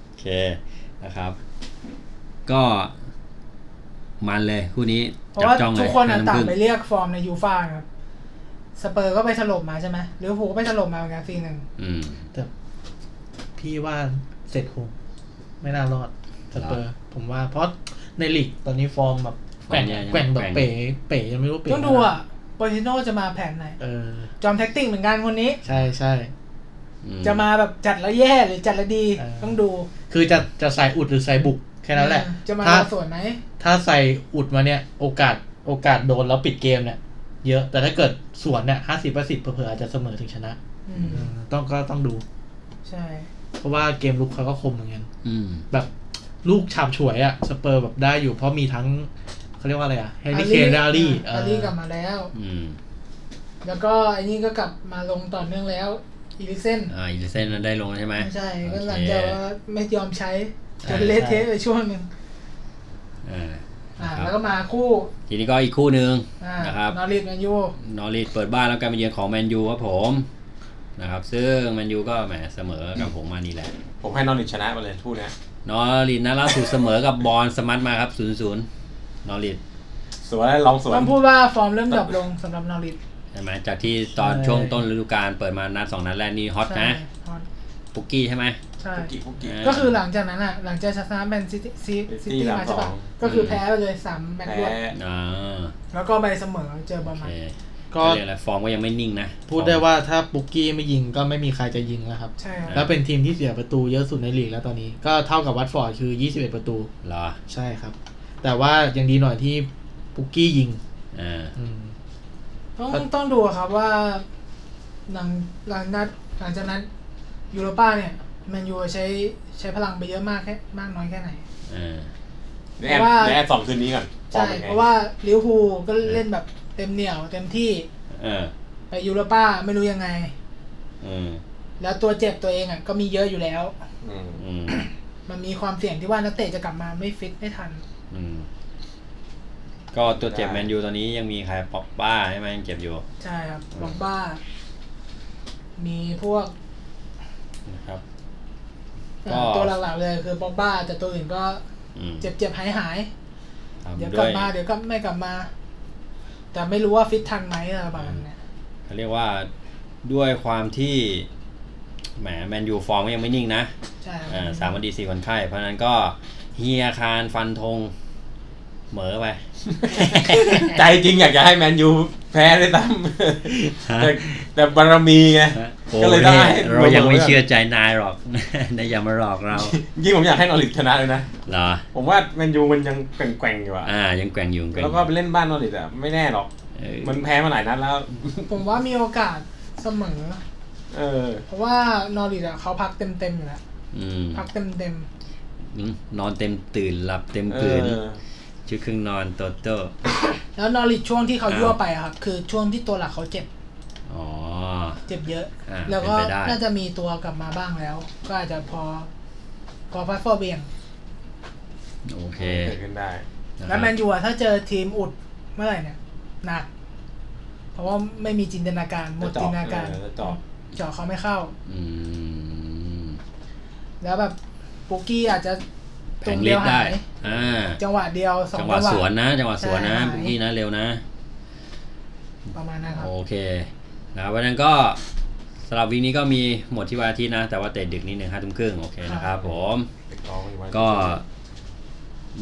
S1: โอเคนะครับ ก็มันเลยคู่นี้
S4: เพราะ
S1: จับ
S4: ว่า
S1: จ้องเลย
S4: ทุกคนอะ
S1: ห้ำ
S4: ต่าง
S1: รึ่ง
S4: ไปเรียกฟอร์มในยูฟ่าครับ สเปอร์ก็ไปถล่มมาใช่ไหมลิเวอร์พูลก็ไปถล่มมาเหมือนกันซีหนึ่ง
S1: อืม
S2: แต่พี่ว่าเสร็จคงไม่น่ารอดสเปอร์ผมว่าเพราะในลีกตอนนี้ฟอร์มแบบแกว่ง
S1: ฟอร์มแย่ยัง
S2: แกว่งแบบ
S1: แกว่ง
S2: เป๋เป๋ยังไม่รู้เป๋
S4: ต้องดูอ่ะโปรติโน่จะมาแผนไหน
S2: เออ
S4: จอมแท็กติกเหมือนกันคนนี้
S2: ใช่ใช่
S1: อื
S4: จะมาแบบจัดแล้วแย่หรือจัดแล้วดี
S2: เออ
S4: ต้องดู
S2: คือจะจะใส่อุดหรือใส่บุกแค่นั้นแหละ
S4: จะมา
S2: ถ้า
S4: สวนไหม
S2: ถ้าใส่อุดมาเนี่ย โอกาสโอกาสโดนแล้วปิดเกมเนี่ยเยอะแต่ถ้าเกิดสวนเนี่ยห้าสิบสิบเผื่อๆอาจจะเสมอถึงชนะ
S4: อืม
S2: เออต้องก็ต้องดู
S4: ใช่
S2: เพราะว่าเกมลุกเขาก็คมเหมือนกัน
S1: อืม
S2: แบบลูกฉาบฉวยอะสเปอร์แบบได้อยู่เพราะมีทั้งเขาเรียกว่าอะไรอะแฮร์รี่เคนและอารี่
S4: อาอารี่กลับมาแล้ว
S1: อืม
S4: แล้วก็ไอ้นี่ก็กลับมาลงต่อเนื่องแล้วอีลิกเซน
S1: อ่าอีลิเซนนั้นได้ลงแล้วใช่ไหม
S4: ใช่ก็
S1: โอเค
S4: หลังจากว่าไม่ยอมใช้จนเละเทะไปช่วงหนึ่ง
S1: อ่า
S4: อ่า
S1: ค
S4: แล้ว
S1: รับ
S4: ก็มาคู่
S1: ทีนี้ก็อีกคู่หนึ่ง
S4: อ่า
S1: นะครับ
S4: นอริทแมนยู
S1: นอริทเปิดบ้านแล้วการมาเยือนของแมนยูครับผมนะครับ ซึ่งแมนยูก็แหมเสมอกับผมมานี่แหละ
S3: ผมให้นอริทชนะไปเลยทู่เนี้ย
S1: นอริทนัดล่าสุดเสมอกับบอลสมัตมาครับศูนย์ศูนย์นอริท
S3: สวนลองสวน
S4: ต้องพูดว่าฟอร์มเริ่มดรอปลงสำหรับนอริท
S1: ใช่ไหมจากที่ตอนช่วงต้นฤดูกาลเปิดมานัดสองนัดแรกนี่ฮอต
S4: ใช่
S1: นะ
S4: ฮอต
S1: ปุกกี้ใช่ไหม
S4: ใช่
S3: คุกกี้คุกกี้
S1: อ่า
S4: ก็คือหลังจากนั้นอ่ะ หลังจากชนะแมนซิตี้ซิตี้มาใช่ปะ
S3: สามสอง
S4: ก็คือแพ้ไปเลยสามแมตช์ร
S3: แพ้
S4: วด
S1: อ่า
S4: แล้วก็ไปเสมอเจอบอ
S1: โอ
S4: ลมา
S1: เค
S2: ก็
S1: ก็เรียกอะไรฟอร์มก็ยังไม่นิ่งนะ
S2: พูดได้ว่าถ้าปุกกี้ไม่ยิงก็ไม่มีใครจะยิงแล้วครับ
S4: ใช่ครับ
S2: แล้วเป็นทีมที่เสียประตูเยอะสุดในลีกแล้วตอนนี้ ก็เท่ากับวัตฟอร์ดคือ 21 ประตู
S1: เหรอ
S2: ใช่ครับ แต่ว่ายังดีหน่อยที่ปุกกี้ยิง
S1: อ่า
S2: อืม
S4: ต้อง
S2: ก็
S4: ต้องดูอะครับว่าหลังหลังนัดหลังจากนั้นยูโรป้าเนี่ยแมนยูใช้ใช้พลังไปเยอะมากแค่มากน้อยแค่ไหน
S1: อ่า
S3: เดี๋ยวแอด
S4: เพราะว่า
S3: เดี๋ยวแอดสองคืนนี้ก่อนฟอ
S4: ใช่
S3: มป็นไง
S4: เพราะว่าลิเวอร์พูลก็เล่นแบบเต็มเหนี่ยวเต็มที่
S1: เออ
S4: ไปยูโรป้าไม่รู้ยังไง
S1: เออ
S4: แล้วตัวเจ็บตัวเองอ่ะก็มีเยอะอยู่แล้ว
S3: อืม
S1: อืม
S4: มันมีความเสี่ยงที่ว่านักเตะจะกลับมาไม่ฟิตไม่ทัน
S1: อืมก็ตัวเจ็บแมนยูตอนนี้ยังมีใครป๊อปป้าใช่ไหมยังเจ็บอยู่
S4: ใช่ครับบอกบ้า มีพวก
S1: นะครับ
S4: เอ่อ
S1: ก็
S4: ตัวหลักๆเลยคือบอกบ้า แต่ตัวอื่นก็
S1: อืม
S4: เจ็บเจ็บหายหายๆ
S1: ตาม
S4: เดี๋ยว
S1: ด้
S4: กลั
S1: ว
S4: บ
S1: ย
S4: มาเดี๋ยวก็ไม่กลับมา แต่ไม่รู้ว่าฟิตทันไหมอะไรประมาณเนี้ย
S1: เขาเรียกว่าด้วยความที่แหมแมนยูฟอร์มก็ยังไม่นิ่งนะ
S4: ใช่
S1: อ่าสามวันดีสี่วันไข้ เพราะฉะนั้นก็เฮียคารฟันธงเหมอไป
S3: ใจจริงอยากจะให้แมนยูแพ้ด้วยซ้
S1: ฮะ
S3: ำแต่แต่บารมีไง
S1: โอ้
S3: ก็เลย
S1: ย
S3: ต้องให้
S1: เรายังไม่
S3: บ
S1: เชื่อใจนายหรอก นายอย่ามาหลอกเรา
S3: ยิ่งผมอยากให้นอริทชนะเลยนะ
S1: เหรอ
S3: ผมว่าแมนยูมันยังแกว่งๆอยู่อะ
S1: อ่า ยังแกว่งอยู่ยังแกว่ง
S3: แล้วก็ไปเล่นบ้านนอริทอะไม่แน่หรอก
S1: เออ
S3: มันแพ้มาหลายนัดแล้ว
S4: ผมว่ามีโอกาสเสมอ
S3: เออ
S4: เพราะว่านอริดอะเขาพักเต็มๆอยู่แล้ว
S1: อืม
S4: พักเต็ม
S1: อืมนอนเต็มตื่นหลับเต็มตื่น
S3: เออ
S1: ชุดเครื่องนอนโตโต้
S4: ๆแล้วนอริดช่วงที่เขา
S1: อ้าว
S4: ยั่วไปอะครับ คือช่วงที่ตัวหลักเขาเจ็บ
S1: อ๋อ
S4: เจ็บเยอะ
S1: อ่า
S4: แล้วก็
S1: เป็นไปได้
S4: น่าจะมีตัวกลับมาบ้างแล้ว ก็อาจจะพอ พอพัดฟอเบียง
S1: โอเค
S3: เกิดขึ้นได้
S1: ะครับ
S4: แล้วแมนยูอะถ้าเจอทีมอุดเมื่อไหร่เนี่ย หนัก เพราะว่าไม่มีจินตนาการหมดจินตนาการ
S3: เออเจาะ
S4: เจาะเขาไม่เข้า
S1: อืม
S4: แล้วแบบปุกกี้อาจจะ
S1: แผ
S4: ตุ่
S1: ง
S4: ม
S1: เล
S4: เดีย
S1: ด
S4: ว
S1: ได้
S4: หาย
S1: อ่า
S4: จังหวะเดียวสอง
S1: จังหวะ
S4: จัง
S1: ส
S4: หวะ
S1: วนนะ จังหวะสวนนะ
S4: ใช่
S1: ปุ๊กกี้นะเร็วนะ
S4: ประมาณนั้นครับ
S1: โอเคนะครับวันนั้นก็สำหรับวีคนี้ก็มีหมดที่วันอาทิตย์นะ แต่ว่าเตะดึกนิดหนึ่งห้าทุ่มครึ่งโอเคนะครับผม
S3: น้องอยู่วัน
S1: ก็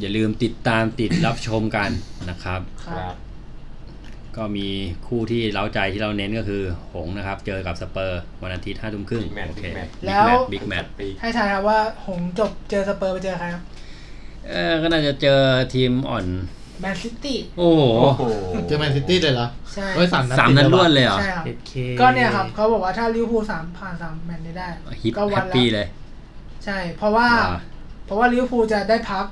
S1: อย่าลืมติดตามติดรับชมกันนะครับ
S3: ครับ
S1: ก็มีคู่ที่เล้าใจที่เราเน้นก็คือ หงส์นะครับ เจอกับสเปอร์ วันอาทิตย์ห้าทุ่มครึ่ง
S3: Big match
S1: โอเค
S3: Big match
S4: แล้
S1: บิ๊ก
S4: ว
S1: แมตช์บิ๊กแมตช์
S3: ปี
S4: ให้ทายครับว่าหงส์จบเจอสเปอร์ไปเจอใครครับ
S1: เออก็น่าจะเจอทีมอ่อน
S4: แมนซิตี้
S1: โอ้โห
S3: โอ้โห
S2: เจอแมนซิตี้เลยเหรอ
S4: ใช่
S2: เอ้ยสามนัด
S1: สามนัดรวดเลยเหรอ
S4: ใช่ครับ
S6: เอ็ดเค
S4: ก็เนี่ยครับเขาบอกว่าถ้าลิเวอร์พูลสามผ่านสามแมตช์นี้ได้
S1: ฮิต
S4: ก็
S1: แฮ
S4: วั
S1: ป
S4: ละ
S1: ปี้เลย
S4: ใช่ เพราะว่า
S1: ว้า
S4: เพราะว่าลิเวอร์พูลจะได้พัก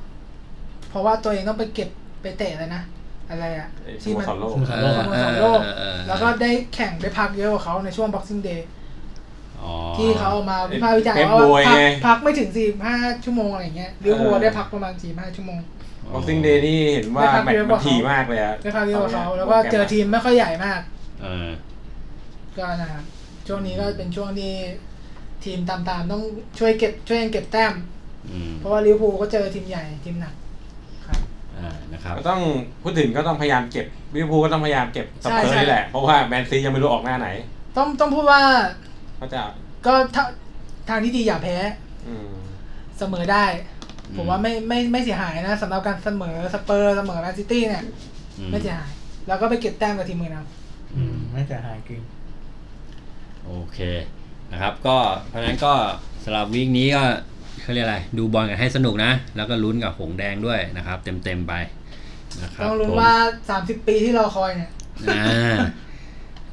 S4: เพราะว่าตัวเองต้องไปเก็บไปเตะเลยนะ อะไรอะ
S3: ไอ้ส
S4: ที่
S3: โม
S4: มัน
S3: สรโลก
S1: เออเอ
S4: ส
S1: อ
S4: อง
S1: เอ
S4: โล
S1: อก เออ
S4: แล้วก็ได้แข่งได้พักเยอะกว่าเขาในช่วง boxing day
S1: อ๋อ
S4: ที่เขาเอามาวิพากษ์วิจารณ์ว่า
S3: เอฟโวย
S4: พัก
S3: ไง
S4: พักไม่ถึง 45 ชั่วโมงอะไรอย่างเงี้ยลิเวอร์พูลได้พักประมาณ 45 ชั่วโมง
S3: บ็อกซิ่งเดย์นี่เห็นว่า
S4: ได้ครับ
S3: แมตช์
S4: เรียนบ
S3: มั
S4: อน ก
S3: ถี่
S4: เขา
S3: มากเลยอะ
S4: ได้พักเยอะกว่าเขาแล้วก็เจอทีมไม่ค่อยใหญ่มาก
S1: เออ
S4: ก็นะครับช่วงนี้ก็เป็นช่วงที่ทีมตามๆต้องช่วยเก็บช่วยกันเก็บแต้ม
S1: อืม
S4: เพราะว่าลิเวอร์พูลก็เจอทีมใหญ่ทีมหนักครับ
S1: อ่านะครับ
S3: ก็ต้องพูดถึงก็ต้องพยายามเก็บลิเวอร์พูลก็ต้องพยายามเก็บส
S4: ใช่
S3: เปอร์
S4: ใช่
S3: นี่แหละ เพราะว่าแมนซียังไม่รู้ออกหน้าไหน
S4: ต้องต้องพูดว่า
S3: ก็จะ
S4: ก็ถ้าทางที่ดีอย่าแพ้
S3: อืม
S4: เสมอได้
S1: อืม
S4: ผมว่าไม่ไม่ไม่เสียหายนะสำหรับการเสมอสเปอร์เสมอแมนซิตี้เนี่ย
S1: อื
S4: ไม่เสียหาย แล้วก็ไปเก็บแต้มกับทีมอื่นเอา
S6: อืมน่าจะหายจริง
S1: โอเคนะครับก็เพราะฉะนั้นก็สำหรับวีคนี้ก็เขาเรียกอะไร ดูบอลกันให้สนุกนะ แล้วก็ลุ้นกับหงส์แดงด้วยนะครับ เต็มๆไปนะครับ
S4: ต้องรู้
S1: ผม
S4: ว่า 30 ปีที่รอคอยเนี่ย
S1: อ่า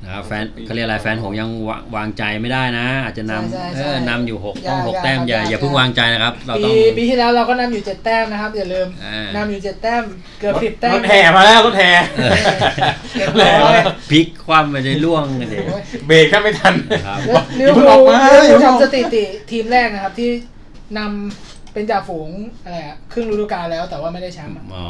S1: นะครับแฟนเขาเรียกอะไรแฟนหงส์ยังวาวางใจไม่ได้นะ อาจจะ
S4: ใช่
S1: นำ
S4: ใช่
S1: เออ
S4: ใช่
S1: นำอยู่หก
S4: อย่า
S1: ต้องหก
S4: อย่า
S1: แต้มอย่า
S4: อย่า
S1: อย่าเพิ่งวางใจนะครับ เรา
S4: ปี
S1: ต้อง
S4: ปีที่แล้วเราก็นำอยู่ 7 แต้มนะครับ อย่าลืม
S1: อ่าน
S4: ำ
S1: น
S4: อยู่ 7 แต้ม เกือบสิบ10 แต้
S3: ร
S4: ม
S3: ถแห่มาแล้วรถแห่
S4: เรียบร้อย
S1: พลิกคว่ำมันจะล่วงกันเลย
S3: เบรกแทบไม่ทัน
S1: ครับ
S4: ลิ
S3: อย่า
S4: เวอ
S3: เพิ่
S4: ร์พูล
S3: งออกมา
S4: ลิเวอย่
S3: อา
S4: ร์
S3: เพิ่
S4: พูล
S3: งออก
S4: ทำสถิติทีมแรกนะครับ ที่นำเป็นจ่าฝูงอะไรอะครึ่งฤดูกาลแล้วแต่ว่าไม่ได้แชมป์อะ
S1: อ๋อ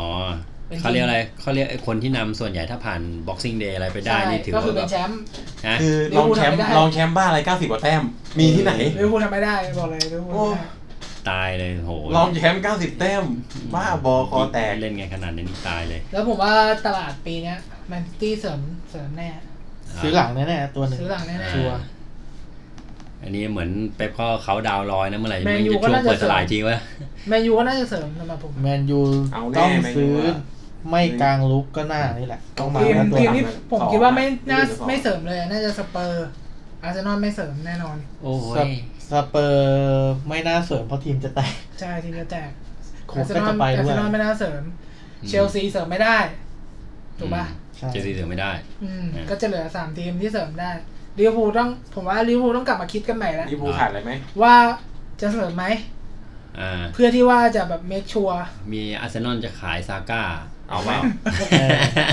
S4: เป็นทีม
S1: เขาเรียกอะไรเขาเรียกไอ้คนที่นำส่วนใหญ่ถ้าผ่าน boxing day อะไรไปได้นี่ถือ
S4: ก็
S1: ว่า
S4: คือ
S1: แบ
S4: เป็
S1: บ
S4: นแชมป์
S1: นะ
S3: คือลองแชมป์
S4: ลิเวอร์พูลทำไม่ได้
S3: ลองแชมป์บ้าอะไรเก้าสิบกว่าแต้ม มีที่ไหน
S4: ลิเวอร์พูลทำไม่ได้บอกเลยลิเวอร์พูลทำไม่ได้
S1: ตายเลยโห
S3: ลองแชมป์เก้าสิบแต้ม บ้าบอคอแตก
S1: เล่นไงขนาดนี้นี่ตายเลย
S4: แล้วผมว่าตลาดปีเนี้ยแมนซิตี้เสริมเสริมแน่
S2: ซื้อหลังแน่ๆตัวหนึ่ง
S4: ซื้อหลังแน่ๆ
S2: ชัวร์
S1: อันนี้เหมือนเป๊ปก็เขาดาวน์ลอยนะเมื่อไหร่
S4: แมนยู
S1: จะ
S4: ก็
S1: ช่วง
S4: น่าจะ
S1: เปิดตลาดทีวะ
S4: แมนยูก็น่าจะเสริมสำหรับผม
S2: แมนยู
S3: เอาแน่
S2: ต้อง
S3: แมนยู
S2: ซื้อ
S3: อะ
S2: ไม่กลางลุกก็หน้านี่แหละ ต้องมา
S4: ทีม
S2: แล้วตัว
S4: ทีม
S2: หลัง
S4: นี้
S3: หลัง
S4: ผม
S3: สอง
S4: คิดว่าไม่น่า
S3: หรือสอง
S4: ไม่เสริมเลยน่าจะสเปอร์อาร์เซนอลไม่เสริมแน่นอน
S1: โอ้โห
S2: สเปสเปอร์ไม่น่าเสริมเพราะทีมจะแตก
S4: ใช่ทีมจะแตก
S2: โค
S4: อาร์เซ
S2: ก็
S4: นอ
S2: จะ
S4: ล
S2: ไป
S4: อาร์
S2: ด้ว
S4: เซ
S2: ย
S4: นอลไม่น่าเสริม เชลซีเสริมไม่ได้ ถูกปะ
S2: ใช่
S1: เจสีเถือไม่ได้
S4: อืม
S1: อืม
S4: ก็จะเหลือสามทีมที่เสริมได้ลิเวอร์พูลต้องผมว่าลิเวอร์พูลต้องกลับมาคิดกันใหม่แล้ว
S3: ลิเวอร์พูลขาดอะไรไหม
S4: ว่าจะเสริมไหม
S1: อ่า
S4: เพื่อที่ว่าจะแบบเมคชัวร์
S1: มีอาร์เซนอลจะขายซาก้า
S3: เอาไหม
S2: เออ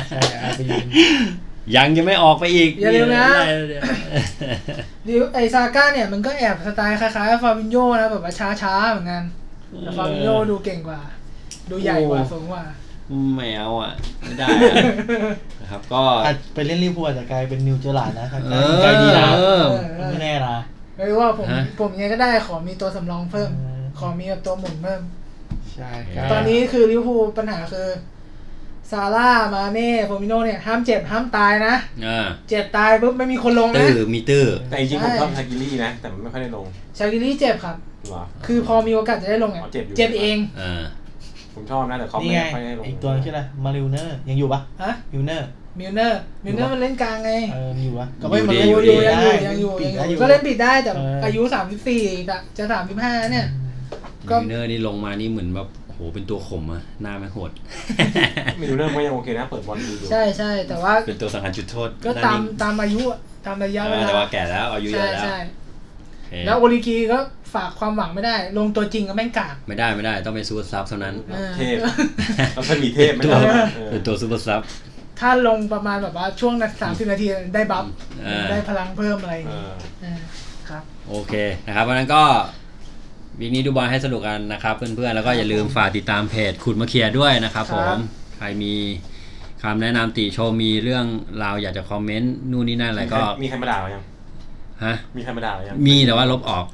S2: ใช่เอาไปยิง
S1: ยังยังไม่ออกไปอีก
S4: อย่าลืมนะ
S1: ได้เดี๋ยว
S4: ลิเวไอซาก้าเนี่ยมันก็แอบสไตล์คล้ายๆฟาบินโยนะแบบว่าช้าๆเหมือนกันแต่ฟาบินโยดูเก่งกว่า ดูใหญ่กว่า
S2: โอ้
S4: สูงกว่า
S1: ไม่เอาอ่ะไม่ได้อะนะครับก็
S2: อาจไปเล่นลิเวอร์พูลอาจจะกลายเป็นนิวเจอร์ลาร์ดนะถ้า
S1: เอ
S2: การ
S1: อ
S2: ใจดีนะ
S1: เออ
S2: ไม่แน่นะ
S4: ไม่รู้ว่าผม
S1: ฮะ
S4: ผมยังไงก็ได้ขอมีตัวสำรองเพิ่ม
S2: อืม
S4: ขอมีแบบตัวหมุนเพิ่ม
S2: ใช่
S1: อ่า
S4: ตอนนี้คือลิเวอร์พูลปัญหาคือซาร่ามาเน่โฟมิโนเนี่ย ห้ามเจ็บห้ามตายนะ
S1: อ่า
S4: เจ็บตายปุ๊บไม่มีคนลงนะ
S1: ตื้อมีตื้อ
S3: แต่จริงๆ
S4: ใช่
S3: ผมชอบทากิลี่นะ แต่มันไม่ค่อยได้ลง
S4: ชากิลี่เจ็บครับ
S3: เหรอ
S4: คือพอมีโอกาสจะได้ลงเนี่ย
S3: อ๋อเจ็บอยู่
S4: เจ็บเอง
S1: อ่า
S3: ผมชอบนะ แต่เขา
S2: นี่
S3: ไม่
S2: ไง
S3: ค่อยได้ลง
S2: อีกตัวนึงชื่ออะไรมาริวเนอร์ยังอยู่ปะ
S4: ฮะ
S2: ยูเนอร์
S4: มิลเนอร์มิลเนอร์มันเล่นกลางไง
S2: เออยังอยู่ปะ
S1: ก็ไม่มัน
S4: อ
S1: อยู่
S4: ยู่
S1: ดี
S4: อยู่ยังอยู่
S2: ได้
S4: ยังอยู่
S2: ปี
S4: ยัง
S2: ได้
S4: อยู่ก็เล่นปิดได้แต่
S2: เอออ
S4: อายุ 34จะจะ35 เนี่ย ก็
S1: วินเนอร์นี่ลงมานี่เหมือนแบบโหเป็นตัวข่มอะหน้าไม่โห ด
S3: มิลเนอร์ก็ยังโอเคนะ เปิดบอลดีอยู่
S4: ใช่ใช่แต่ว่า
S1: เป็นตัวสังหารจุดโทษ
S4: ก็
S1: หน้
S4: ตาม
S1: นิ่ง
S4: ตามอายุอะตามระยะเว
S1: อ่า
S4: ลา
S1: แต่ว่าแก่แล้วอายุเย
S4: ใช่
S1: อะแล้ว
S4: ใช่
S1: โอเค
S4: แล้วโอลิกีก็ฝากความหวังไม่ได้ ลงตัวจริงก็แม่งกาก
S1: ไม่ได้ไม่ได้ต้องเป็นซูเปอร์ซับเท่านั้น
S4: เออ
S3: เทพ ต้องถ้ามีเทพไม่
S1: ตัว
S3: ได้นะเออ
S1: เป็นตัวซูเปอร์ซับ
S4: ถ้าลงประมาณแบบว่าช่วงนาสามสิบนาทีได้บัฟ
S1: อ่า
S4: ได้พลังเพิ่มอะไรอย่าง
S3: เอ
S4: งี้
S3: อ
S4: เออครับ
S1: โอเคนะครับวันนั้นก็วีคนี้ดูบอลให้สนุกกันนะครับ เพื่อนๆแล้วก็อย่าลืมฝากติดตามเพจขุดมาเคลียร์ด้วยนะครับ
S4: ค
S1: ผ
S4: รับ
S1: มใครมี คำแนะนำติโชมมีเรื่องราวอยากจะคอมเมนต์นู่นนี่นั่นอะไรก็
S3: มีใครมาด่าไหมยัง
S1: ฮะ
S3: มีใครมาด่าไหมยัง
S1: มีแต่ว่าลบออก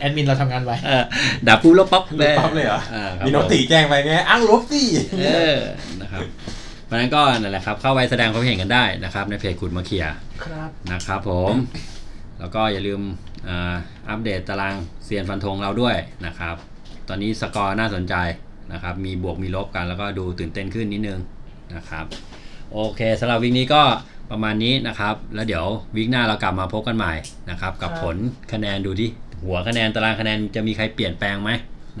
S2: แอดมินเราทำงานไว
S1: เออด่าปุ๊บลบปั๊บเลย
S3: ปั๊บเลยเหรอ
S1: อ่าครับ
S3: มีโนติแจ้งไปไงอ้างลบสิ
S1: เออนะครับเพราะฉะนั้นก็นั่นแหละครับ เข้าไปแสดงความเห็นกันได้นะครับ ในเพจขุดมาเขีย
S4: ครับ
S1: นะครับผม แล้วก็อย่าลืมอ่าอัปเดตตารางเซียนฟันธงเราด้วยนะครับ ตอนนี้สกอร์น่าสนใจนะครับ มีบวกมีลบกันแล้วก็ดูตื่นเต้นขึ้นนิดนึงนะครับ โอเคสำหรับวิกนี้ก็ประมาณนี้นะครับ แล้วเดี๋ยววิกหน้าเรากลับมาพบกันใหม่นะครับ กับ
S4: ครับ
S1: ผลคะแนนดูที่หัวคะแนนตารางคะแนนจะมีใครเปลี่ยนแปลงไหม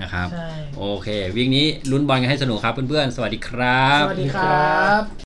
S1: นะครับ
S4: ใช่
S1: โอเควิกนี้ลุ้นบอลกันให้สนุกครับเพื่อนๆ สวัสดีครับ
S4: สวัสดีครับ